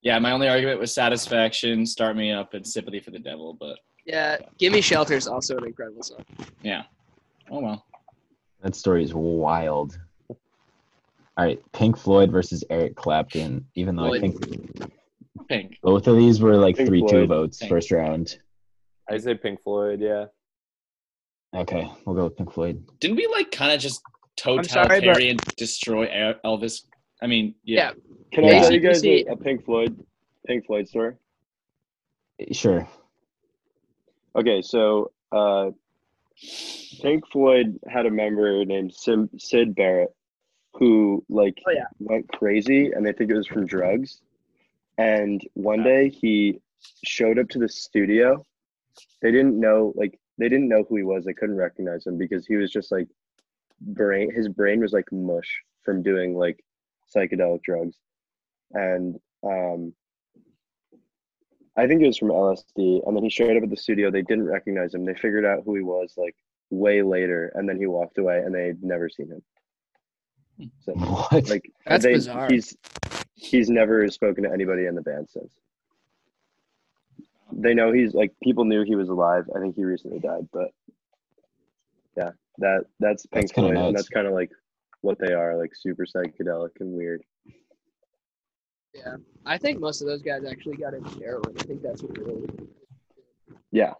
[SPEAKER 3] yeah, my only argument was satisfaction, start me up, and sympathy for the devil, but
[SPEAKER 5] Yeah, Gimme Shelter is also an incredible song.
[SPEAKER 3] oh well.
[SPEAKER 4] That story is wild. All right, Pink Floyd versus Eric Clapton. Even though I
[SPEAKER 5] Floyd.
[SPEAKER 4] think
[SPEAKER 3] Pink.
[SPEAKER 4] both of these were like
[SPEAKER 2] Pink
[SPEAKER 4] three two
[SPEAKER 2] Floyd.
[SPEAKER 4] votes
[SPEAKER 3] Pink.
[SPEAKER 4] first round.
[SPEAKER 1] I say Pink Floyd. Yeah.
[SPEAKER 4] Okay, we'll go with Pink Floyd.
[SPEAKER 3] Didn't we like kind of just
[SPEAKER 5] I'm sorry, but-
[SPEAKER 3] totalitarian destroy El- Elvis? I mean, yeah.
[SPEAKER 2] Can
[SPEAKER 4] Yeah.
[SPEAKER 2] I tell you guys a,
[SPEAKER 5] AC/DC.
[SPEAKER 2] a Pink Floyd Pink Floyd story?
[SPEAKER 4] Sure. [laughs]
[SPEAKER 2] Okay, so uh, Pink Floyd had a member named Sim- Sid Barrett who like
[SPEAKER 5] Oh, yeah.
[SPEAKER 2] went crazy, and they think it was from drugs. And one day he showed up to the studio. They didn't know like they didn't know who he was. They couldn't recognize him because he was just like brain. His brain was like mush from doing like psychedelic drugs, and um, I think it was from LSD. And then he showed up at the studio. They didn't recognize him. They figured out who he was like way later, and then he walked away, and they'd never seen him. So
[SPEAKER 3] [laughs]
[SPEAKER 4] What?
[SPEAKER 2] like
[SPEAKER 5] That's
[SPEAKER 2] they,
[SPEAKER 5] bizarre.
[SPEAKER 2] He's he's never spoken to anybody in the band since. They know he's like people knew he was alive. I think he recently died, but yeah, that that's Pink
[SPEAKER 4] That's kinda
[SPEAKER 2] Floyd, and
[SPEAKER 4] nuts.
[SPEAKER 2] that's kind of like what they are, like super psychedelic and weird.
[SPEAKER 5] Yeah, I think most of those guys actually got into heroin. I think that's what really.
[SPEAKER 2] Yeah,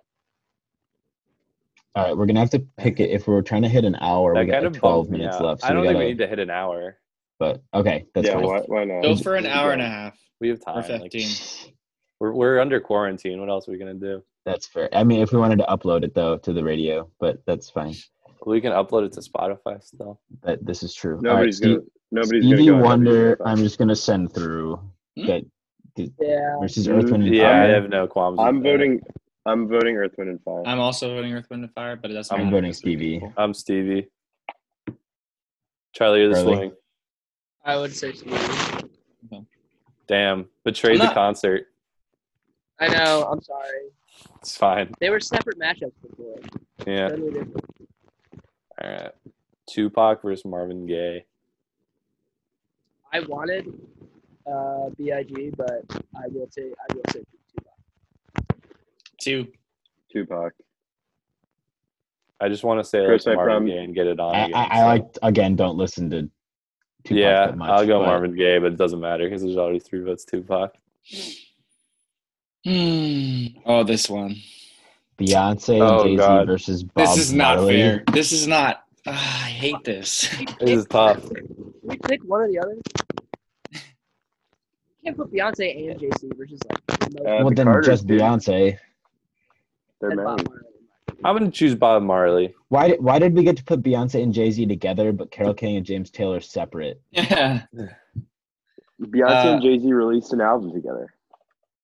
[SPEAKER 4] All right, we're gonna have to pick it if we're trying to hit an hour.
[SPEAKER 1] that
[SPEAKER 4] we got
[SPEAKER 1] kind
[SPEAKER 4] like
[SPEAKER 1] of
[SPEAKER 4] twelve
[SPEAKER 1] bummed me
[SPEAKER 4] minutes
[SPEAKER 1] out.
[SPEAKER 4] left. So
[SPEAKER 1] I don't
[SPEAKER 4] we
[SPEAKER 1] think
[SPEAKER 4] gotta,
[SPEAKER 1] we need to hit an hour.
[SPEAKER 4] But okay, that's
[SPEAKER 2] yeah.
[SPEAKER 4] fine.
[SPEAKER 2] Why, why not?
[SPEAKER 3] Go for an hour and a half
[SPEAKER 1] We have time.
[SPEAKER 3] or
[SPEAKER 1] like,
[SPEAKER 3] 15.
[SPEAKER 1] we're we're under quarantine. What else are we gonna do?
[SPEAKER 4] [sighs] That's fair. I mean, if we wanted to upload it though to the radio, but that's fine.
[SPEAKER 1] We can upload it to Spotify still.
[SPEAKER 4] That this is true. All right,
[SPEAKER 2] Nobody's
[SPEAKER 4] Steve-
[SPEAKER 2] gonna. Nobody's
[SPEAKER 4] Stevie
[SPEAKER 2] gonna go on
[SPEAKER 4] Wonder.
[SPEAKER 2] WFI.
[SPEAKER 4] I'm just gonna send through
[SPEAKER 3] Hmm?
[SPEAKER 4] that that-
[SPEAKER 5] Yeah,
[SPEAKER 4] versus
[SPEAKER 2] Mm,
[SPEAKER 4] Earth Wind and
[SPEAKER 1] Yeah, I
[SPEAKER 4] Fire.
[SPEAKER 1] have no qualms. with
[SPEAKER 2] I'm
[SPEAKER 1] that.
[SPEAKER 2] voting.
[SPEAKER 4] uh,
[SPEAKER 2] I'm voting Earth, Wind, and Fire.
[SPEAKER 3] I'm also voting Earth, Wind, and Fire, but it doesn't
[SPEAKER 1] I'm
[SPEAKER 4] I'm
[SPEAKER 3] matter
[SPEAKER 4] voting
[SPEAKER 3] because we-
[SPEAKER 4] Stevie.
[SPEAKER 1] I'm Stevie. Charlie, you're the
[SPEAKER 4] Charlie.
[SPEAKER 1] swing.
[SPEAKER 5] I would say. Stevie.
[SPEAKER 1] Damn, betrayed
[SPEAKER 3] I'm
[SPEAKER 1] the
[SPEAKER 3] not-
[SPEAKER 1] concert.
[SPEAKER 5] I know. I'm sorry.
[SPEAKER 1] It's fine.
[SPEAKER 5] They were separate matchups before.
[SPEAKER 1] Yeah.
[SPEAKER 5] Totally different.
[SPEAKER 1] All right. Tupac versus Marvin Gaye.
[SPEAKER 5] I wanted uh, Big, but I will say I will say Tupac.
[SPEAKER 3] Two.
[SPEAKER 2] Tupac. Uh,
[SPEAKER 1] I just want to say
[SPEAKER 2] Chris,
[SPEAKER 1] like
[SPEAKER 2] I
[SPEAKER 1] Marvin
[SPEAKER 2] prom-
[SPEAKER 1] Gaye and get it on
[SPEAKER 4] I,
[SPEAKER 1] again.
[SPEAKER 4] I, I
[SPEAKER 1] so-
[SPEAKER 4] like again. Don't listen to. Tupac
[SPEAKER 1] yeah,
[SPEAKER 4] that much,
[SPEAKER 1] I'll go
[SPEAKER 4] but
[SPEAKER 1] Marvin Gaye, but it doesn't matter because there's already three votes Tupac.
[SPEAKER 3] Hmm. Oh, this one.
[SPEAKER 4] Beyonce
[SPEAKER 1] Oh,
[SPEAKER 4] and Jay Z
[SPEAKER 1] God.
[SPEAKER 4] versus Bob.
[SPEAKER 3] This is not
[SPEAKER 4] Marley.
[SPEAKER 3] fair. This is not. Ah, I hate this. [laughs]
[SPEAKER 1] This is tough.
[SPEAKER 5] Can we pick one or the other? You can't put Beyonce and JC, which is like the most-
[SPEAKER 2] Uh,
[SPEAKER 4] well,
[SPEAKER 2] the
[SPEAKER 4] then
[SPEAKER 2] Carters,
[SPEAKER 4] just
[SPEAKER 2] dude.
[SPEAKER 4] Beyonce.
[SPEAKER 2] They're
[SPEAKER 5] And Bob
[SPEAKER 2] married.
[SPEAKER 5] Marley.
[SPEAKER 1] I wouldn't choose Bob Marley.
[SPEAKER 4] Why did, why did we get to put Beyonce and Jay Z together, but Carol King and James Taylor separate?
[SPEAKER 3] Yeah.
[SPEAKER 2] Beyonce
[SPEAKER 3] Uh,
[SPEAKER 2] and Jay Z released an album together.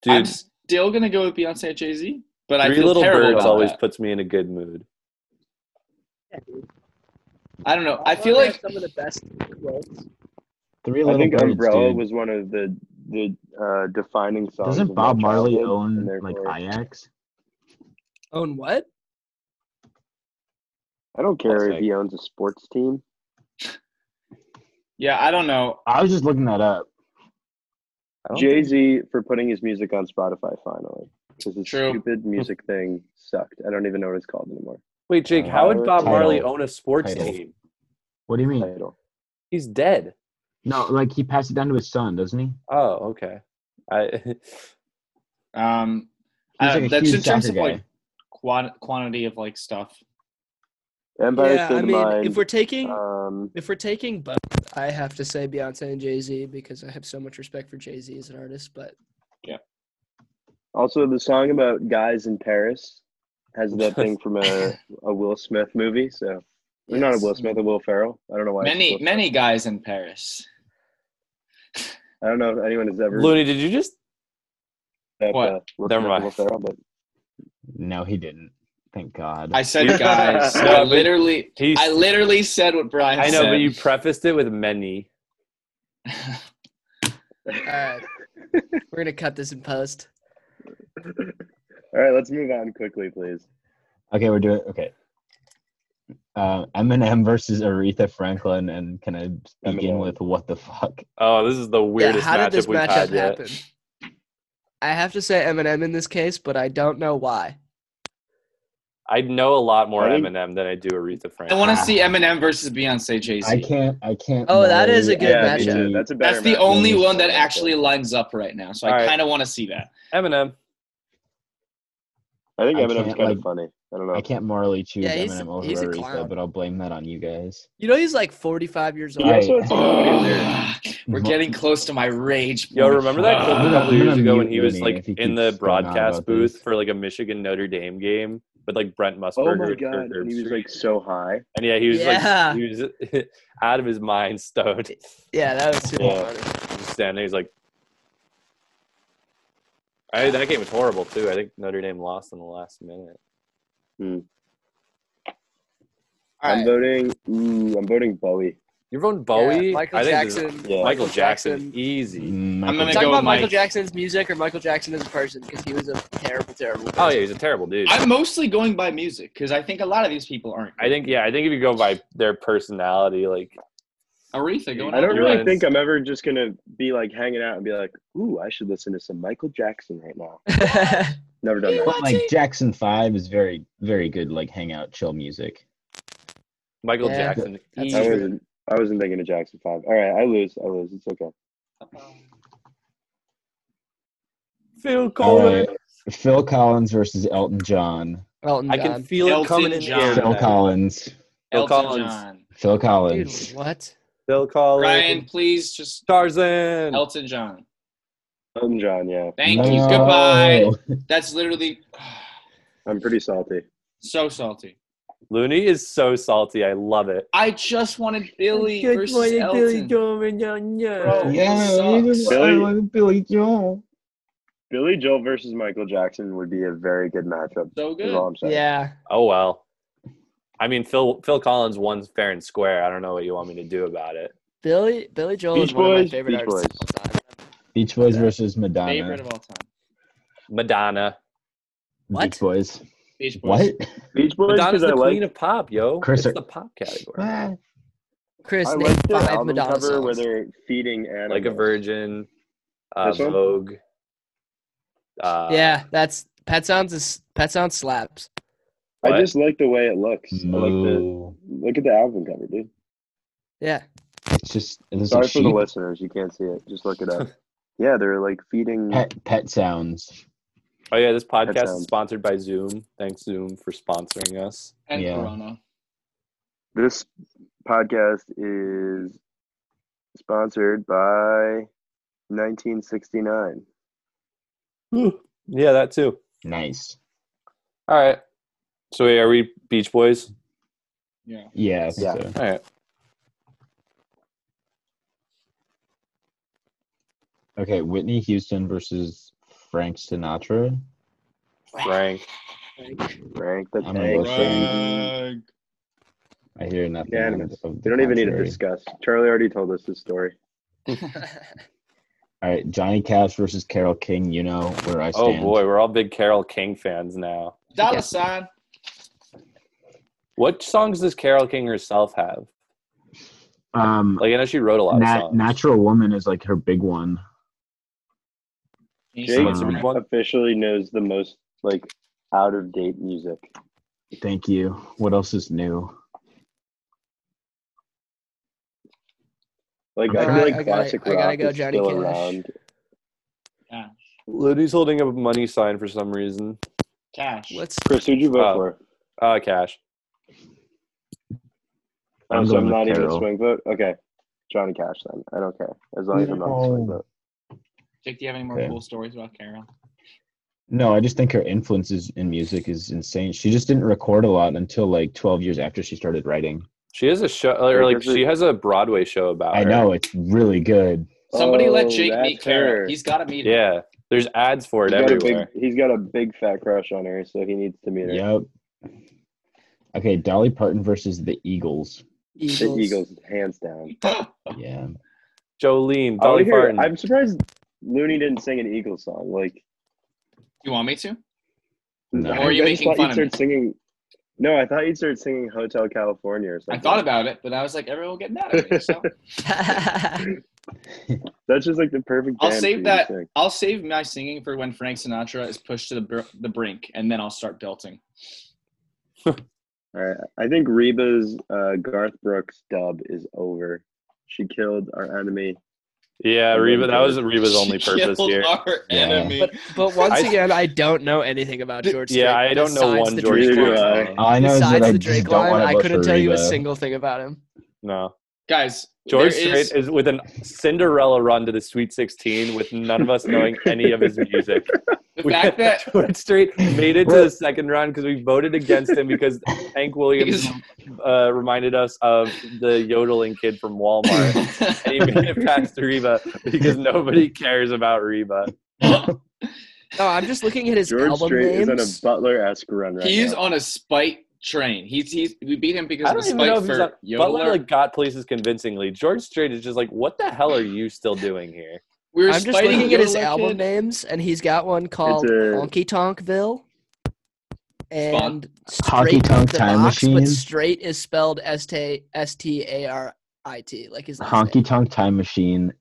[SPEAKER 1] Dude,
[SPEAKER 3] I'm still gonna go with Beyonce and Jay Z, but I
[SPEAKER 1] Three
[SPEAKER 3] feel
[SPEAKER 1] Little
[SPEAKER 3] terrible
[SPEAKER 1] Birds
[SPEAKER 3] about
[SPEAKER 1] always
[SPEAKER 3] that.
[SPEAKER 1] puts me in a good mood.
[SPEAKER 5] Yeah, dude.
[SPEAKER 3] I don't know. I
[SPEAKER 5] Bob
[SPEAKER 3] feel
[SPEAKER 5] Marley
[SPEAKER 3] like
[SPEAKER 5] has some of the best roles.
[SPEAKER 4] Three
[SPEAKER 2] I
[SPEAKER 4] little
[SPEAKER 2] think
[SPEAKER 4] birds.
[SPEAKER 2] Umbrella
[SPEAKER 4] dude.
[SPEAKER 2] was one of the the uh, defining songs.
[SPEAKER 4] Doesn't
[SPEAKER 2] of my
[SPEAKER 4] Bob Marley
[SPEAKER 2] childhood,
[SPEAKER 4] own
[SPEAKER 2] and
[SPEAKER 4] like
[SPEAKER 2] therefore-
[SPEAKER 4] Ajax?
[SPEAKER 5] Own what?
[SPEAKER 2] I don't care if
[SPEAKER 4] Classic.
[SPEAKER 2] he owns a sports team.
[SPEAKER 3] yeah, I don't know.
[SPEAKER 4] I was just looking that up.
[SPEAKER 1] I don't
[SPEAKER 2] Jay
[SPEAKER 1] think-
[SPEAKER 2] Z for putting his music on Spotify finally because his
[SPEAKER 3] True.
[SPEAKER 2] stupid music thing sucked. I don't even know what it's called anymore.
[SPEAKER 1] Wait, Jake, how would Bob
[SPEAKER 4] Title.
[SPEAKER 1] Marley own a sports
[SPEAKER 4] Title.
[SPEAKER 1] team?
[SPEAKER 4] What do you mean?
[SPEAKER 2] Title.
[SPEAKER 1] He's dead.
[SPEAKER 4] No, like he passed it down to his son, doesn't he?
[SPEAKER 1] Oh, okay. I [laughs]
[SPEAKER 3] Um, I
[SPEAKER 4] He's
[SPEAKER 3] don't-
[SPEAKER 4] like a
[SPEAKER 3] that's
[SPEAKER 4] huge
[SPEAKER 3] in terms
[SPEAKER 4] soccer
[SPEAKER 3] of
[SPEAKER 4] guy.
[SPEAKER 3] like quant- quantity of like stuff.
[SPEAKER 2] Empire
[SPEAKER 5] Yeah,
[SPEAKER 2] State
[SPEAKER 5] I
[SPEAKER 2] of
[SPEAKER 5] mean,
[SPEAKER 2] Mind.
[SPEAKER 5] if we're taking
[SPEAKER 2] um,
[SPEAKER 5] if we're taking both, I have to say Beyonce and Jay Z because I have so much respect for Jay Z as an artist. But
[SPEAKER 2] also, the song about guys in Paris
[SPEAKER 4] [laughs]
[SPEAKER 2] has that thing from a, a Will Smith movie. So or not a
[SPEAKER 5] yes.
[SPEAKER 2] Will Smith, a Will Ferrell. I don't know why. I said
[SPEAKER 3] Many
[SPEAKER 2] Will Ferrell.
[SPEAKER 3] many guys in Paris.
[SPEAKER 2] I don't know if anyone has ever.
[SPEAKER 1] Looney, did you just
[SPEAKER 2] that,
[SPEAKER 3] What?
[SPEAKER 2] uh, Will
[SPEAKER 1] Never
[SPEAKER 2] Smith,
[SPEAKER 1] mind.
[SPEAKER 2] Will Ferrell, but
[SPEAKER 4] No, he didn't. Thank God.
[SPEAKER 3] I said guys.
[SPEAKER 1] No,
[SPEAKER 3] I
[SPEAKER 1] but-
[SPEAKER 3] literally
[SPEAKER 1] he's
[SPEAKER 3] I literally said what Brian
[SPEAKER 1] I know,
[SPEAKER 3] said.
[SPEAKER 1] but you prefaced it with many.
[SPEAKER 5] all right, we're gonna cut this in post.
[SPEAKER 2] All right, let's move on quickly, please.
[SPEAKER 4] Okay, we're doing okay. Uh, Eminem versus Aretha Franklin, and can I begin
[SPEAKER 2] Eminem.
[SPEAKER 4] with what the fuck?
[SPEAKER 1] Oh, this is the weirdest
[SPEAKER 5] yeah, how did
[SPEAKER 1] matchup
[SPEAKER 5] this
[SPEAKER 1] we've
[SPEAKER 5] matchup
[SPEAKER 1] had yet.
[SPEAKER 5] happen? I have to say Eminem in this case, but I don't know why.
[SPEAKER 1] I know a lot more
[SPEAKER 2] Ready?
[SPEAKER 1] Eminem than I do Aretha
[SPEAKER 3] I
[SPEAKER 1] Franklin.
[SPEAKER 3] want to see Eminem versus Beyonce Jay
[SPEAKER 4] I
[SPEAKER 3] Z.
[SPEAKER 4] can't. I can't.
[SPEAKER 5] Oh, that is a
[SPEAKER 4] marry
[SPEAKER 5] good
[SPEAKER 4] and
[SPEAKER 5] matchup.
[SPEAKER 4] be-
[SPEAKER 5] Yeah,
[SPEAKER 2] That's a better.
[SPEAKER 3] That's the
[SPEAKER 2] matchup.
[SPEAKER 3] only
[SPEAKER 4] Genius.
[SPEAKER 3] one that actually lines up right now, so
[SPEAKER 1] All
[SPEAKER 3] I
[SPEAKER 1] right.
[SPEAKER 3] kind of want to see that.
[SPEAKER 1] Eminem.
[SPEAKER 2] I think
[SPEAKER 4] I
[SPEAKER 2] Eminem's
[SPEAKER 4] can't,
[SPEAKER 2] kind
[SPEAKER 4] like-
[SPEAKER 2] of funny. I don't know.
[SPEAKER 4] I can't morally choose
[SPEAKER 5] Yeah, he's-
[SPEAKER 4] Eminem over
[SPEAKER 5] he's a
[SPEAKER 4] Aretha,
[SPEAKER 5] clown.
[SPEAKER 4] but I'll blame that on you guys.
[SPEAKER 5] You know he's like 45 years old.
[SPEAKER 2] He also had some comedy lyrics.
[SPEAKER 3] We're
[SPEAKER 4] Mo-
[SPEAKER 3] getting close to my rage.
[SPEAKER 1] Yo,
[SPEAKER 3] point. Ah.
[SPEAKER 1] remember that clip
[SPEAKER 4] I'm
[SPEAKER 1] a
[SPEAKER 4] gonna-
[SPEAKER 1] couple
[SPEAKER 4] I'm
[SPEAKER 1] years
[SPEAKER 4] gonna
[SPEAKER 1] ago
[SPEAKER 4] mute
[SPEAKER 1] when he was
[SPEAKER 4] Looney
[SPEAKER 1] like
[SPEAKER 4] if he
[SPEAKER 1] in
[SPEAKER 4] keeps
[SPEAKER 1] the
[SPEAKER 4] going on
[SPEAKER 1] broadcast
[SPEAKER 4] about
[SPEAKER 1] booth
[SPEAKER 4] this.
[SPEAKER 1] for like a Michigan Notre Dame game with like Brent Musburger?
[SPEAKER 2] Oh my
[SPEAKER 1] and Kirk
[SPEAKER 2] god! And he was
[SPEAKER 1] Herbstreit?
[SPEAKER 2] like so high.
[SPEAKER 1] and yeah, he was
[SPEAKER 5] Yeah.
[SPEAKER 1] like he was [laughs] out of his mind, stoned.
[SPEAKER 5] Yeah, that was super
[SPEAKER 2] Yeah.
[SPEAKER 5] funny.
[SPEAKER 1] He's standing, he's like. I, that game was horrible too. I think Notre Dame lost in the last minute.
[SPEAKER 5] All
[SPEAKER 2] I'm
[SPEAKER 5] right.
[SPEAKER 2] voting. Ooh, I'm voting Bowie.
[SPEAKER 1] You're voting
[SPEAKER 5] Yeah,
[SPEAKER 1] Bowie.
[SPEAKER 5] Michael
[SPEAKER 1] I think this is-
[SPEAKER 5] Jackson.
[SPEAKER 2] Yeah.
[SPEAKER 1] Michael Jackson, easy.
[SPEAKER 4] Mm,
[SPEAKER 3] I'm
[SPEAKER 4] Michael
[SPEAKER 3] gonna
[SPEAKER 5] Talk
[SPEAKER 3] go
[SPEAKER 4] Jackson.
[SPEAKER 5] about
[SPEAKER 3] with Mike.
[SPEAKER 5] Michael Jackson's music or Michael Jackson as a person because he was a terrible,
[SPEAKER 3] [laughs]
[SPEAKER 5] terrible. [laughs] Person.
[SPEAKER 1] Oh yeah, he's a terrible dude.
[SPEAKER 3] I'm mostly going by music because I think a lot of these people aren't.
[SPEAKER 1] I think yeah, I think if you go by their personality, like
[SPEAKER 3] Aretha going.
[SPEAKER 2] I don't
[SPEAKER 1] You're
[SPEAKER 2] really
[SPEAKER 1] right.
[SPEAKER 2] think I'm ever just gonna be like hanging out and be like, "Ooh, I should listen to some Michael Jackson right now." Never done that.
[SPEAKER 4] But, like Jackson Five is very, very good. Like hangout, chill music.
[SPEAKER 1] Michael
[SPEAKER 5] Yeah.
[SPEAKER 1] Jackson.
[SPEAKER 5] That's
[SPEAKER 1] easy.
[SPEAKER 2] I
[SPEAKER 5] true.
[SPEAKER 2] wasn't. I wasn't thinking of Jackson Five. All right, I lose. I lose. It's okay.
[SPEAKER 1] Phil
[SPEAKER 4] Collins. Phil Collins versus Elton John.
[SPEAKER 5] Elton
[SPEAKER 1] I
[SPEAKER 5] John.
[SPEAKER 1] can feel it
[SPEAKER 3] Elton
[SPEAKER 1] coming in
[SPEAKER 3] John.
[SPEAKER 1] the air.
[SPEAKER 4] Phil
[SPEAKER 1] tonight.
[SPEAKER 4] Collins.
[SPEAKER 1] Phil
[SPEAKER 3] Elton
[SPEAKER 1] Collins.
[SPEAKER 3] John.
[SPEAKER 4] Phil
[SPEAKER 5] Dude,
[SPEAKER 4] Collins.
[SPEAKER 5] what?
[SPEAKER 1] Phil Collins.
[SPEAKER 3] Brian, please just
[SPEAKER 1] Tarzan.
[SPEAKER 3] Elton John.
[SPEAKER 2] Elton John. Yeah,
[SPEAKER 3] Thank you.
[SPEAKER 4] No.
[SPEAKER 3] Goodbye. That's literally [sighs]
[SPEAKER 2] I'm pretty salty.
[SPEAKER 3] so salty.
[SPEAKER 1] Looney is so salty. I love it.
[SPEAKER 3] I just wanted Billy versus Elton. Bro,
[SPEAKER 1] Elton.
[SPEAKER 4] Yeah,
[SPEAKER 3] it
[SPEAKER 4] you
[SPEAKER 3] sucks.
[SPEAKER 4] just- I
[SPEAKER 2] Billy-
[SPEAKER 4] love Billy Joel.
[SPEAKER 2] Billy Joel versus Michael Jackson would be a very good matchup.
[SPEAKER 3] So
[SPEAKER 2] Is
[SPEAKER 3] good.
[SPEAKER 2] all I'm saying.
[SPEAKER 5] Yeah.
[SPEAKER 1] Oh well. I mean, Phil Phil Collins won fair and square. I don't know what you want me to do about it.
[SPEAKER 5] Billy Billy Joel is
[SPEAKER 2] Beach
[SPEAKER 5] one of my
[SPEAKER 2] Boys,
[SPEAKER 5] favorite
[SPEAKER 2] Beach
[SPEAKER 5] artists
[SPEAKER 2] Boys.
[SPEAKER 5] of all time.
[SPEAKER 4] Beach Boys versus Madonna.
[SPEAKER 3] Favorite of all time.
[SPEAKER 1] Madonna.
[SPEAKER 5] What?
[SPEAKER 4] Beach Boys.
[SPEAKER 3] Beach Boys.
[SPEAKER 4] What?
[SPEAKER 2] [laughs] Beach Boys.
[SPEAKER 1] Madonna's
[SPEAKER 2] 'cause
[SPEAKER 1] the
[SPEAKER 2] I like
[SPEAKER 1] queen of pop, yo.
[SPEAKER 4] Chris-
[SPEAKER 1] it's the pop category.
[SPEAKER 4] Ah,
[SPEAKER 5] Chris,
[SPEAKER 2] I
[SPEAKER 5] name
[SPEAKER 2] like the
[SPEAKER 5] five
[SPEAKER 2] album
[SPEAKER 5] Madonna
[SPEAKER 2] cover where
[SPEAKER 5] songs.
[SPEAKER 2] they're feeding animals.
[SPEAKER 1] Like a Virgin, uh,
[SPEAKER 2] This one?
[SPEAKER 1] Vogue. Uh,
[SPEAKER 5] yeah, that's Pet Sounds is Pet Sounds slaps.
[SPEAKER 2] I
[SPEAKER 1] What?
[SPEAKER 2] just like the way it looks. I like the
[SPEAKER 4] moo.
[SPEAKER 2] look at the album cover, dude.
[SPEAKER 5] Yeah.
[SPEAKER 4] It's just it was
[SPEAKER 2] Sorry
[SPEAKER 4] like
[SPEAKER 2] for the
[SPEAKER 4] sheep.
[SPEAKER 2] listeners, you can't see it. Just look it up. yeah, they're like feeding.
[SPEAKER 4] Pet, pet sounds.
[SPEAKER 1] Oh yeah, this podcast
[SPEAKER 2] sounds-
[SPEAKER 1] is sponsored by Zoom. Thanks Zoom for sponsoring us.
[SPEAKER 3] And
[SPEAKER 4] Yeah.
[SPEAKER 3] Corona.
[SPEAKER 2] This podcast is sponsored by 1969.
[SPEAKER 1] Yeah, that too.
[SPEAKER 4] Nice.
[SPEAKER 1] All right. So wait, are we Beach Boys?
[SPEAKER 3] Yeah.
[SPEAKER 4] Yeah, I think
[SPEAKER 2] Yeah.
[SPEAKER 4] so.
[SPEAKER 1] All right.
[SPEAKER 4] Okay, Whitney Houston versus Frank Sinatra.
[SPEAKER 1] Frank.
[SPEAKER 5] Like,
[SPEAKER 2] Frank the
[SPEAKER 4] I'm gonna
[SPEAKER 2] tank.
[SPEAKER 4] vote for
[SPEAKER 2] baby.
[SPEAKER 3] Frank.
[SPEAKER 4] I hear nothing.
[SPEAKER 2] Yeah,
[SPEAKER 4] of
[SPEAKER 2] no,
[SPEAKER 4] the- of the
[SPEAKER 2] We don't even need to
[SPEAKER 4] contrary.
[SPEAKER 2] discuss. Charlie already told us his story.
[SPEAKER 4] All right, Johnny Cash versus Carol King. You know where I
[SPEAKER 1] Oh
[SPEAKER 4] stand.
[SPEAKER 1] boy, we're all big Carol King fans now.
[SPEAKER 3] Dollar sign.
[SPEAKER 1] What songs does Carol King herself have?
[SPEAKER 4] Um,
[SPEAKER 1] Like I know she wrote a lot of
[SPEAKER 4] Nat-
[SPEAKER 1] songs.
[SPEAKER 4] Natural Woman is like her big one.
[SPEAKER 3] Can you
[SPEAKER 2] Jake
[SPEAKER 4] wants to
[SPEAKER 3] sing it
[SPEAKER 4] read
[SPEAKER 3] for me?
[SPEAKER 2] officially knows the most like out of date music.
[SPEAKER 4] Thank you. What else is new?
[SPEAKER 2] Like I
[SPEAKER 4] All
[SPEAKER 2] feel
[SPEAKER 4] right,
[SPEAKER 2] like
[SPEAKER 5] I gotta-
[SPEAKER 2] classic
[SPEAKER 5] I gotta
[SPEAKER 2] rock
[SPEAKER 5] go
[SPEAKER 2] is
[SPEAKER 5] Johnny
[SPEAKER 2] still
[SPEAKER 5] Cash.
[SPEAKER 2] around.
[SPEAKER 1] Liddy's holding up a money sign for some reason.
[SPEAKER 3] Cash.
[SPEAKER 5] let's
[SPEAKER 2] Chris, who'd you vote
[SPEAKER 1] Oh.
[SPEAKER 2] for?
[SPEAKER 1] Uh cash.
[SPEAKER 2] Oh,
[SPEAKER 4] I'm
[SPEAKER 2] so I'm
[SPEAKER 4] going with
[SPEAKER 2] not even a
[SPEAKER 4] Carol.
[SPEAKER 2] swing vote. Okay, Johnny Cash then. I don't care as long as I'm not a swing
[SPEAKER 4] No.
[SPEAKER 2] vote.
[SPEAKER 3] Jake, do you have any more
[SPEAKER 4] Okay.
[SPEAKER 3] cool stories about Carol?
[SPEAKER 4] No, I just think her influences in music is insane. She just didn't record a lot until like 12 years after she started writing.
[SPEAKER 1] She has a show or like
[SPEAKER 2] Is it-
[SPEAKER 1] she has a Broadway show about
[SPEAKER 4] I
[SPEAKER 1] her.
[SPEAKER 4] know it's really good.
[SPEAKER 3] Somebody let
[SPEAKER 2] Oh,
[SPEAKER 3] Jake
[SPEAKER 2] that's
[SPEAKER 3] meet Carol.
[SPEAKER 2] her.
[SPEAKER 3] He's got to meet her.
[SPEAKER 1] Yeah. There's ads for it
[SPEAKER 2] He's got, a big,
[SPEAKER 1] everywhere.
[SPEAKER 2] he's got a big fat crush on her, so he needs to meet her.
[SPEAKER 4] Yep. Okay, Dolly Parton versus the Eagles.
[SPEAKER 5] Eagles.
[SPEAKER 2] The Eagles, hands down.
[SPEAKER 4] Yeah.
[SPEAKER 1] Jolene,
[SPEAKER 2] I wanna
[SPEAKER 1] Dolly
[SPEAKER 2] hear-
[SPEAKER 1] Parton.
[SPEAKER 2] Oh, I'm surprised Looney didn't sing an Eagles song. Like,
[SPEAKER 3] you want me to?
[SPEAKER 4] No.
[SPEAKER 2] I-
[SPEAKER 4] Or are
[SPEAKER 3] you
[SPEAKER 2] I just
[SPEAKER 3] making
[SPEAKER 2] thought
[SPEAKER 3] fun
[SPEAKER 2] you'd
[SPEAKER 3] of
[SPEAKER 2] start
[SPEAKER 3] me?
[SPEAKER 2] singing. No, I thought you'd start singing Hotel California or
[SPEAKER 3] I
[SPEAKER 2] something.
[SPEAKER 3] thought about it, but I was like, everyone will get mad at me. [laughs] So
[SPEAKER 2] That's just like the perfect.
[SPEAKER 3] I'll
[SPEAKER 2] band for
[SPEAKER 3] save
[SPEAKER 2] you to
[SPEAKER 3] that.
[SPEAKER 2] sing.
[SPEAKER 3] I'll save my singing for when Frank Sinatra is pushed to the br- the brink, and then I'll start belting.
[SPEAKER 2] All right. I think Reba's uh, Garth Brooks dub is over. She killed our enemy.
[SPEAKER 1] yeah, Reba that was Reba's
[SPEAKER 3] [laughs] She
[SPEAKER 1] only purpose
[SPEAKER 3] killed
[SPEAKER 1] here.
[SPEAKER 3] Our
[SPEAKER 4] Yeah.
[SPEAKER 3] enemy.
[SPEAKER 5] but, [laughs] but once
[SPEAKER 1] I-
[SPEAKER 5] again, I don't know anything about
[SPEAKER 3] Th-
[SPEAKER 5] George.
[SPEAKER 1] Yeah, I
[SPEAKER 5] Strait
[SPEAKER 1] don't know
[SPEAKER 5] besides
[SPEAKER 1] one
[SPEAKER 5] the
[SPEAKER 1] George
[SPEAKER 5] Drake
[SPEAKER 2] Neither do
[SPEAKER 5] line.
[SPEAKER 2] I.
[SPEAKER 4] All I know is that
[SPEAKER 5] Besides
[SPEAKER 4] I
[SPEAKER 5] the
[SPEAKER 4] just
[SPEAKER 5] Drake
[SPEAKER 4] don't
[SPEAKER 5] line,
[SPEAKER 4] want to
[SPEAKER 5] I
[SPEAKER 4] vote
[SPEAKER 5] couldn't
[SPEAKER 4] for
[SPEAKER 5] tell you a
[SPEAKER 4] Reba.
[SPEAKER 5] single thing about him.
[SPEAKER 1] No.
[SPEAKER 3] Guys,
[SPEAKER 1] George
[SPEAKER 3] there is-
[SPEAKER 1] Strait is with an Cinderella run to the Sweet 16 with none of us knowing any of his music.
[SPEAKER 3] the
[SPEAKER 1] We-
[SPEAKER 3] fact that
[SPEAKER 1] [laughs] George Strait made it to
[SPEAKER 4] Well-
[SPEAKER 1] the second round because we voted against him because Hank Williams uh, reminded us of the yodeling kid from Walmart. [laughs] And he made it past Reba because nobody cares about Reba.
[SPEAKER 3] [laughs]
[SPEAKER 5] No, I'm just looking at his
[SPEAKER 2] George
[SPEAKER 5] album
[SPEAKER 2] Strait
[SPEAKER 5] names.
[SPEAKER 2] is on a Butler esque run right
[SPEAKER 3] he's
[SPEAKER 2] now.
[SPEAKER 3] on a spite train. He's he's we beat him because
[SPEAKER 1] I
[SPEAKER 3] of
[SPEAKER 1] don't
[SPEAKER 3] the
[SPEAKER 1] even know
[SPEAKER 3] spike
[SPEAKER 1] if he's
[SPEAKER 3] for
[SPEAKER 1] on. Butler
[SPEAKER 3] Yodeler.
[SPEAKER 1] like got places convincingly. George Strait is just like, what the hell are you still doing here?
[SPEAKER 3] We were
[SPEAKER 5] I'm just
[SPEAKER 3] spiting
[SPEAKER 5] looking at his
[SPEAKER 3] Yodeler
[SPEAKER 5] album
[SPEAKER 3] kid.
[SPEAKER 5] names, and he's got one called
[SPEAKER 2] a-
[SPEAKER 5] Honky Tonkville and
[SPEAKER 4] Hockey
[SPEAKER 5] Straight
[SPEAKER 4] Tonk
[SPEAKER 5] the
[SPEAKER 4] Time
[SPEAKER 5] Box,
[SPEAKER 4] Machine.
[SPEAKER 5] but Straight is spelled S T S T A R I T, like his last
[SPEAKER 4] Honky Tonk Time Machine.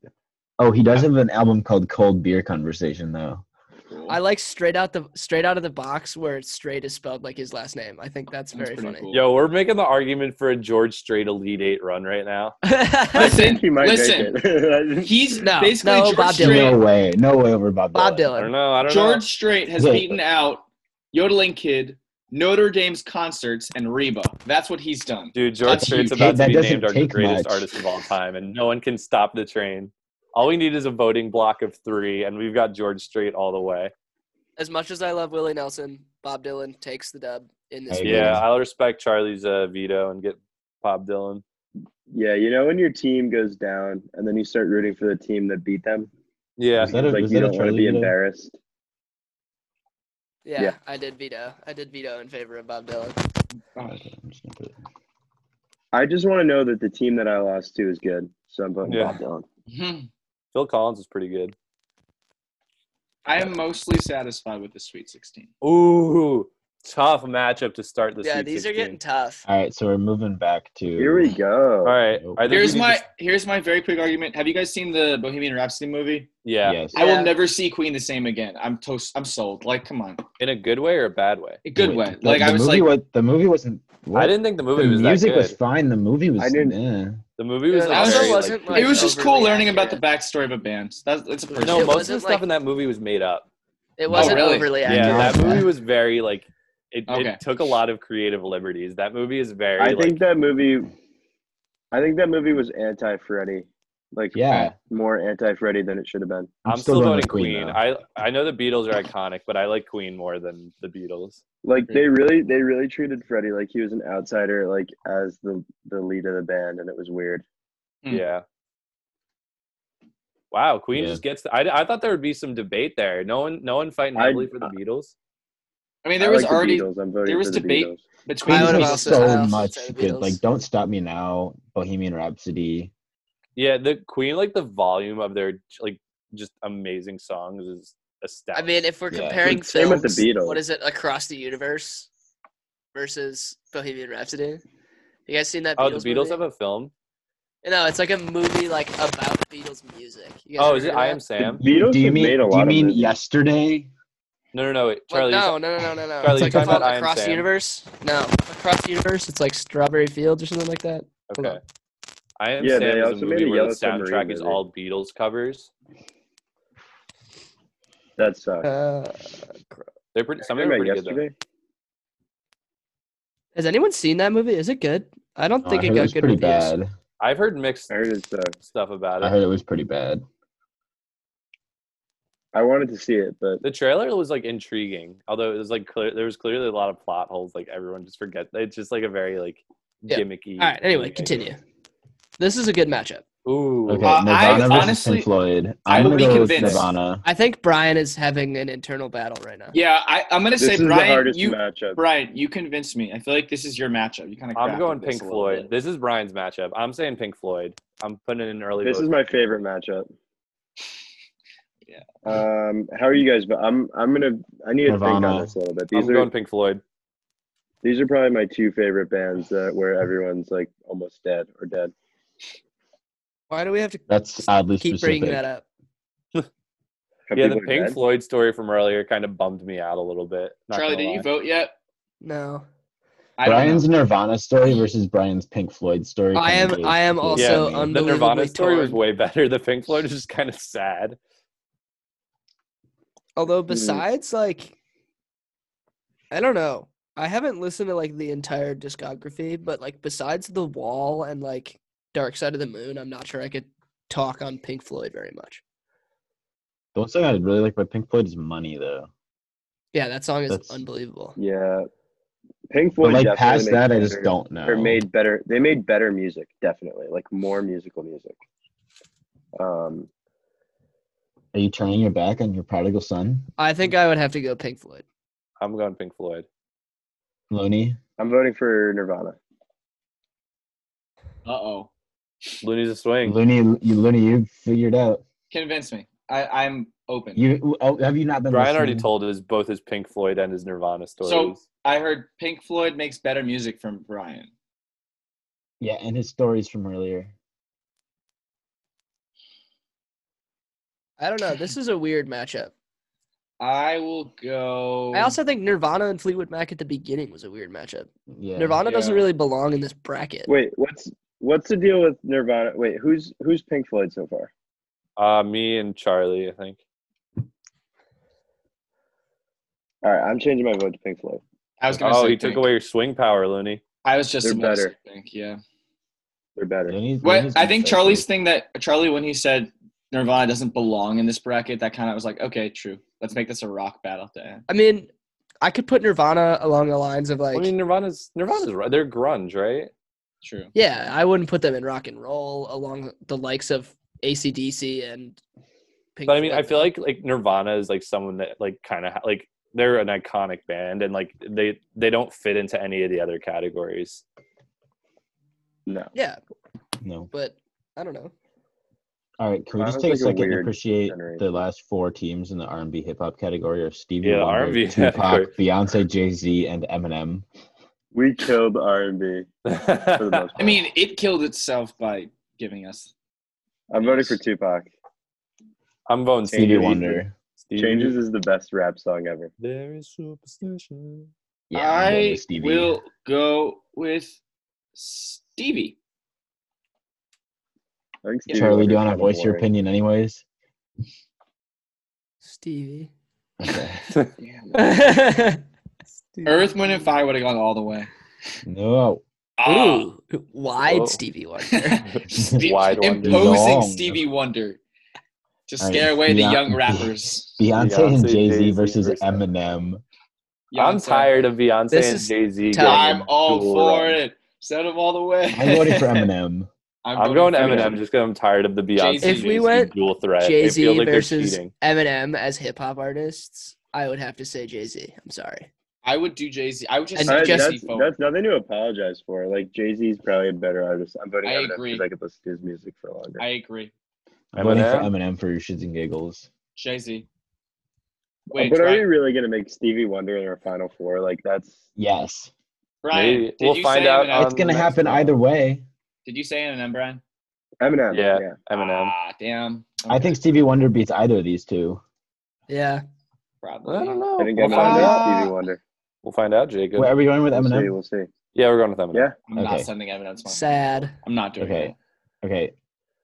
[SPEAKER 4] Oh, he does have an album called Cold Beer Conversation though.
[SPEAKER 5] name. I like Straight out the Straight out of the box, where Straight is spelled like his last name. I think that's,
[SPEAKER 3] That's
[SPEAKER 5] very
[SPEAKER 3] pretty
[SPEAKER 5] funny.
[SPEAKER 3] cool.
[SPEAKER 1] Yo, we're making the argument for a George Strait Elite Eight run right now.
[SPEAKER 2] I
[SPEAKER 3] Listen,
[SPEAKER 2] think [laughs] he might
[SPEAKER 3] listen.
[SPEAKER 2] make it. [laughs]
[SPEAKER 3] He's
[SPEAKER 5] No,
[SPEAKER 3] basically
[SPEAKER 5] no,
[SPEAKER 3] George
[SPEAKER 5] Bob Dylan.
[SPEAKER 3] Strait.
[SPEAKER 4] No way. No way over Bob Dylan.
[SPEAKER 5] [laughs] Bob
[SPEAKER 1] I don't
[SPEAKER 5] Dylan.
[SPEAKER 1] know. I don't know.
[SPEAKER 3] George Strait has
[SPEAKER 4] Yeah.
[SPEAKER 3] beaten out Yodeling Kid, Notre Dame's concerts, and Reba. That's what he's done.
[SPEAKER 1] Dude, George
[SPEAKER 3] That's
[SPEAKER 1] Strait's
[SPEAKER 3] huge.
[SPEAKER 1] about
[SPEAKER 4] That
[SPEAKER 1] to be
[SPEAKER 4] doesn't
[SPEAKER 1] named our
[SPEAKER 4] take
[SPEAKER 1] greatest
[SPEAKER 4] much.
[SPEAKER 1] artist of all time, and no one can stop the train. All we need is a voting block of three, and we've got George Strait all the way.
[SPEAKER 5] As much as I love Willie Nelson, Bob Dylan takes the dub in this.
[SPEAKER 4] Hey,
[SPEAKER 5] one.
[SPEAKER 1] Yeah,
[SPEAKER 4] man.
[SPEAKER 1] I'll respect Charlie's uh, veto and get Bob Dylan.
[SPEAKER 2] yeah, you know when your team goes down and then you start rooting for the team that beat them,
[SPEAKER 1] Yeah,
[SPEAKER 4] Is that a-
[SPEAKER 2] like
[SPEAKER 4] is
[SPEAKER 2] you
[SPEAKER 4] that a
[SPEAKER 2] don't want to
[SPEAKER 4] Charlie
[SPEAKER 2] be
[SPEAKER 4] Vito?
[SPEAKER 2] embarrassed.
[SPEAKER 5] Yeah,
[SPEAKER 2] Yeah.
[SPEAKER 5] I did veto. I did veto in favor of Bob Dylan.
[SPEAKER 4] Okay, I'm just gonna put it-
[SPEAKER 2] I just want to know that the team that I lost to is good, so I'm voting
[SPEAKER 1] Yeah.
[SPEAKER 2] Bob Dylan.
[SPEAKER 3] Hmm.
[SPEAKER 1] Phil Collins is pretty good.
[SPEAKER 3] I am mostly satisfied with the Sweet 16.
[SPEAKER 1] Ooh, tough matchup to start this.
[SPEAKER 5] yeah, these are getting tough.
[SPEAKER 4] All right, so we're moving back to
[SPEAKER 2] Here we go.
[SPEAKER 1] All right,
[SPEAKER 4] Nope.
[SPEAKER 1] I think
[SPEAKER 3] Here's
[SPEAKER 1] we need
[SPEAKER 3] my
[SPEAKER 1] to-
[SPEAKER 3] here's my very quick argument. Have you guys seen the Bohemian Rhapsody movie?
[SPEAKER 1] yeah,
[SPEAKER 4] Yes.
[SPEAKER 3] I
[SPEAKER 5] Yeah.
[SPEAKER 3] will never see Queen the same again. I'm toast. I'm sold. Like, come on,
[SPEAKER 1] in a good way or a bad way.
[SPEAKER 3] a good way.
[SPEAKER 4] The-
[SPEAKER 3] Like
[SPEAKER 4] the
[SPEAKER 3] I was
[SPEAKER 4] movie
[SPEAKER 3] like,
[SPEAKER 4] wa- the movie wasn't.
[SPEAKER 1] I
[SPEAKER 4] what?
[SPEAKER 1] didn't think the
[SPEAKER 4] The
[SPEAKER 1] movie was that
[SPEAKER 4] music
[SPEAKER 1] good.
[SPEAKER 4] was fine. The movie was.
[SPEAKER 2] I didn't-
[SPEAKER 4] eh.
[SPEAKER 1] the movie was
[SPEAKER 5] It
[SPEAKER 1] like,
[SPEAKER 3] also
[SPEAKER 1] very,
[SPEAKER 5] wasn't,
[SPEAKER 1] like,
[SPEAKER 5] like-
[SPEAKER 3] it was just cool
[SPEAKER 5] overly
[SPEAKER 3] learning about the
[SPEAKER 5] accurate.
[SPEAKER 3] backstory of a band. That's it's a personal.
[SPEAKER 1] no, most
[SPEAKER 5] it
[SPEAKER 1] of the
[SPEAKER 5] wasn't
[SPEAKER 1] stuff
[SPEAKER 5] like-
[SPEAKER 1] in that movie was made up.
[SPEAKER 5] It wasn't
[SPEAKER 3] really?
[SPEAKER 5] overly
[SPEAKER 1] Oh, Yeah,
[SPEAKER 5] accurate.
[SPEAKER 1] that
[SPEAKER 4] Yeah.
[SPEAKER 1] movie was very like it,
[SPEAKER 3] Okay.
[SPEAKER 1] it took a lot of creative liberties. That movie is very
[SPEAKER 2] I
[SPEAKER 1] like
[SPEAKER 2] think that movie. I think that movie was anti Freddy. Like
[SPEAKER 4] Yeah.
[SPEAKER 2] more anti Freddy than it should have been.
[SPEAKER 1] I'm, still
[SPEAKER 4] going
[SPEAKER 1] voting
[SPEAKER 4] with
[SPEAKER 1] Queen.
[SPEAKER 4] though.
[SPEAKER 1] I I know the Beatles are iconic, but I like Queen more than the Beatles.
[SPEAKER 2] Like they really they really treated Freddy like he was an outsider, like as the the lead of the band, and it was weird.
[SPEAKER 5] Mm.
[SPEAKER 3] Hmm.
[SPEAKER 1] Yeah. Wow, Queen
[SPEAKER 4] Yeah.
[SPEAKER 1] just gets. The, I I thought there would be some debate there. No one no one fighting
[SPEAKER 2] I-
[SPEAKER 1] heavily for the Beatles.
[SPEAKER 3] I mean, there
[SPEAKER 2] I
[SPEAKER 3] was
[SPEAKER 2] like the
[SPEAKER 3] already
[SPEAKER 2] Beatles. I'm voting
[SPEAKER 3] there was
[SPEAKER 2] for the
[SPEAKER 3] debate
[SPEAKER 2] Beatles.
[SPEAKER 3] between
[SPEAKER 4] Queen
[SPEAKER 5] I would've
[SPEAKER 4] makes
[SPEAKER 5] also- I
[SPEAKER 4] so
[SPEAKER 5] also
[SPEAKER 4] much
[SPEAKER 5] said the
[SPEAKER 4] good.
[SPEAKER 5] Beatles.
[SPEAKER 4] Like, don't stop me now. Bohemian Rhapsody.
[SPEAKER 1] Yeah, the Queen like the volume of their like just amazing songs is
[SPEAKER 5] I
[SPEAKER 1] astounding.
[SPEAKER 5] mean, if we're
[SPEAKER 4] Yeah.
[SPEAKER 5] comparing
[SPEAKER 2] Same with the
[SPEAKER 5] films,
[SPEAKER 2] Beatles.
[SPEAKER 5] what is it? Across the Universe versus Bohemian Rhapsody. You guys seen that?
[SPEAKER 1] oh,
[SPEAKER 5] Beatles
[SPEAKER 1] the Beatles
[SPEAKER 5] movie?
[SPEAKER 1] have a film.
[SPEAKER 5] No, it's like a movie like about Beatles music. You guys
[SPEAKER 1] Oh,
[SPEAKER 5] ever
[SPEAKER 1] is it
[SPEAKER 5] heard of
[SPEAKER 1] I
[SPEAKER 5] that?
[SPEAKER 1] Am Sam?
[SPEAKER 2] The Beatles
[SPEAKER 4] do you
[SPEAKER 2] have
[SPEAKER 4] mean?
[SPEAKER 2] made a
[SPEAKER 4] do
[SPEAKER 2] lot
[SPEAKER 4] you
[SPEAKER 2] of
[SPEAKER 4] mean
[SPEAKER 2] movies.
[SPEAKER 4] yesterday?
[SPEAKER 1] No, no, no. Wait, Charlie.
[SPEAKER 5] Well, no, no, no, no, no, no.
[SPEAKER 1] Charlie,
[SPEAKER 5] it's
[SPEAKER 1] you
[SPEAKER 5] like
[SPEAKER 1] talking
[SPEAKER 5] called
[SPEAKER 1] about I Am
[SPEAKER 5] Across the
[SPEAKER 1] Sam?
[SPEAKER 5] Universe. No, Across the Universe. It's like Strawberry Fields or something like that. Hold
[SPEAKER 1] Okay.
[SPEAKER 5] on.
[SPEAKER 1] I Am
[SPEAKER 2] Yeah,
[SPEAKER 1] Sam
[SPEAKER 2] they
[SPEAKER 1] is a
[SPEAKER 2] also made
[SPEAKER 1] movie
[SPEAKER 2] a
[SPEAKER 1] where the
[SPEAKER 2] Yellow Submarine
[SPEAKER 1] soundtrack is
[SPEAKER 2] movie.
[SPEAKER 1] all Beatles covers.
[SPEAKER 2] That sucks.
[SPEAKER 5] Uh,
[SPEAKER 1] They're pretty. Some of them
[SPEAKER 2] Remember
[SPEAKER 1] are pretty good
[SPEAKER 2] yesterday?
[SPEAKER 5] has anyone seen that movie? Is it good? I don't
[SPEAKER 4] Oh,
[SPEAKER 5] think
[SPEAKER 4] I
[SPEAKER 5] it
[SPEAKER 4] heard it
[SPEAKER 5] got
[SPEAKER 4] was
[SPEAKER 5] good
[SPEAKER 4] pretty
[SPEAKER 5] reviews.
[SPEAKER 4] bad.
[SPEAKER 1] though. I've heard mixed
[SPEAKER 2] I heard uh, it sucks.
[SPEAKER 1] stuff about
[SPEAKER 4] I
[SPEAKER 1] it.
[SPEAKER 4] heard it was pretty bad.
[SPEAKER 2] I wanted to see it, but
[SPEAKER 1] The trailer was like intriguing, although it was like clear. There was clearly a lot of plot holes. Like everyone just forget. It's just like a very like
[SPEAKER 5] Yeah.
[SPEAKER 1] gimmicky.
[SPEAKER 5] All right. Anyway,
[SPEAKER 1] movie, I
[SPEAKER 5] continue.
[SPEAKER 1] guess.
[SPEAKER 5] This is a good matchup.
[SPEAKER 1] Ooh.
[SPEAKER 4] Okay,
[SPEAKER 3] Uh, I
[SPEAKER 4] Nirvana versus
[SPEAKER 3] honestly-
[SPEAKER 4] Pink Floyd.
[SPEAKER 3] I
[SPEAKER 4] I'm
[SPEAKER 3] will
[SPEAKER 4] gonna
[SPEAKER 3] be
[SPEAKER 4] go
[SPEAKER 3] convinced.
[SPEAKER 4] with Nirvana.
[SPEAKER 5] I think Brian is having an internal battle right now.
[SPEAKER 3] Yeah, I, I'm gonna
[SPEAKER 2] this
[SPEAKER 3] say
[SPEAKER 2] is the
[SPEAKER 3] Brian.
[SPEAKER 2] hardest
[SPEAKER 3] You
[SPEAKER 2] matchup.
[SPEAKER 3] Brian, you convinced me. I feel like this is your matchup. You kind of.
[SPEAKER 1] I'm going Pink Floyd. This is Brian's matchup. I'm saying Pink Floyd. I'm putting in an early.
[SPEAKER 2] This
[SPEAKER 1] vote.
[SPEAKER 2] is my favorite matchup.
[SPEAKER 3] [laughs] Yeah.
[SPEAKER 2] Um, how are you guys? But I'm I'm gonna I need to think on
[SPEAKER 4] Nirvana.
[SPEAKER 2] this a little bit.
[SPEAKER 1] I'm
[SPEAKER 2] These are
[SPEAKER 1] going Pink Floyd.
[SPEAKER 2] these are probably my two favorite bands that where everyone's like almost dead or dead.
[SPEAKER 5] Why do we have to
[SPEAKER 4] That's oddly
[SPEAKER 5] keep
[SPEAKER 4] specific.
[SPEAKER 5] bringing that up?
[SPEAKER 2] Have
[SPEAKER 1] yeah, the
[SPEAKER 2] people
[SPEAKER 1] Pink
[SPEAKER 2] dead?
[SPEAKER 1] Floyd story from earlier kind of bummed me out a little bit. not
[SPEAKER 3] Charlie,
[SPEAKER 1] gonna
[SPEAKER 3] did you
[SPEAKER 1] lie.
[SPEAKER 3] vote yet?
[SPEAKER 5] No.
[SPEAKER 3] I don't know.
[SPEAKER 4] Brian's Nirvana story versus Brian's Pink Floyd story.
[SPEAKER 5] I
[SPEAKER 4] kinda
[SPEAKER 5] am-
[SPEAKER 4] gave
[SPEAKER 5] I am
[SPEAKER 4] Pink Floyd
[SPEAKER 1] Yeah,
[SPEAKER 5] also
[SPEAKER 4] to me.
[SPEAKER 5] un-
[SPEAKER 1] The Nirvana
[SPEAKER 5] unbelievably
[SPEAKER 1] story was
[SPEAKER 5] torn.
[SPEAKER 1] way [laughs] better. The Pink Floyd is just kind of sad.
[SPEAKER 4] Mm-hmm.
[SPEAKER 5] Although besides like I don't know. I haven't listened to like the entire discography, but like besides The Wall and like Dark Side of the Moon, I'm not sure I could talk on Pink Floyd very much.
[SPEAKER 4] The one thing I really like about Pink Floyd is money, though.
[SPEAKER 5] Yeah, that song is
[SPEAKER 4] That's-
[SPEAKER 5] unbelievable.
[SPEAKER 2] Yeah, Pink
[SPEAKER 4] But
[SPEAKER 2] Floyd.
[SPEAKER 4] like
[SPEAKER 2] definitely
[SPEAKER 4] past
[SPEAKER 2] made
[SPEAKER 4] that, I just
[SPEAKER 2] better-
[SPEAKER 4] don't know.
[SPEAKER 2] Or made better. They made better music, definitely. Like more musical music. Um,
[SPEAKER 4] Are you turning your back on your prodigal son,
[SPEAKER 5] I think I would have to go Pink Floyd.
[SPEAKER 1] I'm going Pink Floyd.
[SPEAKER 4] Loney?
[SPEAKER 2] I'm voting for Nirvana.
[SPEAKER 3] Uh oh.
[SPEAKER 1] Looney's a swing.
[SPEAKER 4] Looney, you, Looney, you figured out.
[SPEAKER 3] Convince me. I, I'm open.
[SPEAKER 4] You oh, have you not been?
[SPEAKER 1] Brian already
[SPEAKER 4] listening?
[SPEAKER 1] told us both his Pink Floyd and his Nirvana stories.
[SPEAKER 3] I heard Pink Floyd makes better music from Brian.
[SPEAKER 4] Yeah, and his stories from earlier.
[SPEAKER 5] I don't know. This is a weird matchup.
[SPEAKER 3] I will go.
[SPEAKER 5] I also think Nirvana and Fleetwood Mac at the beginning was a weird matchup.
[SPEAKER 4] Yeah.
[SPEAKER 5] Nirvana doesn't
[SPEAKER 3] Yeah.
[SPEAKER 5] really belong in this bracket.
[SPEAKER 2] Wait, what's what's the deal with Nirvana? Wait, who's who's Pink Floyd so far?
[SPEAKER 1] uh, me and Charlie, I think.
[SPEAKER 2] All right, I'm changing my vote to Pink Floyd.
[SPEAKER 3] I was gonna
[SPEAKER 1] Oh,
[SPEAKER 3] say.
[SPEAKER 1] he took
[SPEAKER 3] Pink.
[SPEAKER 1] away your swing power, Looney.
[SPEAKER 3] I was just
[SPEAKER 2] They're
[SPEAKER 3] about to
[SPEAKER 2] better.
[SPEAKER 3] say Pink, yeah.
[SPEAKER 2] They're better.
[SPEAKER 4] Looney's,
[SPEAKER 3] What
[SPEAKER 4] Looney's
[SPEAKER 3] I think
[SPEAKER 4] been so
[SPEAKER 3] Charlie's
[SPEAKER 4] sweet.
[SPEAKER 3] thing that Charlie when he said Nirvana doesn't belong in this bracket, that kind of was like, okay, true. Let's make this a rock battle to end.
[SPEAKER 5] I mean, I could put Nirvana along the lines of like,
[SPEAKER 1] I mean, Nirvana's Nirvana's right. They're grunge, right?
[SPEAKER 3] True.
[SPEAKER 5] yeah, I wouldn't put them in rock and roll along the likes of ACDC and. Pink
[SPEAKER 1] But I mean, I
[SPEAKER 5] Floyd,
[SPEAKER 1] feel
[SPEAKER 5] though.
[SPEAKER 1] like like Nirvana is like someone that like kind of like they're an iconic band, and like they they don't fit into any of the other [laughs] categories.
[SPEAKER 2] No.
[SPEAKER 5] yeah,
[SPEAKER 4] No.
[SPEAKER 5] but I don't know.
[SPEAKER 4] All right, can we
[SPEAKER 2] That
[SPEAKER 4] just
[SPEAKER 2] was
[SPEAKER 4] take a
[SPEAKER 2] like a
[SPEAKER 4] second to
[SPEAKER 2] weird
[SPEAKER 4] appreciate the
[SPEAKER 2] generation.
[SPEAKER 4] last four teams in the R&B hip hop category of
[SPEAKER 1] [laughs]
[SPEAKER 4] Stevie
[SPEAKER 1] Yeah, the
[SPEAKER 4] Wonder,
[SPEAKER 1] R&B
[SPEAKER 4] Tupac,
[SPEAKER 1] category.
[SPEAKER 4] Beyonce, Jay Z, and Eminem.
[SPEAKER 2] We killed R and B for the most
[SPEAKER 4] [laughs]
[SPEAKER 2] part.
[SPEAKER 3] I mean, it killed itself by giving us.
[SPEAKER 2] I'm voting for Tupac.
[SPEAKER 1] I'm voting
[SPEAKER 4] Stevie
[SPEAKER 2] Changes.
[SPEAKER 1] Stevie.
[SPEAKER 4] Wonder.
[SPEAKER 1] Stevie.
[SPEAKER 2] Changes is the best rap song ever.
[SPEAKER 1] There is superstition.
[SPEAKER 4] Yeah, I'm going
[SPEAKER 3] I
[SPEAKER 4] with Stevie.
[SPEAKER 3] will go with Stevie.
[SPEAKER 2] I think
[SPEAKER 3] Yeah.
[SPEAKER 2] Stevie
[SPEAKER 4] Charlie, do
[SPEAKER 2] Wonder's
[SPEAKER 4] you want to
[SPEAKER 2] kinda
[SPEAKER 4] voice your
[SPEAKER 2] boring.
[SPEAKER 4] opinion, anyways?
[SPEAKER 5] [laughs] Stevie.
[SPEAKER 4] Okay.
[SPEAKER 3] Earth, Wind, and Fire would have gone all the way.
[SPEAKER 4] No.
[SPEAKER 3] Ah, [laughs]
[SPEAKER 5] Ooh, wide
[SPEAKER 1] Whoa. [laughs]
[SPEAKER 5] Stevie Wonder.
[SPEAKER 3] Steve-
[SPEAKER 1] Wide one.
[SPEAKER 3] imposing
[SPEAKER 4] Long.
[SPEAKER 3] Stevie Wonder to
[SPEAKER 4] I-
[SPEAKER 3] scare away the
[SPEAKER 4] yeah.
[SPEAKER 3] young
[SPEAKER 4] [laughs]
[SPEAKER 3] rappers.
[SPEAKER 4] Beyonce, and
[SPEAKER 1] Beyonce,
[SPEAKER 4] Jay Z
[SPEAKER 1] Jay-Z
[SPEAKER 4] versus
[SPEAKER 1] versus
[SPEAKER 4] Eminem.
[SPEAKER 1] I'm
[SPEAKER 3] Beyonce.
[SPEAKER 1] tired of Beyonce
[SPEAKER 5] This
[SPEAKER 1] and
[SPEAKER 5] is-
[SPEAKER 1] Jay Z.
[SPEAKER 3] I'm all for it. Send them all the way.
[SPEAKER 4] I voted
[SPEAKER 1] [laughs]
[SPEAKER 3] [laughs]
[SPEAKER 4] for Eminem.
[SPEAKER 1] I'm going
[SPEAKER 3] for
[SPEAKER 1] Eminem just because I'm tired of the Beyonce
[SPEAKER 3] Jay-Z.
[SPEAKER 1] Jay-Z
[SPEAKER 5] If we went
[SPEAKER 1] dual threat.
[SPEAKER 5] Jay
[SPEAKER 1] it feels
[SPEAKER 5] Z
[SPEAKER 1] like they're
[SPEAKER 5] versus
[SPEAKER 1] cheating.
[SPEAKER 5] Eminem as hip hop artists, I would have to say Jay Z. I'm sorry.
[SPEAKER 3] I would do Jay Z. I would just
[SPEAKER 5] And
[SPEAKER 3] send
[SPEAKER 2] I-
[SPEAKER 5] Jesse
[SPEAKER 3] Jay Z
[SPEAKER 2] that's,
[SPEAKER 3] forward.
[SPEAKER 2] that's nothing to apologize for. Like Jay Z's probably a better artist. I'm voting
[SPEAKER 3] I
[SPEAKER 2] Eminem
[SPEAKER 3] agree.
[SPEAKER 2] because I could listen to his music for longer.
[SPEAKER 3] I agree.
[SPEAKER 4] I voted for
[SPEAKER 1] Eminem?
[SPEAKER 4] Eminem for shits and giggles.
[SPEAKER 3] Jay Z. Wait,
[SPEAKER 2] but are we
[SPEAKER 3] Brian,
[SPEAKER 2] really gonna make Stevie Wonder in our final four? Like that's
[SPEAKER 4] Yes,
[SPEAKER 3] Brian,
[SPEAKER 1] Maybe.
[SPEAKER 3] did
[SPEAKER 1] We'll
[SPEAKER 3] you
[SPEAKER 1] find
[SPEAKER 3] say
[SPEAKER 1] out
[SPEAKER 3] Eminem?
[SPEAKER 4] it's gonna
[SPEAKER 1] next
[SPEAKER 4] happen
[SPEAKER 1] one.
[SPEAKER 4] either way.
[SPEAKER 3] Did you say Eminem, Brian?
[SPEAKER 2] Eminem.
[SPEAKER 1] Yeah.
[SPEAKER 2] yeah.
[SPEAKER 1] Eminem.
[SPEAKER 3] Ah, damn.
[SPEAKER 4] I think Stevie Wonder beats either of these two.
[SPEAKER 5] Yeah.
[SPEAKER 3] probably.
[SPEAKER 1] I don't know.
[SPEAKER 2] I think
[SPEAKER 1] We'll
[SPEAKER 2] Eminem
[SPEAKER 1] find
[SPEAKER 3] is-
[SPEAKER 1] out.
[SPEAKER 2] makes Stevie Wonder.
[SPEAKER 1] We'll find out, Jacob.
[SPEAKER 4] Wait, are we going with
[SPEAKER 2] We'll see.
[SPEAKER 4] Eminem?
[SPEAKER 2] We'll see.
[SPEAKER 1] Yeah, we're going with Eminem.
[SPEAKER 2] Yeah.
[SPEAKER 3] I'm
[SPEAKER 4] Okay.
[SPEAKER 3] not sending Eminem. to my-
[SPEAKER 5] Sad.
[SPEAKER 3] I'm not doing
[SPEAKER 4] Okay.
[SPEAKER 3] that.
[SPEAKER 4] Okay.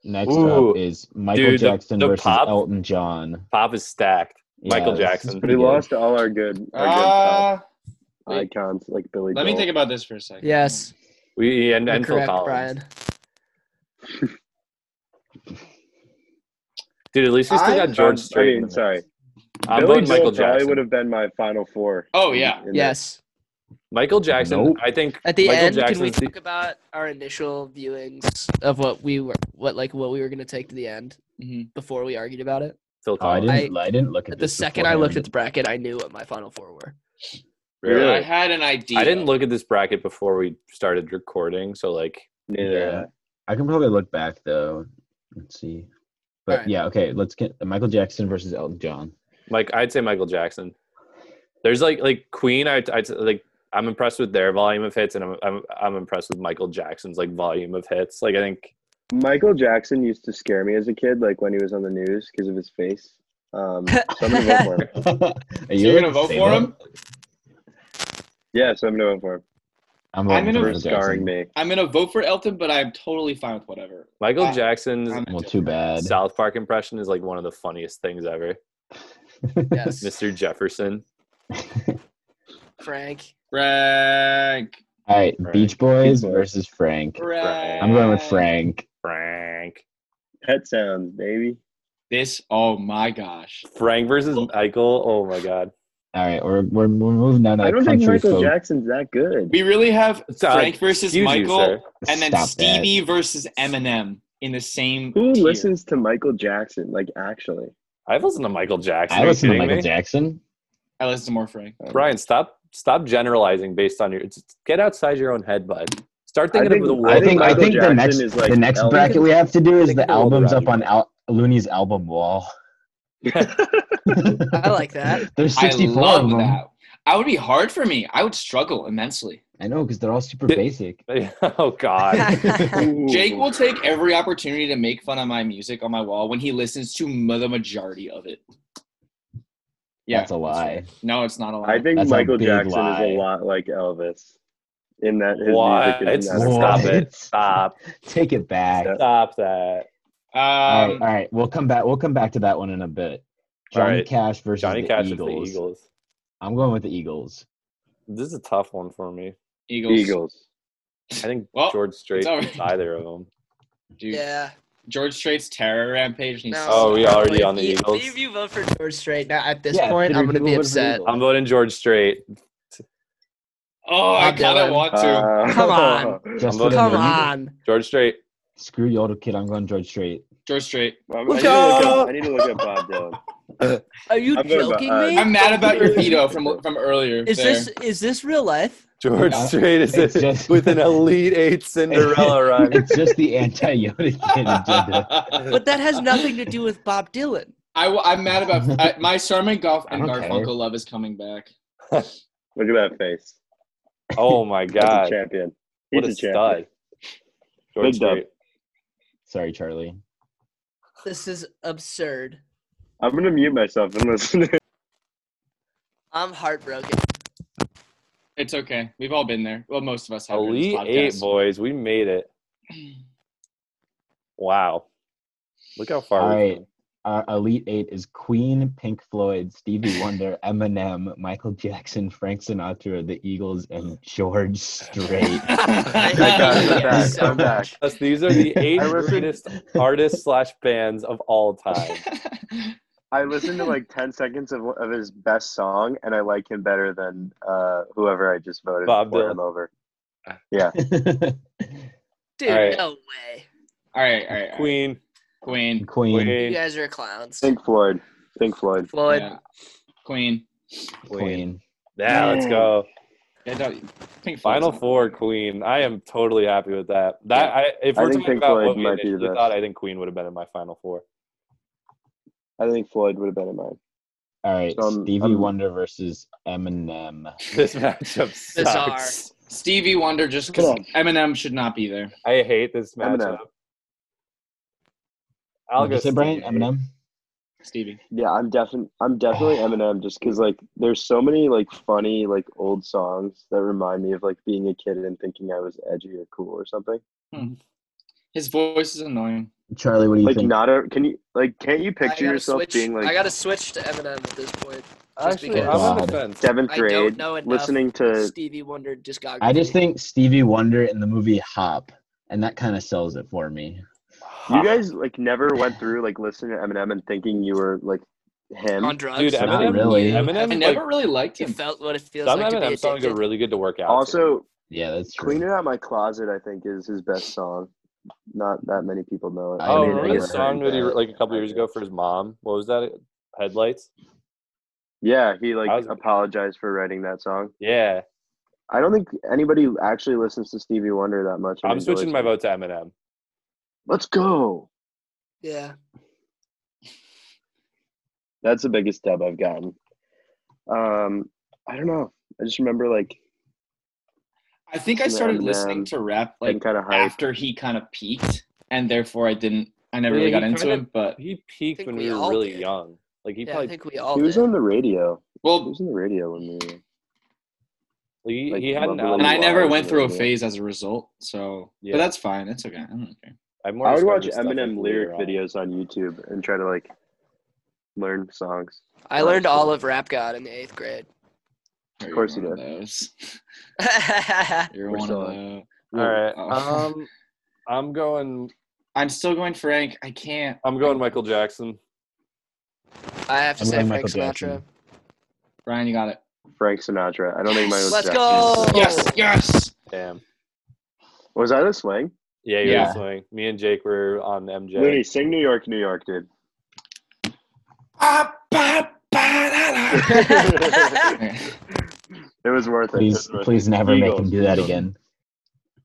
[SPEAKER 4] Next
[SPEAKER 1] Ooh,
[SPEAKER 4] up is Michael
[SPEAKER 1] dude, the-
[SPEAKER 4] Jackson
[SPEAKER 1] the
[SPEAKER 4] versus
[SPEAKER 1] pop-
[SPEAKER 4] Elton John.
[SPEAKER 1] Pop is stacked. Michael
[SPEAKER 4] this is
[SPEAKER 1] Jackson.
[SPEAKER 2] We
[SPEAKER 4] pretty good.
[SPEAKER 2] lost all our good, our good
[SPEAKER 3] Ah,
[SPEAKER 2] pop
[SPEAKER 3] wait.
[SPEAKER 2] icons like Billy.
[SPEAKER 3] let me think about this for a second.
[SPEAKER 5] Yes.
[SPEAKER 1] We and,
[SPEAKER 5] you're
[SPEAKER 1] and Phil
[SPEAKER 5] correct,
[SPEAKER 1] Collins.
[SPEAKER 5] Brian.
[SPEAKER 1] Dude, at least we still
[SPEAKER 3] I-
[SPEAKER 1] got George
[SPEAKER 2] I'm-
[SPEAKER 1] Strait. in
[SPEAKER 2] I mean,
[SPEAKER 1] the mix.
[SPEAKER 2] sorry.
[SPEAKER 1] I'm
[SPEAKER 2] Billy
[SPEAKER 1] voting Michael
[SPEAKER 2] Joel probably would
[SPEAKER 1] Jackson.
[SPEAKER 2] have been my final four.
[SPEAKER 3] Oh,
[SPEAKER 2] in-
[SPEAKER 3] yeah.
[SPEAKER 2] in this.
[SPEAKER 5] Yes.
[SPEAKER 1] Michael Jackson.
[SPEAKER 4] Nope.
[SPEAKER 1] I think
[SPEAKER 5] At the
[SPEAKER 1] Michael
[SPEAKER 5] end, can we
[SPEAKER 1] Jackson's
[SPEAKER 5] talk about our initial viewings of what we were, what like what we were gonna take to the end
[SPEAKER 3] Mhm.
[SPEAKER 5] before we argued about it?
[SPEAKER 1] Phil
[SPEAKER 4] Oh, I
[SPEAKER 1] Collins.
[SPEAKER 4] didn't. I, didn't look at
[SPEAKER 5] the
[SPEAKER 4] this
[SPEAKER 5] second I looked at the
[SPEAKER 4] beforehand.
[SPEAKER 5] bracket, I knew what my final four were.
[SPEAKER 1] Really?
[SPEAKER 3] I had an idea.
[SPEAKER 1] I didn't look at this bracket before we started recording, so like
[SPEAKER 2] Neither.
[SPEAKER 4] Yeah. I can probably look back though. Let's see. But
[SPEAKER 5] Alright.
[SPEAKER 4] yeah, okay. Let's get Michael Jackson versus Elton John. [laughs]
[SPEAKER 1] Like I'd say Michael Jackson. There's like like Queen. I I like I'm impressed with their volume of hits, and I'm I'm I'm impressed with Michael Jackson's like volume of hits. Like I think
[SPEAKER 2] Michael Jackson used to scare me as a kid, like when he was on the news because of his face. Um, so I'm gonna vote for him.
[SPEAKER 4] Are
[SPEAKER 3] you're
[SPEAKER 4] allowed
[SPEAKER 3] gonna
[SPEAKER 4] to
[SPEAKER 3] vote
[SPEAKER 4] say
[SPEAKER 3] for
[SPEAKER 4] that?
[SPEAKER 3] him?
[SPEAKER 2] Yeah, so I'm gonna vote for him
[SPEAKER 4] I'm, voting
[SPEAKER 3] I'm gonna-
[SPEAKER 4] for
[SPEAKER 2] for
[SPEAKER 4] Michael
[SPEAKER 2] scarring
[SPEAKER 4] Jackson.
[SPEAKER 2] me.
[SPEAKER 3] I'm gonna vote for Elton, but I'm totally fine with whatever.
[SPEAKER 1] Michael
[SPEAKER 3] I-
[SPEAKER 1] Jackson's
[SPEAKER 3] I'm-
[SPEAKER 4] Well, too bad.
[SPEAKER 1] South Park impression is like one of the funniest things ever.
[SPEAKER 5] Yes.
[SPEAKER 1] Mr. Jefferson.
[SPEAKER 5] Frank.
[SPEAKER 3] Frank.
[SPEAKER 4] All right,
[SPEAKER 1] Frank.
[SPEAKER 4] Beach Boys
[SPEAKER 2] Beach Boys.
[SPEAKER 4] versus Frank.
[SPEAKER 3] Frank.
[SPEAKER 4] I'm going with Frank.
[SPEAKER 1] Frank.
[SPEAKER 2] Pet sounds, baby.
[SPEAKER 3] This. Oh my gosh.
[SPEAKER 1] Frank versus Michael. Oh my god.
[SPEAKER 4] All right, we're we're, we're moving down to
[SPEAKER 2] I don't think
[SPEAKER 4] country
[SPEAKER 2] Michael
[SPEAKER 4] folk.
[SPEAKER 2] Jackson's that good.
[SPEAKER 3] We really have
[SPEAKER 1] So,
[SPEAKER 3] Frank versus
[SPEAKER 1] excuse you,
[SPEAKER 3] Michael,
[SPEAKER 1] sir.
[SPEAKER 3] and then
[SPEAKER 4] Stop that.
[SPEAKER 3] Stevie versus Eminem in the same.
[SPEAKER 2] Who
[SPEAKER 3] tier.
[SPEAKER 2] listens to Michael Jackson? Like actually,
[SPEAKER 1] I've listened to Michael Jackson.
[SPEAKER 4] I
[SPEAKER 1] Are you
[SPEAKER 4] listen to
[SPEAKER 1] kidding
[SPEAKER 4] Michael
[SPEAKER 1] me?
[SPEAKER 4] Jackson.
[SPEAKER 3] I listen to more Frank.
[SPEAKER 1] Brian, stop stop generalizing based on your it's- get outside your own head, bud. Start thinking
[SPEAKER 2] I think,
[SPEAKER 1] of the
[SPEAKER 2] I
[SPEAKER 1] world.
[SPEAKER 2] think
[SPEAKER 4] I
[SPEAKER 2] Michael
[SPEAKER 4] think the
[SPEAKER 2] Jackson
[SPEAKER 4] next-
[SPEAKER 2] is like
[SPEAKER 4] the next
[SPEAKER 2] Elton.
[SPEAKER 4] bracket we have to do is
[SPEAKER 1] Think
[SPEAKER 4] the
[SPEAKER 1] of the old
[SPEAKER 4] albums up
[SPEAKER 1] Roger.
[SPEAKER 4] on Al- Looney's
[SPEAKER 3] [laughs]
[SPEAKER 4] album wall.
[SPEAKER 5] I like
[SPEAKER 4] [laughs]
[SPEAKER 5] that.
[SPEAKER 4] There's
[SPEAKER 3] I
[SPEAKER 4] 64 of
[SPEAKER 3] love
[SPEAKER 4] them.
[SPEAKER 3] that. I would be hard for me. I would struggle immensely.
[SPEAKER 4] I know because they're all super
[SPEAKER 1] Did-
[SPEAKER 4] basic.
[SPEAKER 1] [laughs] oh
[SPEAKER 3] [laughs]
[SPEAKER 1] god.
[SPEAKER 5] [laughs]
[SPEAKER 2] Ooh.
[SPEAKER 3] Jake will take every opportunity to make fun of my music on my wall when he listens to mo- the majority of it. Yeah,
[SPEAKER 4] That's a lie.
[SPEAKER 3] No, it's not a lie.
[SPEAKER 2] I think
[SPEAKER 4] That's a
[SPEAKER 2] Michael
[SPEAKER 4] big
[SPEAKER 2] Jackson
[SPEAKER 4] lie.
[SPEAKER 2] is a lot like Elvis in that his
[SPEAKER 1] Why?
[SPEAKER 2] music is
[SPEAKER 1] It's-
[SPEAKER 2] not
[SPEAKER 1] Stop
[SPEAKER 4] What?
[SPEAKER 1] it. Stop.
[SPEAKER 4] [laughs] Take it back.
[SPEAKER 2] Yeah.
[SPEAKER 1] Stop that.
[SPEAKER 4] all, right,
[SPEAKER 3] um,
[SPEAKER 4] all right, we'll come back. We'll come back to that one in a bit.
[SPEAKER 1] All
[SPEAKER 4] Johnny
[SPEAKER 1] right.
[SPEAKER 4] Cash versus
[SPEAKER 1] Johnny
[SPEAKER 4] the,
[SPEAKER 1] Cash is
[SPEAKER 4] Eagles.
[SPEAKER 1] the Eagles.
[SPEAKER 4] I'm going with the Eagles.
[SPEAKER 1] This is a tough one for me.
[SPEAKER 3] Eagles.
[SPEAKER 2] Eagles.
[SPEAKER 1] I think
[SPEAKER 3] Well,
[SPEAKER 1] George Strait
[SPEAKER 3] it's all
[SPEAKER 1] beats
[SPEAKER 3] right.
[SPEAKER 1] either of them.
[SPEAKER 3] Dude,
[SPEAKER 5] yeah.
[SPEAKER 3] George Strait's terror rampage. Needs
[SPEAKER 5] No.
[SPEAKER 1] Oh, we
[SPEAKER 5] yeah.
[SPEAKER 1] already on the
[SPEAKER 5] If you-
[SPEAKER 1] Eagles.
[SPEAKER 5] If you vote for George Strait now at this
[SPEAKER 4] Yeah,
[SPEAKER 5] point,
[SPEAKER 4] three
[SPEAKER 5] I'm gonna be
[SPEAKER 4] people voted for
[SPEAKER 5] upset.
[SPEAKER 4] Eagles.
[SPEAKER 1] I'm voting George Strait.
[SPEAKER 3] oh, I
[SPEAKER 5] Bob
[SPEAKER 3] kind of
[SPEAKER 5] Dylan.
[SPEAKER 3] want to.
[SPEAKER 2] Uh, [laughs]
[SPEAKER 5] Come on.
[SPEAKER 4] Just
[SPEAKER 1] voting
[SPEAKER 5] Come
[SPEAKER 1] for-
[SPEAKER 5] on.
[SPEAKER 1] George Strait.
[SPEAKER 4] Screw you, older kid. I'm going George Strait.
[SPEAKER 3] George Strait.
[SPEAKER 2] I need, to
[SPEAKER 5] Look
[SPEAKER 2] look up,
[SPEAKER 5] out.
[SPEAKER 2] I need to look up Bob Dylan.
[SPEAKER 5] Are you
[SPEAKER 2] I'm voting for-
[SPEAKER 5] joking
[SPEAKER 2] uh,
[SPEAKER 5] me?
[SPEAKER 3] I'm mad about your veto from from earlier.
[SPEAKER 5] Is
[SPEAKER 3] there.
[SPEAKER 5] this is this real life?
[SPEAKER 1] George
[SPEAKER 4] Yeah.
[SPEAKER 1] Strait is
[SPEAKER 4] It's
[SPEAKER 1] it
[SPEAKER 4] just-
[SPEAKER 1] with
[SPEAKER 2] [laughs]
[SPEAKER 1] an Elite Eight Cinderella run.
[SPEAKER 4] It's just the anti-Yoda kid agenda. [laughs]
[SPEAKER 5] [laughs] But that has nothing to do with Bob Dylan.
[SPEAKER 3] I, am mad about I, my Sermon Goff
[SPEAKER 4] I
[SPEAKER 3] and
[SPEAKER 4] don't care.
[SPEAKER 3] Garfunkel love is coming back.
[SPEAKER 2] Look at that face.
[SPEAKER 1] Oh my
[SPEAKER 2] That's a
[SPEAKER 1] God.
[SPEAKER 2] champion. He's
[SPEAKER 1] What a
[SPEAKER 2] a champion.
[SPEAKER 1] stud. George
[SPEAKER 2] Big dub.
[SPEAKER 1] Strait.
[SPEAKER 4] Sorry, Charlie.
[SPEAKER 5] This is absurd.
[SPEAKER 2] I'm gonna mute myself and listen. to
[SPEAKER 5] I'm heartbroken.
[SPEAKER 3] It's okay. We've all been there. Well, most of us have. in this
[SPEAKER 1] Elite Eight
[SPEAKER 3] podcast. [laughs]
[SPEAKER 1] boys, we
[SPEAKER 2] [clears throat]
[SPEAKER 1] made it. Wow, look how far.
[SPEAKER 4] All
[SPEAKER 1] we've
[SPEAKER 4] right.
[SPEAKER 1] come.
[SPEAKER 4] Our elite eight is Queen, Pink Floyd, Stevie Wonder, Eminem, Michael Jackson, Frank Sinatra, the Eagles, and George Strait.
[SPEAKER 2] I got it. I'm
[SPEAKER 5] Yes.
[SPEAKER 2] back. I'm back.
[SPEAKER 1] Yes, these are the eight
[SPEAKER 2] [laughs] I listened-
[SPEAKER 1] greatest artists slash bands of all
[SPEAKER 2] [laughs]
[SPEAKER 1] time.
[SPEAKER 2] I listened to
[SPEAKER 5] [laughs]
[SPEAKER 2] like ten seconds of of his best song, and I like him better than uh, whoever I just voted
[SPEAKER 1] Bob
[SPEAKER 2] for
[SPEAKER 1] Dylan.
[SPEAKER 2] him over.
[SPEAKER 5] Dude,
[SPEAKER 3] All right.
[SPEAKER 5] no way.
[SPEAKER 3] all right, all right, all right.
[SPEAKER 1] Queen,
[SPEAKER 3] Queen,
[SPEAKER 4] Queen,
[SPEAKER 5] You
[SPEAKER 1] Queen,
[SPEAKER 5] guys are clowns.
[SPEAKER 2] Pink Floyd. Pink Floyd.
[SPEAKER 5] Floyd.
[SPEAKER 3] Yeah. Queen.
[SPEAKER 4] Queen.
[SPEAKER 1] yeah, let's go.
[SPEAKER 3] Yeah, don't- Pink Floyd's
[SPEAKER 1] Final
[SPEAKER 3] not-
[SPEAKER 1] four, Queen. I am totally happy with that. That I, if
[SPEAKER 2] I
[SPEAKER 1] we're
[SPEAKER 2] think
[SPEAKER 1] talking
[SPEAKER 2] Pink
[SPEAKER 1] about
[SPEAKER 2] Floyd
[SPEAKER 1] what we
[SPEAKER 2] might be the
[SPEAKER 1] initially
[SPEAKER 2] best.
[SPEAKER 1] thought, I think Queen would have been in my final four. [laughs]
[SPEAKER 2] I think Floyd would have been in mine.
[SPEAKER 4] All right,
[SPEAKER 2] Um,
[SPEAKER 4] Stevie
[SPEAKER 2] um,
[SPEAKER 4] Wonder versus Eminem.
[SPEAKER 1] This matchup
[SPEAKER 5] Bizarre.
[SPEAKER 1] sucks.
[SPEAKER 3] Stevie Wonder, just because
[SPEAKER 2] Come on.
[SPEAKER 3] Eminem should not be there.
[SPEAKER 1] I hate this
[SPEAKER 2] Eminem.
[SPEAKER 1] matchup. I'll
[SPEAKER 4] What'd
[SPEAKER 1] go
[SPEAKER 4] you say, Brian?
[SPEAKER 1] Stevie.
[SPEAKER 4] Eminem.
[SPEAKER 3] Stevie.
[SPEAKER 2] Yeah, I'm definitely I'm
[SPEAKER 5] [sighs]
[SPEAKER 2] definitely Eminem just because like there's so many like funny like old songs that remind me of like being a kid and thinking I was edgy or cool or something.
[SPEAKER 3] His voice is annoying.
[SPEAKER 4] Charlie, what do you
[SPEAKER 2] Like
[SPEAKER 4] think?
[SPEAKER 2] not a can you like can't you
[SPEAKER 5] I
[SPEAKER 2] picture
[SPEAKER 5] gotta
[SPEAKER 2] yourself
[SPEAKER 5] switch-
[SPEAKER 2] being like
[SPEAKER 5] I gotta switch to Eminem at this point. Just
[SPEAKER 1] Actually, I'm
[SPEAKER 5] because-
[SPEAKER 1] on the
[SPEAKER 4] God.
[SPEAKER 1] fence.
[SPEAKER 2] seventh
[SPEAKER 5] I don't
[SPEAKER 2] grade
[SPEAKER 5] know enough
[SPEAKER 2] listening to
[SPEAKER 5] Stevie Wonder discography.
[SPEAKER 4] I just think Stevie Wonder in the movie Hop, and that kind of sells it for me.
[SPEAKER 2] you guys like never went through like listening to Eminem and thinking you were like him.
[SPEAKER 5] on drugs.
[SPEAKER 1] Dude,
[SPEAKER 4] Not
[SPEAKER 1] Eminem,
[SPEAKER 4] really.
[SPEAKER 1] Eminem,
[SPEAKER 3] I
[SPEAKER 1] like,
[SPEAKER 3] never really liked
[SPEAKER 5] You
[SPEAKER 3] him.
[SPEAKER 5] felt what it feels
[SPEAKER 1] some
[SPEAKER 5] like to be
[SPEAKER 1] Eminem songs are
[SPEAKER 5] addicted.
[SPEAKER 1] really good to work out. to.
[SPEAKER 2] also,
[SPEAKER 4] Yeah, that's true.
[SPEAKER 2] Cleaning Out My Closet I think is his best song. Not that many people know it.
[SPEAKER 4] I
[SPEAKER 1] oh,
[SPEAKER 4] mean,
[SPEAKER 1] remember
[SPEAKER 4] never
[SPEAKER 1] the
[SPEAKER 4] heard
[SPEAKER 1] song that he
[SPEAKER 4] that.
[SPEAKER 1] wrote, like a couple years ago for his mom? What was that? Headlights.
[SPEAKER 2] Yeah, he like
[SPEAKER 1] I was-
[SPEAKER 2] apologized for writing that song.
[SPEAKER 1] Yeah,
[SPEAKER 2] I don't think anybody actually listens to Stevie Wonder that much. and
[SPEAKER 1] I'm
[SPEAKER 2] enjoys
[SPEAKER 1] switching my
[SPEAKER 2] him.
[SPEAKER 1] vote to Eminem.
[SPEAKER 2] Let's go.
[SPEAKER 5] Yeah.
[SPEAKER 2] That's the biggest dub I've gotten. Um, I don't know. I just remember like
[SPEAKER 3] I think I
[SPEAKER 2] Yeah,
[SPEAKER 3] started
[SPEAKER 2] Eminem.
[SPEAKER 3] listening to rap
[SPEAKER 2] being
[SPEAKER 3] like
[SPEAKER 2] kind of hyped.
[SPEAKER 3] after he kind of peaked, and therefore I didn't. I never really
[SPEAKER 1] Yeah, he
[SPEAKER 3] got into
[SPEAKER 1] kinda-
[SPEAKER 3] him, but
[SPEAKER 1] He peaked
[SPEAKER 5] think
[SPEAKER 1] when
[SPEAKER 5] we
[SPEAKER 1] we were
[SPEAKER 5] all
[SPEAKER 1] really
[SPEAKER 5] did.
[SPEAKER 1] young. Like he
[SPEAKER 5] yeah, I
[SPEAKER 1] probably
[SPEAKER 5] think we all
[SPEAKER 2] He was
[SPEAKER 5] did.
[SPEAKER 2] on the radio. He
[SPEAKER 3] well,
[SPEAKER 2] was on the radio when we. Were...
[SPEAKER 1] like, he,
[SPEAKER 2] like,
[SPEAKER 1] he had an
[SPEAKER 2] Lovely
[SPEAKER 1] album.
[SPEAKER 3] and I
[SPEAKER 2] Wow,
[SPEAKER 3] never
[SPEAKER 2] that's
[SPEAKER 3] went through a
[SPEAKER 2] amazing.
[SPEAKER 3] phase as a result. So,
[SPEAKER 1] Yeah.
[SPEAKER 3] but that's fine. That's okay. I don't care.
[SPEAKER 1] I, more
[SPEAKER 2] I would
[SPEAKER 1] discovered
[SPEAKER 2] watch
[SPEAKER 1] this stuff, like,
[SPEAKER 2] Eminem lyric
[SPEAKER 1] later on.
[SPEAKER 2] videos on YouTube and try to like learn songs.
[SPEAKER 5] I learned all of Rap God in the eighth grade. [laughs]
[SPEAKER 3] Of
[SPEAKER 2] course you
[SPEAKER 3] Of those. [laughs] You're
[SPEAKER 2] We're
[SPEAKER 3] one
[SPEAKER 2] still
[SPEAKER 3] of
[SPEAKER 2] on.
[SPEAKER 3] those.
[SPEAKER 1] All right,
[SPEAKER 3] Oh.
[SPEAKER 1] um, I'm going.
[SPEAKER 3] [laughs] I'm still going Frank. I can't.
[SPEAKER 1] I'm going Michael Jackson.
[SPEAKER 5] I have to
[SPEAKER 4] I'm
[SPEAKER 5] say
[SPEAKER 4] going
[SPEAKER 5] Frank
[SPEAKER 4] Michael
[SPEAKER 5] Sinatra.
[SPEAKER 4] Jackson.
[SPEAKER 3] Brian, you got it.
[SPEAKER 2] Frank Sinatra. I don't think mine was.
[SPEAKER 5] Let's
[SPEAKER 2] Jackson.
[SPEAKER 5] go.
[SPEAKER 3] Yes, yes.
[SPEAKER 1] Damn.
[SPEAKER 2] Was I the swing?
[SPEAKER 1] Yeah, you're
[SPEAKER 3] Yeah.
[SPEAKER 1] listening. Me and Jake were on MJ.
[SPEAKER 2] Looney, sing New York, New York,
[SPEAKER 3] [laughs]
[SPEAKER 2] dude. [laughs]
[SPEAKER 3] Ah, ba,
[SPEAKER 1] [laughs]
[SPEAKER 3] ba, da,
[SPEAKER 2] it
[SPEAKER 3] da.
[SPEAKER 2] was worth it. It
[SPEAKER 4] Please,
[SPEAKER 2] was worth
[SPEAKER 4] please
[SPEAKER 2] it.
[SPEAKER 4] never make him
[SPEAKER 2] Eagles,
[SPEAKER 4] do that
[SPEAKER 2] Eagles.
[SPEAKER 4] again.
[SPEAKER 1] Oh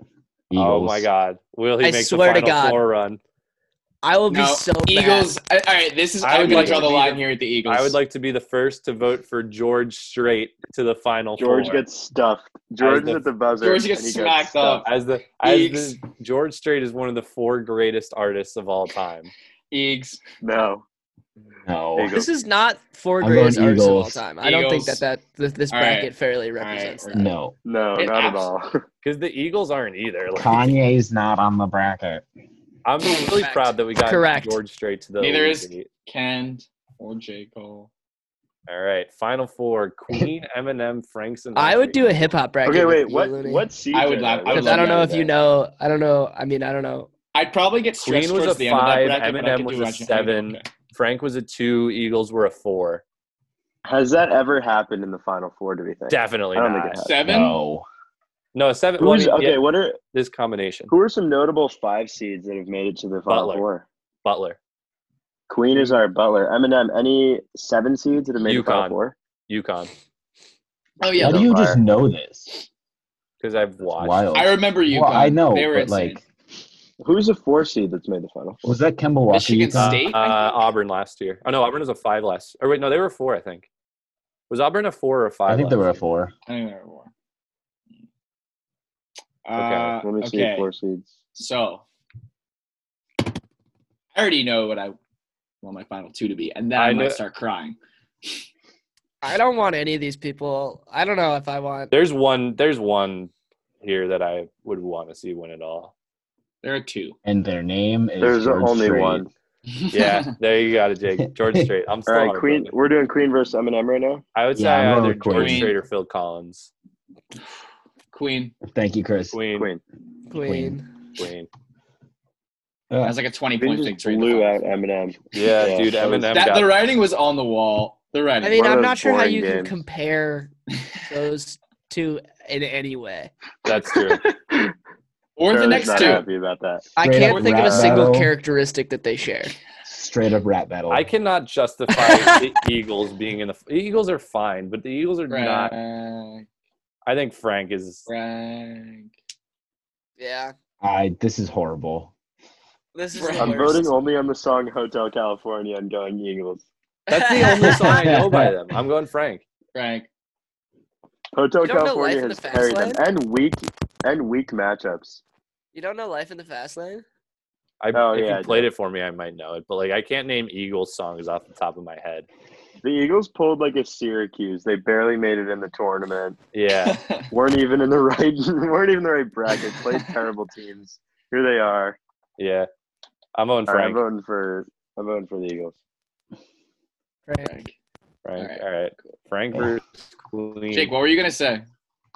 [SPEAKER 2] Oh
[SPEAKER 4] Eagles.
[SPEAKER 1] my God! Will he
[SPEAKER 5] I
[SPEAKER 1] make
[SPEAKER 5] swear to
[SPEAKER 1] the final
[SPEAKER 5] God.
[SPEAKER 1] four run?
[SPEAKER 5] I will be
[SPEAKER 3] No,
[SPEAKER 5] so
[SPEAKER 3] Eagles. I, all right, this is.
[SPEAKER 1] I
[SPEAKER 3] I
[SPEAKER 1] would
[SPEAKER 3] would like
[SPEAKER 1] like
[SPEAKER 3] draw
[SPEAKER 1] to
[SPEAKER 3] the
[SPEAKER 1] be
[SPEAKER 3] line
[SPEAKER 1] the-
[SPEAKER 3] here at the Eagles.
[SPEAKER 1] I would like to be the first to vote for George Strait to the final
[SPEAKER 2] George
[SPEAKER 1] four.
[SPEAKER 2] gets stuffed. George
[SPEAKER 1] the-
[SPEAKER 2] is at the buzzer.
[SPEAKER 3] George gets
[SPEAKER 2] and he
[SPEAKER 3] smacked
[SPEAKER 2] stuffed.
[SPEAKER 1] as the as
[SPEAKER 3] Eeks.
[SPEAKER 1] the, George Strait is one of the four greatest artists of all time.
[SPEAKER 3] Eagles.
[SPEAKER 2] No.
[SPEAKER 4] No.
[SPEAKER 2] Eagles.
[SPEAKER 5] This is not four
[SPEAKER 4] I'm
[SPEAKER 5] greatest
[SPEAKER 4] going
[SPEAKER 5] artists of all
[SPEAKER 4] Eagles.
[SPEAKER 5] time. I don't think
[SPEAKER 3] Eagles.
[SPEAKER 5] that, that th- this
[SPEAKER 3] All
[SPEAKER 5] bracket
[SPEAKER 3] right.
[SPEAKER 5] fairly
[SPEAKER 3] right,
[SPEAKER 5] represents
[SPEAKER 3] we're-
[SPEAKER 5] that.
[SPEAKER 4] No.
[SPEAKER 2] No,
[SPEAKER 3] It
[SPEAKER 2] not at
[SPEAKER 3] abs-
[SPEAKER 2] all.
[SPEAKER 1] Because the Eagles aren't either. Like,
[SPEAKER 4] Kanye's not on the bracket.
[SPEAKER 1] I'm really
[SPEAKER 5] Correct.
[SPEAKER 1] proud that we got
[SPEAKER 5] Correct.
[SPEAKER 1] George Strait to the
[SPEAKER 3] Neither
[SPEAKER 1] lead
[SPEAKER 3] is-
[SPEAKER 1] debate.
[SPEAKER 3] Ken or J Cole.
[SPEAKER 1] All right, final
[SPEAKER 5] [laughs]
[SPEAKER 1] four: Queen, Eminem, Frank Sinatra.
[SPEAKER 5] I would do a hip hop
[SPEAKER 2] [laughs]
[SPEAKER 5] bracket.
[SPEAKER 2] okay,
[SPEAKER 5] with
[SPEAKER 2] wait.
[SPEAKER 5] you,
[SPEAKER 2] What?
[SPEAKER 5] Looney.
[SPEAKER 2] What seed?
[SPEAKER 3] I would
[SPEAKER 2] did
[SPEAKER 3] laugh- I would
[SPEAKER 5] Because
[SPEAKER 2] was
[SPEAKER 5] I
[SPEAKER 3] love
[SPEAKER 5] don't
[SPEAKER 2] that
[SPEAKER 5] know
[SPEAKER 2] in
[SPEAKER 5] if you
[SPEAKER 2] there?
[SPEAKER 5] know. I don't know. I mean, I don't know.
[SPEAKER 3] I'd probably get stressed
[SPEAKER 1] Queen was
[SPEAKER 3] towards
[SPEAKER 1] a
[SPEAKER 3] the end of that
[SPEAKER 1] five,
[SPEAKER 3] bracket, but I
[SPEAKER 1] Eminem
[SPEAKER 3] could
[SPEAKER 1] was
[SPEAKER 3] do
[SPEAKER 1] a
[SPEAKER 3] it. I could do
[SPEAKER 1] seven.
[SPEAKER 3] okay.
[SPEAKER 1] Frank was a two. Eagles were a four.
[SPEAKER 2] Has that ever happened in the final four? Do we think?
[SPEAKER 1] Definitely
[SPEAKER 2] I don't
[SPEAKER 1] not.
[SPEAKER 2] think it has.
[SPEAKER 3] Seven.
[SPEAKER 4] No.
[SPEAKER 1] No, seven. well, I
[SPEAKER 2] Who's,
[SPEAKER 1] mean,
[SPEAKER 2] okay,
[SPEAKER 1] yeah,
[SPEAKER 2] what are
[SPEAKER 1] this combination.
[SPEAKER 2] who are some notable five seeds that have made it to the final
[SPEAKER 1] Butler.
[SPEAKER 2] four?
[SPEAKER 1] Butler,
[SPEAKER 2] Queen is our Butler. Eminem. Any seven seeds that have made the
[SPEAKER 1] UConn.
[SPEAKER 2] final four?
[SPEAKER 1] UConn,
[SPEAKER 3] Oh yeah.
[SPEAKER 4] How do
[SPEAKER 2] no
[SPEAKER 4] you
[SPEAKER 2] fire.
[SPEAKER 4] just know this?
[SPEAKER 1] because I've watched.
[SPEAKER 4] Wild.
[SPEAKER 3] I remember you.
[SPEAKER 4] Well, I
[SPEAKER 3] Ken.
[SPEAKER 4] know,
[SPEAKER 3] They were
[SPEAKER 4] but
[SPEAKER 3] insane.
[SPEAKER 4] like,
[SPEAKER 2] Who's a four seed that's made the final?
[SPEAKER 4] was that Kemba Walker?
[SPEAKER 3] Michigan
[SPEAKER 4] UConn?
[SPEAKER 3] State?
[SPEAKER 1] Uh,
[SPEAKER 3] I think.
[SPEAKER 1] Auburn last year. Oh no, Auburn was a five last. Or wait, no, they were a four. I think. Was Auburn a four or a five?
[SPEAKER 4] I think they
[SPEAKER 1] last
[SPEAKER 4] were a
[SPEAKER 1] year?
[SPEAKER 4] four.
[SPEAKER 3] I think they were four. Uh,
[SPEAKER 1] Okay,
[SPEAKER 2] Let me see
[SPEAKER 3] okay.
[SPEAKER 2] four seeds.
[SPEAKER 3] So I already know what I want my final two to be, and then
[SPEAKER 1] I
[SPEAKER 3] I might
[SPEAKER 1] know-
[SPEAKER 3] start crying.
[SPEAKER 5] I don't want any of these people. I don't know if I want.
[SPEAKER 1] There's one. There's one here that I
[SPEAKER 3] [laughs]
[SPEAKER 1] would want to see win it all.
[SPEAKER 3] There are two.
[SPEAKER 4] And their name is
[SPEAKER 2] There's
[SPEAKER 4] George
[SPEAKER 2] only
[SPEAKER 4] Strait.
[SPEAKER 2] one.
[SPEAKER 1] Yeah, there you got it,
[SPEAKER 4] [laughs]
[SPEAKER 1] Jake. George Strait. I'm
[SPEAKER 2] All
[SPEAKER 1] still
[SPEAKER 2] right,
[SPEAKER 1] on it,
[SPEAKER 2] Queen.
[SPEAKER 1] brother.
[SPEAKER 2] We're doing Queen versus Eminem right now.
[SPEAKER 1] I would say
[SPEAKER 4] Yeah, I'm going
[SPEAKER 1] either
[SPEAKER 4] with Queen.
[SPEAKER 1] George Strait or Phil Collins.
[SPEAKER 3] [laughs] Queen.
[SPEAKER 4] Thank you, Chris.
[SPEAKER 1] Queen, Queen,
[SPEAKER 2] Queen.
[SPEAKER 5] Queen.
[SPEAKER 1] Queen.
[SPEAKER 3] That
[SPEAKER 4] Uh,
[SPEAKER 3] was like a 20
[SPEAKER 2] They
[SPEAKER 3] point
[SPEAKER 2] just
[SPEAKER 3] victory. in the
[SPEAKER 2] blew out
[SPEAKER 3] finals.
[SPEAKER 2] Eminem.
[SPEAKER 1] Yeah,
[SPEAKER 2] Yeah,
[SPEAKER 1] dude,
[SPEAKER 2] that was-
[SPEAKER 1] Eminem
[SPEAKER 3] That,
[SPEAKER 1] got
[SPEAKER 3] the writing was on the wall. The writing.
[SPEAKER 5] I mean,
[SPEAKER 2] One of
[SPEAKER 5] I'm
[SPEAKER 2] those
[SPEAKER 5] not sure how
[SPEAKER 2] boring
[SPEAKER 5] you can
[SPEAKER 2] games. [laughs]
[SPEAKER 5] compare those two in any way.
[SPEAKER 1] that's true.
[SPEAKER 4] [laughs]
[SPEAKER 3] or the
[SPEAKER 2] Charlie's
[SPEAKER 3] next
[SPEAKER 2] not
[SPEAKER 3] two.
[SPEAKER 2] happy about that.
[SPEAKER 5] I
[SPEAKER 4] Straight
[SPEAKER 5] can't
[SPEAKER 4] up
[SPEAKER 5] think of a
[SPEAKER 4] rap
[SPEAKER 5] single
[SPEAKER 4] battle.
[SPEAKER 5] characteristic that they share.
[SPEAKER 4] straight up rap battle.
[SPEAKER 1] I cannot justify the Eagles being in the. the Eagles are fine, but the Eagles are not.
[SPEAKER 3] Frank,
[SPEAKER 1] I think Frank is.
[SPEAKER 3] Frank.
[SPEAKER 5] Yeah,
[SPEAKER 4] I this is horrible.
[SPEAKER 5] this is.
[SPEAKER 3] Right.
[SPEAKER 5] the
[SPEAKER 2] I'm
[SPEAKER 5] worst.
[SPEAKER 2] voting only on the song Hotel California and going Eagles.
[SPEAKER 1] That's the only song I know by them. I'm going Frank.
[SPEAKER 3] Frank.
[SPEAKER 2] Hotel
[SPEAKER 5] You don't know
[SPEAKER 2] California
[SPEAKER 5] Life in
[SPEAKER 2] has
[SPEAKER 5] the Fast
[SPEAKER 2] carried them and weak and weak matchups.
[SPEAKER 5] You don't know Life in the Fast Lane?
[SPEAKER 1] I,
[SPEAKER 2] Oh,
[SPEAKER 1] if
[SPEAKER 2] yeah, I
[SPEAKER 1] you
[SPEAKER 2] do.
[SPEAKER 1] played it for me, I might know it. But like, I can't name Eagles songs off the top of my head.
[SPEAKER 2] The Eagles pulled like a Syracuse. They barely made it in the tournament.
[SPEAKER 1] Yeah,
[SPEAKER 2] weren't even in the [laughs] right weren't even the right bracket. Played terrible teams. Here they are.
[SPEAKER 1] yeah. I'm on
[SPEAKER 2] All right, I'm
[SPEAKER 1] Frank.
[SPEAKER 2] voting for I'm voting for the Eagles.
[SPEAKER 3] [laughs]
[SPEAKER 5] Right.
[SPEAKER 3] Frank.
[SPEAKER 1] Frank.
[SPEAKER 3] Alright.
[SPEAKER 1] All right. Frank
[SPEAKER 4] Yeah.
[SPEAKER 1] versus Queen.
[SPEAKER 3] Jake, what were you gonna say?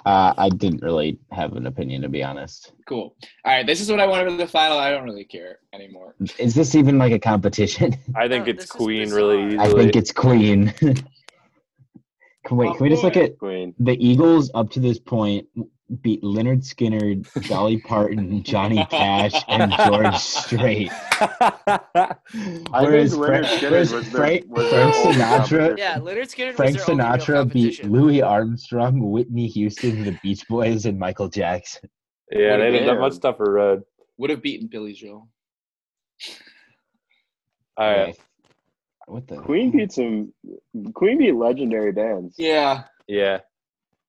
[SPEAKER 4] Uh, I didn't really have an opinion to be honest.
[SPEAKER 3] Cool. All right, this is what I wanted for the final. I don't really care anymore.
[SPEAKER 4] Is this even like a competition? [laughs]
[SPEAKER 1] I think
[SPEAKER 5] Oh,
[SPEAKER 1] it's
[SPEAKER 5] this is
[SPEAKER 1] Queen
[SPEAKER 5] bizarre.
[SPEAKER 1] really easily.
[SPEAKER 4] I
[SPEAKER 1] [laughs]
[SPEAKER 4] think it's Queen. [laughs] Can-
[SPEAKER 5] Oh,
[SPEAKER 4] Wait, can we just look at
[SPEAKER 2] Queen.
[SPEAKER 4] the Eagles up to this point? Beat Leonard Skinner, Dolly
[SPEAKER 5] [laughs]
[SPEAKER 4] Parton, Johnny Cash, and George
[SPEAKER 5] [laughs]
[SPEAKER 4] Strait.
[SPEAKER 2] I
[SPEAKER 4] Whereas
[SPEAKER 2] think Leonard
[SPEAKER 4] Fra-
[SPEAKER 2] Skinner
[SPEAKER 4] whereas
[SPEAKER 2] was the-
[SPEAKER 4] Frank,
[SPEAKER 2] was the
[SPEAKER 4] Frank
[SPEAKER 2] only
[SPEAKER 4] Sinatra,
[SPEAKER 5] Yeah, Leonard Skinner
[SPEAKER 4] Frank
[SPEAKER 5] was their only real
[SPEAKER 4] Sinatra beat
[SPEAKER 5] competition.
[SPEAKER 4] Louis Armstrong, Whitney Houston, the Beach Boys, and Michael Jackson.
[SPEAKER 1] [laughs] yeah, they had a
[SPEAKER 2] Damn.
[SPEAKER 1] much tougher road.
[SPEAKER 3] Would have beaten Billy Joel.
[SPEAKER 1] All right.
[SPEAKER 4] Okay. What the
[SPEAKER 2] Queen beat some Queen beat legendary bands.
[SPEAKER 3] Yeah,
[SPEAKER 1] Yeah,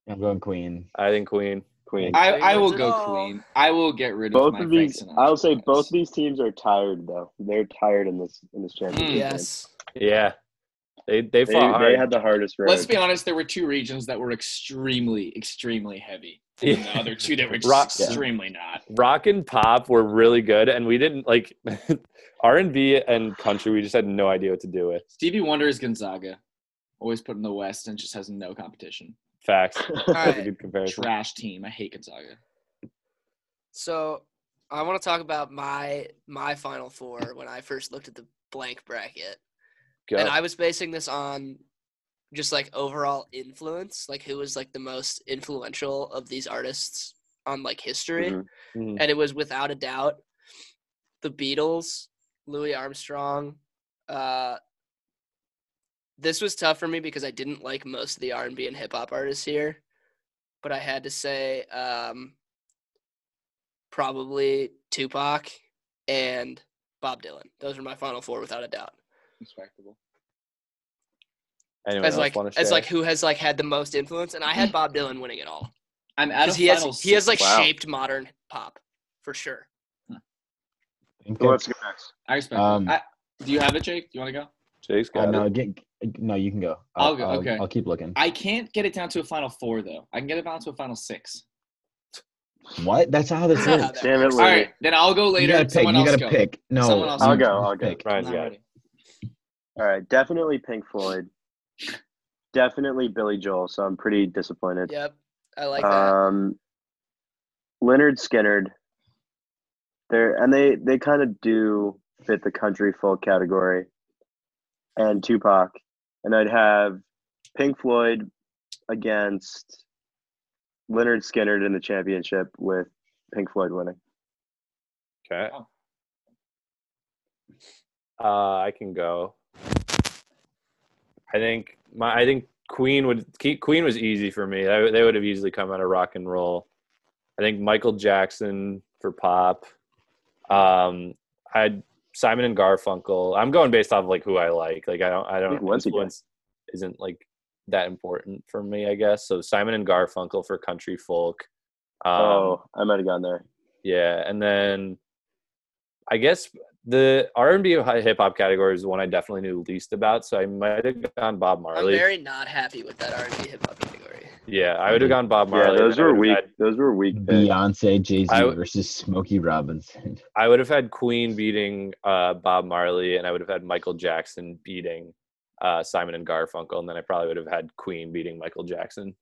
[SPEAKER 4] I'm going Queen.
[SPEAKER 1] I think Queen.
[SPEAKER 2] Queen.
[SPEAKER 3] I, I will
[SPEAKER 5] Wins it
[SPEAKER 3] go
[SPEAKER 5] all.
[SPEAKER 3] Queen. I will get rid of
[SPEAKER 2] Both
[SPEAKER 3] my
[SPEAKER 2] of
[SPEAKER 3] Frank
[SPEAKER 2] these
[SPEAKER 3] Sinatra
[SPEAKER 2] I'll say both of
[SPEAKER 3] votes.
[SPEAKER 2] these teams are tired though. They're tired in this in this championship.
[SPEAKER 3] Mm.
[SPEAKER 5] Yes.
[SPEAKER 1] Yeah, they they
[SPEAKER 2] They,
[SPEAKER 1] fought hard.
[SPEAKER 2] they had the hardest road.
[SPEAKER 3] Let's be honest. There were two regions that were extremely, extremely heavy, and the
[SPEAKER 1] Yeah.
[SPEAKER 3] other two that were just
[SPEAKER 1] Rock- yeah.
[SPEAKER 3] extremely not.
[SPEAKER 1] rock and pop were really good and we didn't like [laughs] r&b and country we just had no idea what to do with
[SPEAKER 3] Stevie Wonder is Gonzaga, always put in the West and just has no competition.
[SPEAKER 5] [laughs]
[SPEAKER 1] facts that's a
[SPEAKER 5] right.
[SPEAKER 1] good comparison
[SPEAKER 3] Trash team. I hate Gonzaga.
[SPEAKER 5] So I want to talk about my my final four when I first looked at the blank bracket.
[SPEAKER 1] Go.
[SPEAKER 5] And I was basing this on just like overall influence, like who was like the most influential of these artists on like history.
[SPEAKER 2] Mhm.
[SPEAKER 1] Mhm.
[SPEAKER 5] And it was without a doubt the Beatles, Louis Armstrong. Uh, this was tough for me because I didn't like most of the R and B and hip hop artists here, but I had to say um, probably Tupac and Bob Dylan. Those are my final four without a doubt.
[SPEAKER 3] Respectable.
[SPEAKER 1] Anyone
[SPEAKER 5] As
[SPEAKER 1] else
[SPEAKER 5] like
[SPEAKER 1] wanna
[SPEAKER 5] as
[SPEAKER 1] share?
[SPEAKER 5] like who has like had the most influence, and I had Bob Dylan winning it all
[SPEAKER 3] I'm out
[SPEAKER 5] because
[SPEAKER 3] of
[SPEAKER 5] he
[SPEAKER 3] final
[SPEAKER 5] has he has
[SPEAKER 3] six.
[SPEAKER 5] like
[SPEAKER 2] Wow.
[SPEAKER 5] shaped modern pop for sure.
[SPEAKER 4] Think
[SPEAKER 2] So
[SPEAKER 4] of-
[SPEAKER 2] let's go next.
[SPEAKER 3] I respect.
[SPEAKER 4] Um,
[SPEAKER 3] that. I, do you have it, Jake? Do you want to go?
[SPEAKER 1] Jake's
[SPEAKER 4] uh,
[SPEAKER 1] got it.
[SPEAKER 4] no, get, no, you can go.
[SPEAKER 3] I'll go, okay.
[SPEAKER 4] I'll keep looking.
[SPEAKER 3] I can't get it down to a final four though. I can get it down to a final six.
[SPEAKER 4] what? That's not how this
[SPEAKER 5] That's not how [laughs]
[SPEAKER 4] works.
[SPEAKER 5] that
[SPEAKER 2] Damn it,
[SPEAKER 5] works.
[SPEAKER 3] All
[SPEAKER 2] Lou.
[SPEAKER 3] right, then I'll go
[SPEAKER 4] You
[SPEAKER 3] later.
[SPEAKER 4] gotta pick.
[SPEAKER 3] Someone
[SPEAKER 4] You
[SPEAKER 3] else
[SPEAKER 4] gotta
[SPEAKER 3] go.
[SPEAKER 4] pick. No,
[SPEAKER 3] Someone else
[SPEAKER 2] I'll
[SPEAKER 4] you-
[SPEAKER 2] go,
[SPEAKER 4] you
[SPEAKER 2] I'll go.
[SPEAKER 4] pick.
[SPEAKER 1] Ryan's
[SPEAKER 3] Not
[SPEAKER 1] got it.
[SPEAKER 3] ready.
[SPEAKER 2] All right, definitely Pink Floyd. Definitely Billy Joel, so I'm pretty disappointed.
[SPEAKER 5] Yep, I like that.
[SPEAKER 2] um Leonard Skinnerd. They're and they they kind of do fit the country folk category. And Tupac. And I'd have Pink Floyd against Leonard Skinnerd in the championship with Pink Floyd winning.
[SPEAKER 1] okay
[SPEAKER 3] Oh.
[SPEAKER 1] uh, i can go i think my i think queen would Ke- queen was easy for me I, they would have easily come out of rock and roll i think michael jackson for pop um i simon and garfunkel i'm going based off like who i like like i don't i don't
[SPEAKER 2] Ooh, once again.
[SPEAKER 1] influence isn't like that important for me i guess so simon and garfunkel for country folk um,
[SPEAKER 2] oh, I might have gone there.
[SPEAKER 1] yeah, and then I guess the R and B hip hop category is the one I definitely knew least about, so I might have gone Bob
[SPEAKER 5] I'm
[SPEAKER 1] Marley.
[SPEAKER 5] very not happy with that R and B hip hop category.
[SPEAKER 1] Yeah, I would have gone Bob Marley.
[SPEAKER 2] yeah, those
[SPEAKER 1] and I
[SPEAKER 2] were
[SPEAKER 1] would've
[SPEAKER 2] weak.
[SPEAKER 1] had-
[SPEAKER 2] those were weak. picks.
[SPEAKER 4] Beyonce, Jay Z
[SPEAKER 1] I w-
[SPEAKER 4] versus Smokey Robinson.
[SPEAKER 1] I would have had Queen beating uh, Bob Marley, and I would have had Michael Jackson beating uh, Simon and Garfunkel, and then I probably would have had Queen beating Michael Jackson.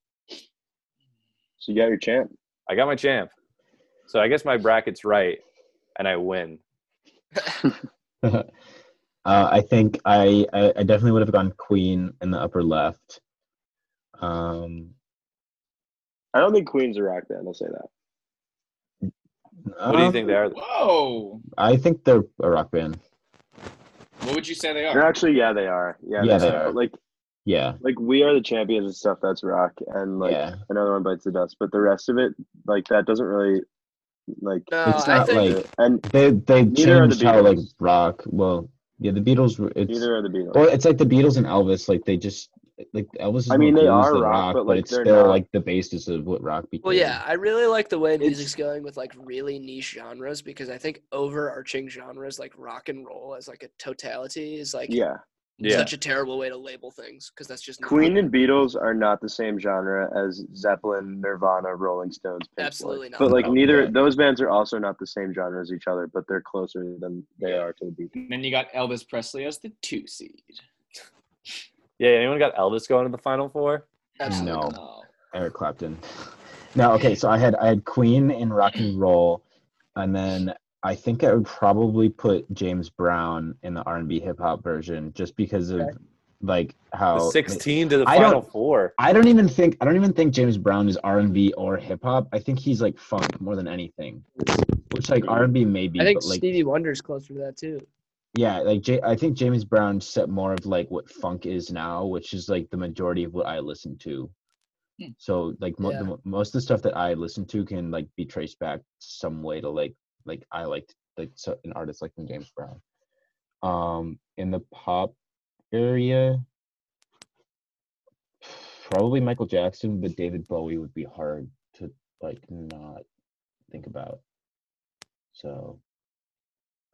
[SPEAKER 2] So you got your champ.
[SPEAKER 1] I got my champ, so I guess my bracket's right, and I win.
[SPEAKER 4] uh, I think I, I I definitely would have gone Queen in the upper left. Um,
[SPEAKER 2] I don't think Queen's a rock band. I'll say that.
[SPEAKER 1] What do you think they are?
[SPEAKER 3] Whoa.
[SPEAKER 4] uh, I think they're a rock band.
[SPEAKER 3] What would you say they
[SPEAKER 2] They're
[SPEAKER 3] are?
[SPEAKER 2] actually, yeah, they are. Yeah,
[SPEAKER 4] Yeah,
[SPEAKER 2] they're-
[SPEAKER 4] they are.
[SPEAKER 2] Like,
[SPEAKER 4] Yeah,
[SPEAKER 2] like we are the champions and stuff. That's rock, and like
[SPEAKER 4] yeah.
[SPEAKER 2] another one bites the dust. But the rest of it, like that, doesn't really, like,
[SPEAKER 5] No,
[SPEAKER 4] It's
[SPEAKER 5] I
[SPEAKER 4] not
[SPEAKER 5] think
[SPEAKER 4] like-
[SPEAKER 2] and
[SPEAKER 4] They they
[SPEAKER 2] Neither are the
[SPEAKER 4] changed how like
[SPEAKER 2] Beatles.
[SPEAKER 4] rock. Well, yeah, the Beatles. were- It's
[SPEAKER 2] neither are the Beatles.
[SPEAKER 4] well, it's like the Beatles and Elvis. Like they just like Elvis. Is
[SPEAKER 2] I mean,
[SPEAKER 4] more
[SPEAKER 2] they
[SPEAKER 4] blues
[SPEAKER 2] are
[SPEAKER 4] than
[SPEAKER 2] rock, but, like,
[SPEAKER 4] it's
[SPEAKER 2] they're
[SPEAKER 4] still
[SPEAKER 2] not-
[SPEAKER 4] like the basis of what rock became.
[SPEAKER 5] Well, yeah, I really like the way
[SPEAKER 2] It's-
[SPEAKER 5] music's going with like really niche genres because I think overarching genres like rock and roll as like a totality is like
[SPEAKER 2] yeah,
[SPEAKER 1] Yeah,
[SPEAKER 5] such a terrible way to label things because that's just not-
[SPEAKER 2] Queen and Beatles are not the same genre as Zeppelin, Nirvana, Rolling Stones. Pink Floyd.
[SPEAKER 5] Absolutely not.
[SPEAKER 2] But like
[SPEAKER 4] No,
[SPEAKER 2] neither
[SPEAKER 4] yeah.
[SPEAKER 2] those bands are also not the same genre as each other, but they're closer than they are to the Beatles.
[SPEAKER 3] And then you got Elvis Presley as the two seed.
[SPEAKER 1] yeah. Anyone got Elvis going to the final four?
[SPEAKER 5] absolutely
[SPEAKER 4] No.
[SPEAKER 5] not.
[SPEAKER 3] Oh.
[SPEAKER 4] Eric Clapton. No, okay, so I had I had Queen and rock and roll, and then I think I would probably put James Brown in the R and B hip hop version just because of like
[SPEAKER 2] Oh,
[SPEAKER 4] how
[SPEAKER 1] The sixteen to the
[SPEAKER 4] I
[SPEAKER 1] final
[SPEAKER 4] don't-
[SPEAKER 1] four.
[SPEAKER 4] I don't even think I don't even think James Brown is R and B or hip hop. I think he's like funk more than anything, which like R and B maybe,
[SPEAKER 5] I think
[SPEAKER 4] but like
[SPEAKER 5] Stevie Wonder's closer to that too.
[SPEAKER 4] yeah, like J- I think James Brown set more of like what funk is now, which is like the majority of what I listen to.
[SPEAKER 3] Hmm.
[SPEAKER 4] So like mo- the
[SPEAKER 5] Yeah.
[SPEAKER 4] mo- most of the stuff that I listen to can like be traced back some way to like like I liked like so, an artist like James Brown. Um, in the pop area, probably Michael Jackson, but David Bowie would be hard to like not think about. So,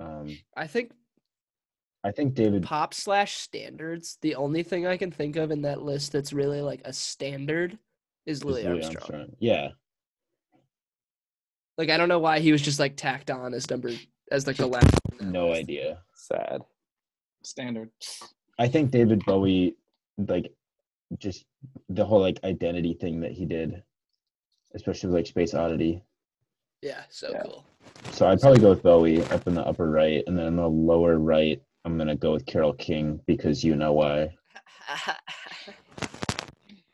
[SPEAKER 4] um,
[SPEAKER 5] I think
[SPEAKER 4] I think David
[SPEAKER 5] pop slash standards. The only thing I can think of in that list that's really like a standard is
[SPEAKER 4] is
[SPEAKER 5] Louis, Armstrong.
[SPEAKER 4] Yeah,
[SPEAKER 5] Like I don't know why he was just like tacked on as number as like the last. one on that
[SPEAKER 4] no
[SPEAKER 5] list.
[SPEAKER 4] idea.
[SPEAKER 1] Sad.
[SPEAKER 3] Standard.
[SPEAKER 4] I think David Bowie, like, just the whole like identity thing that he did, especially with, like Space Oddity.
[SPEAKER 5] Yeah, so
[SPEAKER 2] Yeah.
[SPEAKER 5] cool.
[SPEAKER 4] So I'd probably go with Bowie up in the upper right, and then in the lower right, I'm gonna go with Carol King because you know why.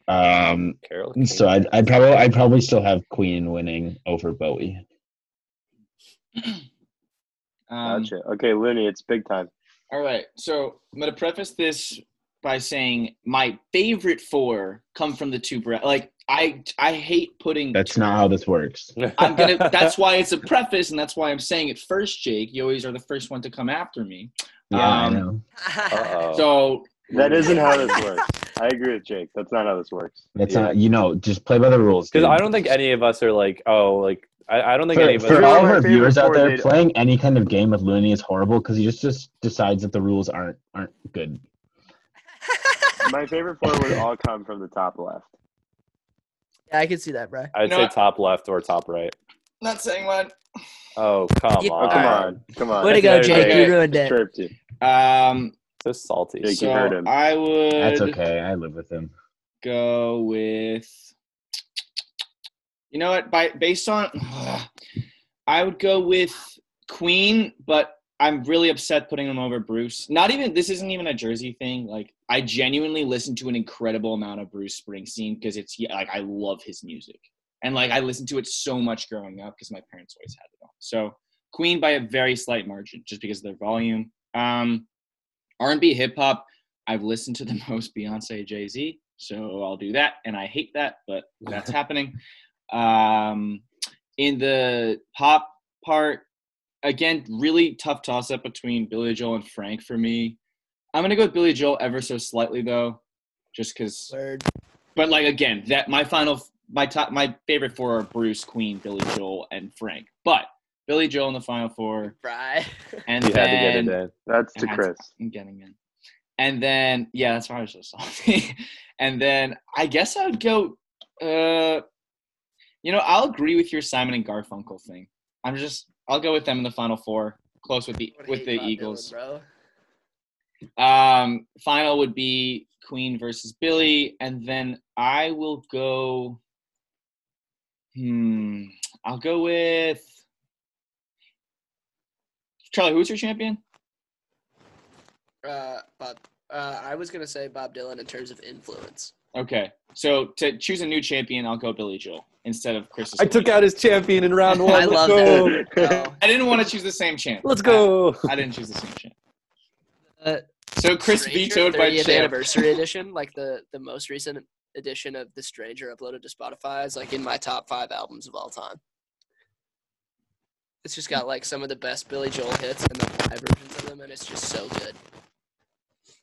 [SPEAKER 4] Um,
[SPEAKER 1] [laughs] Carol.
[SPEAKER 4] so I'd, I'd probably I'd probably still have Queen winning over Bowie.
[SPEAKER 3] Um,
[SPEAKER 2] Gotcha. Okay, Looney, it's big time.
[SPEAKER 3] All right. So I'm going to preface this by saying my favorite four come from the two bra- like I I hate putting
[SPEAKER 4] That's not how this works.
[SPEAKER 3] I'm
[SPEAKER 1] [laughs]
[SPEAKER 4] [laughs]
[SPEAKER 3] going to that's why it's a preface and that's why I'm saying it first Jake. You always are the first one to come after me.
[SPEAKER 4] Yeah,
[SPEAKER 3] Um,
[SPEAKER 4] I know.
[SPEAKER 2] Oh.
[SPEAKER 1] Uh-oh.
[SPEAKER 3] So
[SPEAKER 2] That isn't how this works. I agree with Jake. That's not how this works.
[SPEAKER 4] That's
[SPEAKER 1] yeah.
[SPEAKER 4] not you know. Just play by the rules.
[SPEAKER 1] Because
[SPEAKER 4] dude.
[SPEAKER 1] I don't think any of us are like, oh, like I, I don't think any of
[SPEAKER 4] for,
[SPEAKER 1] us.
[SPEAKER 4] for
[SPEAKER 2] You're
[SPEAKER 1] are,
[SPEAKER 4] all
[SPEAKER 2] my
[SPEAKER 4] of our
[SPEAKER 2] favorite
[SPEAKER 4] viewers out there,
[SPEAKER 2] coordinator.
[SPEAKER 4] playing any kind of game with Looney is horrible because he just, just decides that the rules aren't aren't good.
[SPEAKER 2] My favorite four would all come from the top left.
[SPEAKER 5] [laughs] yeah, I can see that, bro.
[SPEAKER 1] I'd
[SPEAKER 3] No, I-
[SPEAKER 1] say top left or top right.
[SPEAKER 3] not saying one.
[SPEAKER 1] Oh come
[SPEAKER 5] Yeah.
[SPEAKER 2] Oh,
[SPEAKER 1] on!
[SPEAKER 2] come on. Come on.
[SPEAKER 5] Way to go,
[SPEAKER 1] That's
[SPEAKER 5] Jake.
[SPEAKER 3] okay.
[SPEAKER 5] You ruined it.
[SPEAKER 2] Chirped you.
[SPEAKER 3] Um
[SPEAKER 1] So salty.
[SPEAKER 2] Jake, you
[SPEAKER 3] so
[SPEAKER 2] heard him.
[SPEAKER 3] I would
[SPEAKER 4] That's okay. I live with him.
[SPEAKER 3] go with you know what by based on [sighs] i would go with queen but i'm really upset putting them over bruce not even this isn't even a jersey thing like i genuinely listen to an incredible amount of bruce springsteen because it's yeah, like i love his music and like i listened to it so much growing up because my parents always had it on so queen by a very slight margin just because of their volume um r&b hip-hop I've listened to the [laughs] most Beyonce, Jay Z, so I'll do that, and I hate that, but that's happening. Um, in the pop part, again, really tough toss up between Billy Joel and Frank for me. I'm gonna go with Billy Joel ever so slightly though, just because.
[SPEAKER 5] Word.
[SPEAKER 3] But like again, that my final, my top, my favorite four are Bruce, Queen, Billy Joel, and Frank. But Billy Joel in the final four,
[SPEAKER 5] [laughs] Fry.
[SPEAKER 3] and
[SPEAKER 1] You had to get
[SPEAKER 3] then
[SPEAKER 1] it in.
[SPEAKER 2] That's to
[SPEAKER 3] That's-
[SPEAKER 2] Chris.
[SPEAKER 3] I'm getting in. [laughs] And then yeah, that's why I was so salty. and then I guess I would go Uh, you know, I'll agree with your Simon and Garfunkel thing. I'm just, I'll go with them in the final four, close with the
[SPEAKER 5] I would
[SPEAKER 3] with
[SPEAKER 5] hate
[SPEAKER 3] the
[SPEAKER 5] Bob Dylan,
[SPEAKER 3] Eagles.
[SPEAKER 5] bro.
[SPEAKER 3] Um, final would be Queen versus Billy, and then I will go. Hmm, I'll go with Charlie. Who's your champion?
[SPEAKER 5] Uh, Bob, uh, I was gonna say Bob Dylan in terms of influence.
[SPEAKER 3] Okay, so to choose a new champion, I'll go Billy Joel instead of Chris.
[SPEAKER 1] I took out his champion in
[SPEAKER 5] [laughs]
[SPEAKER 1] round one.
[SPEAKER 5] I
[SPEAKER 1] Let's
[SPEAKER 5] love
[SPEAKER 1] go.
[SPEAKER 5] that. bro.
[SPEAKER 3] I didn't want to choose the same champ.
[SPEAKER 1] Let's go.
[SPEAKER 3] I, I didn't choose the same champ.
[SPEAKER 5] Uh,
[SPEAKER 3] So Chris
[SPEAKER 5] Stranger
[SPEAKER 3] vetoed by
[SPEAKER 5] 30th
[SPEAKER 3] champ. [laughs]
[SPEAKER 5] anniversary edition, like the the most recent edition of The Stranger uploaded to Spotify is like in my top five albums of all time. It's just got like some of the best Billy Joel hits and the live versions of them, and it's just so good.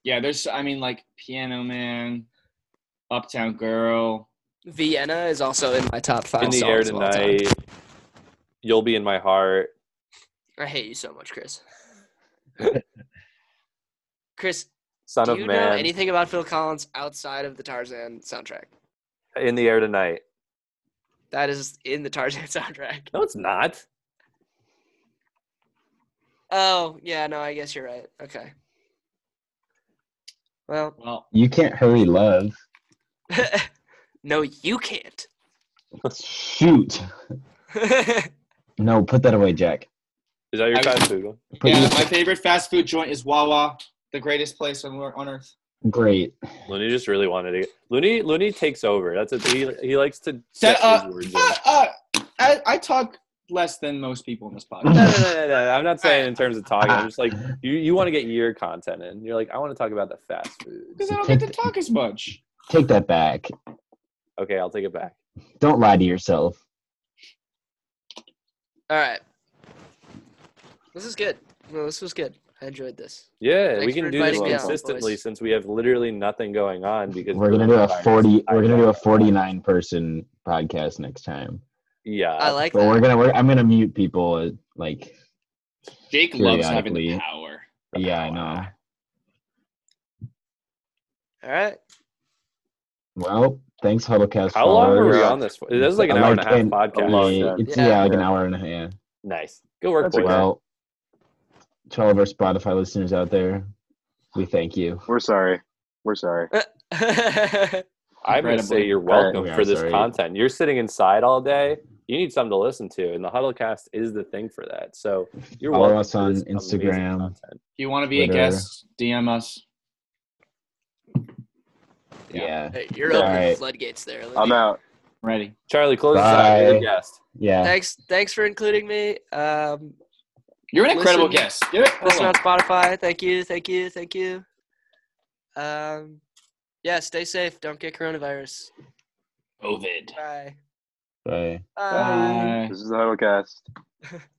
[SPEAKER 3] Yeah, there's. I mean, like Piano Man, Uptown Girl.
[SPEAKER 5] Vienna is also in my top five.
[SPEAKER 1] In the
[SPEAKER 5] songs
[SPEAKER 1] air
[SPEAKER 5] of all time.
[SPEAKER 1] tonight. You'll be in my heart.
[SPEAKER 5] I hate you so
[SPEAKER 1] [laughs]
[SPEAKER 5] much, Chris. Chris,
[SPEAKER 1] Son
[SPEAKER 5] do
[SPEAKER 1] of
[SPEAKER 5] you know
[SPEAKER 1] man.
[SPEAKER 5] anything about Phil Collins outside of the Tarzan soundtrack?
[SPEAKER 1] in the air tonight.
[SPEAKER 5] That is in the Tarzan [laughs] soundtrack.
[SPEAKER 1] No, it's not.
[SPEAKER 5] Oh, yeah, no, I guess you're right. Okay. Well, [laughs]
[SPEAKER 3] Well,
[SPEAKER 4] You can't hurry love.
[SPEAKER 5] no, you can't. [laughs]
[SPEAKER 4] Shoot. No, put that away, Jack.
[SPEAKER 1] Is that your
[SPEAKER 3] I-
[SPEAKER 1] fast food one?
[SPEAKER 4] Put
[SPEAKER 3] yeah,
[SPEAKER 4] it-
[SPEAKER 3] my favorite fast food joint is Wawa, the greatest place on wor- on earth.
[SPEAKER 4] great.
[SPEAKER 1] Looney just really wanted to. Get, Looney Looney takes over. That's a, he. He likes to
[SPEAKER 3] Set
[SPEAKER 1] get
[SPEAKER 3] up.
[SPEAKER 1] his words in.
[SPEAKER 3] Uh, uh, I, I talk less than most people in this
[SPEAKER 1] No, no,
[SPEAKER 3] podcast. [laughs]
[SPEAKER 1] no, no,
[SPEAKER 5] [laughs]
[SPEAKER 1] no. I'm not saying in terms of talking. I'm just like you. You want to get your content in. You're like, I want to talk about the fast food.
[SPEAKER 3] Because I don't get to talk as much.
[SPEAKER 4] Take that back.
[SPEAKER 1] Okay, I'll take it back.
[SPEAKER 4] Don't lie to yourself.
[SPEAKER 5] All right. This is good. No, this was good. I enjoyed this.
[SPEAKER 1] Yeah, we
[SPEAKER 5] Thanks
[SPEAKER 1] can
[SPEAKER 5] for
[SPEAKER 1] do this
[SPEAKER 5] inviting
[SPEAKER 2] me on,
[SPEAKER 1] consistently
[SPEAKER 5] boys.
[SPEAKER 1] since we have literally nothing going on because
[SPEAKER 4] We're gonna do a
[SPEAKER 1] coronavirus.
[SPEAKER 4] forty. We're gonna do
[SPEAKER 1] I-
[SPEAKER 4] a forty-nine person podcast next time.
[SPEAKER 1] Yeah,
[SPEAKER 5] I like
[SPEAKER 4] But
[SPEAKER 5] that.
[SPEAKER 4] we're gonna. We're, I'm gonna mute people. uh, Like,
[SPEAKER 3] Jake loves having the
[SPEAKER 4] Periodically.
[SPEAKER 3] power.
[SPEAKER 4] yeah, I know.
[SPEAKER 5] All right.
[SPEAKER 4] Well, thanks, Huddlecast.
[SPEAKER 1] How long were we
[SPEAKER 4] followers.
[SPEAKER 1] on this? for? This is like an hour and a half
[SPEAKER 4] an-
[SPEAKER 1] podcast.
[SPEAKER 2] long
[SPEAKER 4] Yeah,
[SPEAKER 2] time.
[SPEAKER 4] it's yeah, like an
[SPEAKER 2] Yeah.
[SPEAKER 4] hour and a half.
[SPEAKER 1] Nice. Good work,
[SPEAKER 2] That's
[SPEAKER 1] boys.
[SPEAKER 2] okay.
[SPEAKER 4] Well, to all of our Spotify listeners out there, we thank you.
[SPEAKER 2] We're sorry. We're sorry.
[SPEAKER 1] I'm gonna say
[SPEAKER 3] Incredibly.
[SPEAKER 1] you're
[SPEAKER 4] right,
[SPEAKER 1] welcome
[SPEAKER 4] we are
[SPEAKER 1] for this
[SPEAKER 4] sorry.
[SPEAKER 1] content. You're sitting inside all day. You need something to listen to, and the Huddlecast is the thing for that. So you're
[SPEAKER 4] Follow
[SPEAKER 1] welcome
[SPEAKER 4] us
[SPEAKER 1] for
[SPEAKER 4] on
[SPEAKER 1] this amazing
[SPEAKER 4] Instagram.
[SPEAKER 1] content.
[SPEAKER 3] If you want to be
[SPEAKER 4] Twitter.
[SPEAKER 3] a guest, DM us. Yeah.
[SPEAKER 4] Yeah,
[SPEAKER 5] [laughs] Hey, you're opening
[SPEAKER 4] All right.
[SPEAKER 5] floodgates there. Lindsay.
[SPEAKER 2] I'm out.
[SPEAKER 3] Ready.
[SPEAKER 1] Charlie, close us out. You're
[SPEAKER 4] Bye.
[SPEAKER 1] the guest.
[SPEAKER 4] yeah.
[SPEAKER 5] Thanks, thanks for including me. Um,
[SPEAKER 3] You're an incredible
[SPEAKER 5] Listen-
[SPEAKER 3] guest. You're- hold
[SPEAKER 5] listen
[SPEAKER 3] on.
[SPEAKER 5] on Spotify. Thank you, thank you, thank you. Um, yeah, stay safe. Don't get coronavirus.
[SPEAKER 3] COVID.
[SPEAKER 5] Bye.
[SPEAKER 4] Bye.
[SPEAKER 5] Bye.
[SPEAKER 3] Bye.
[SPEAKER 2] This is the Huddlecast.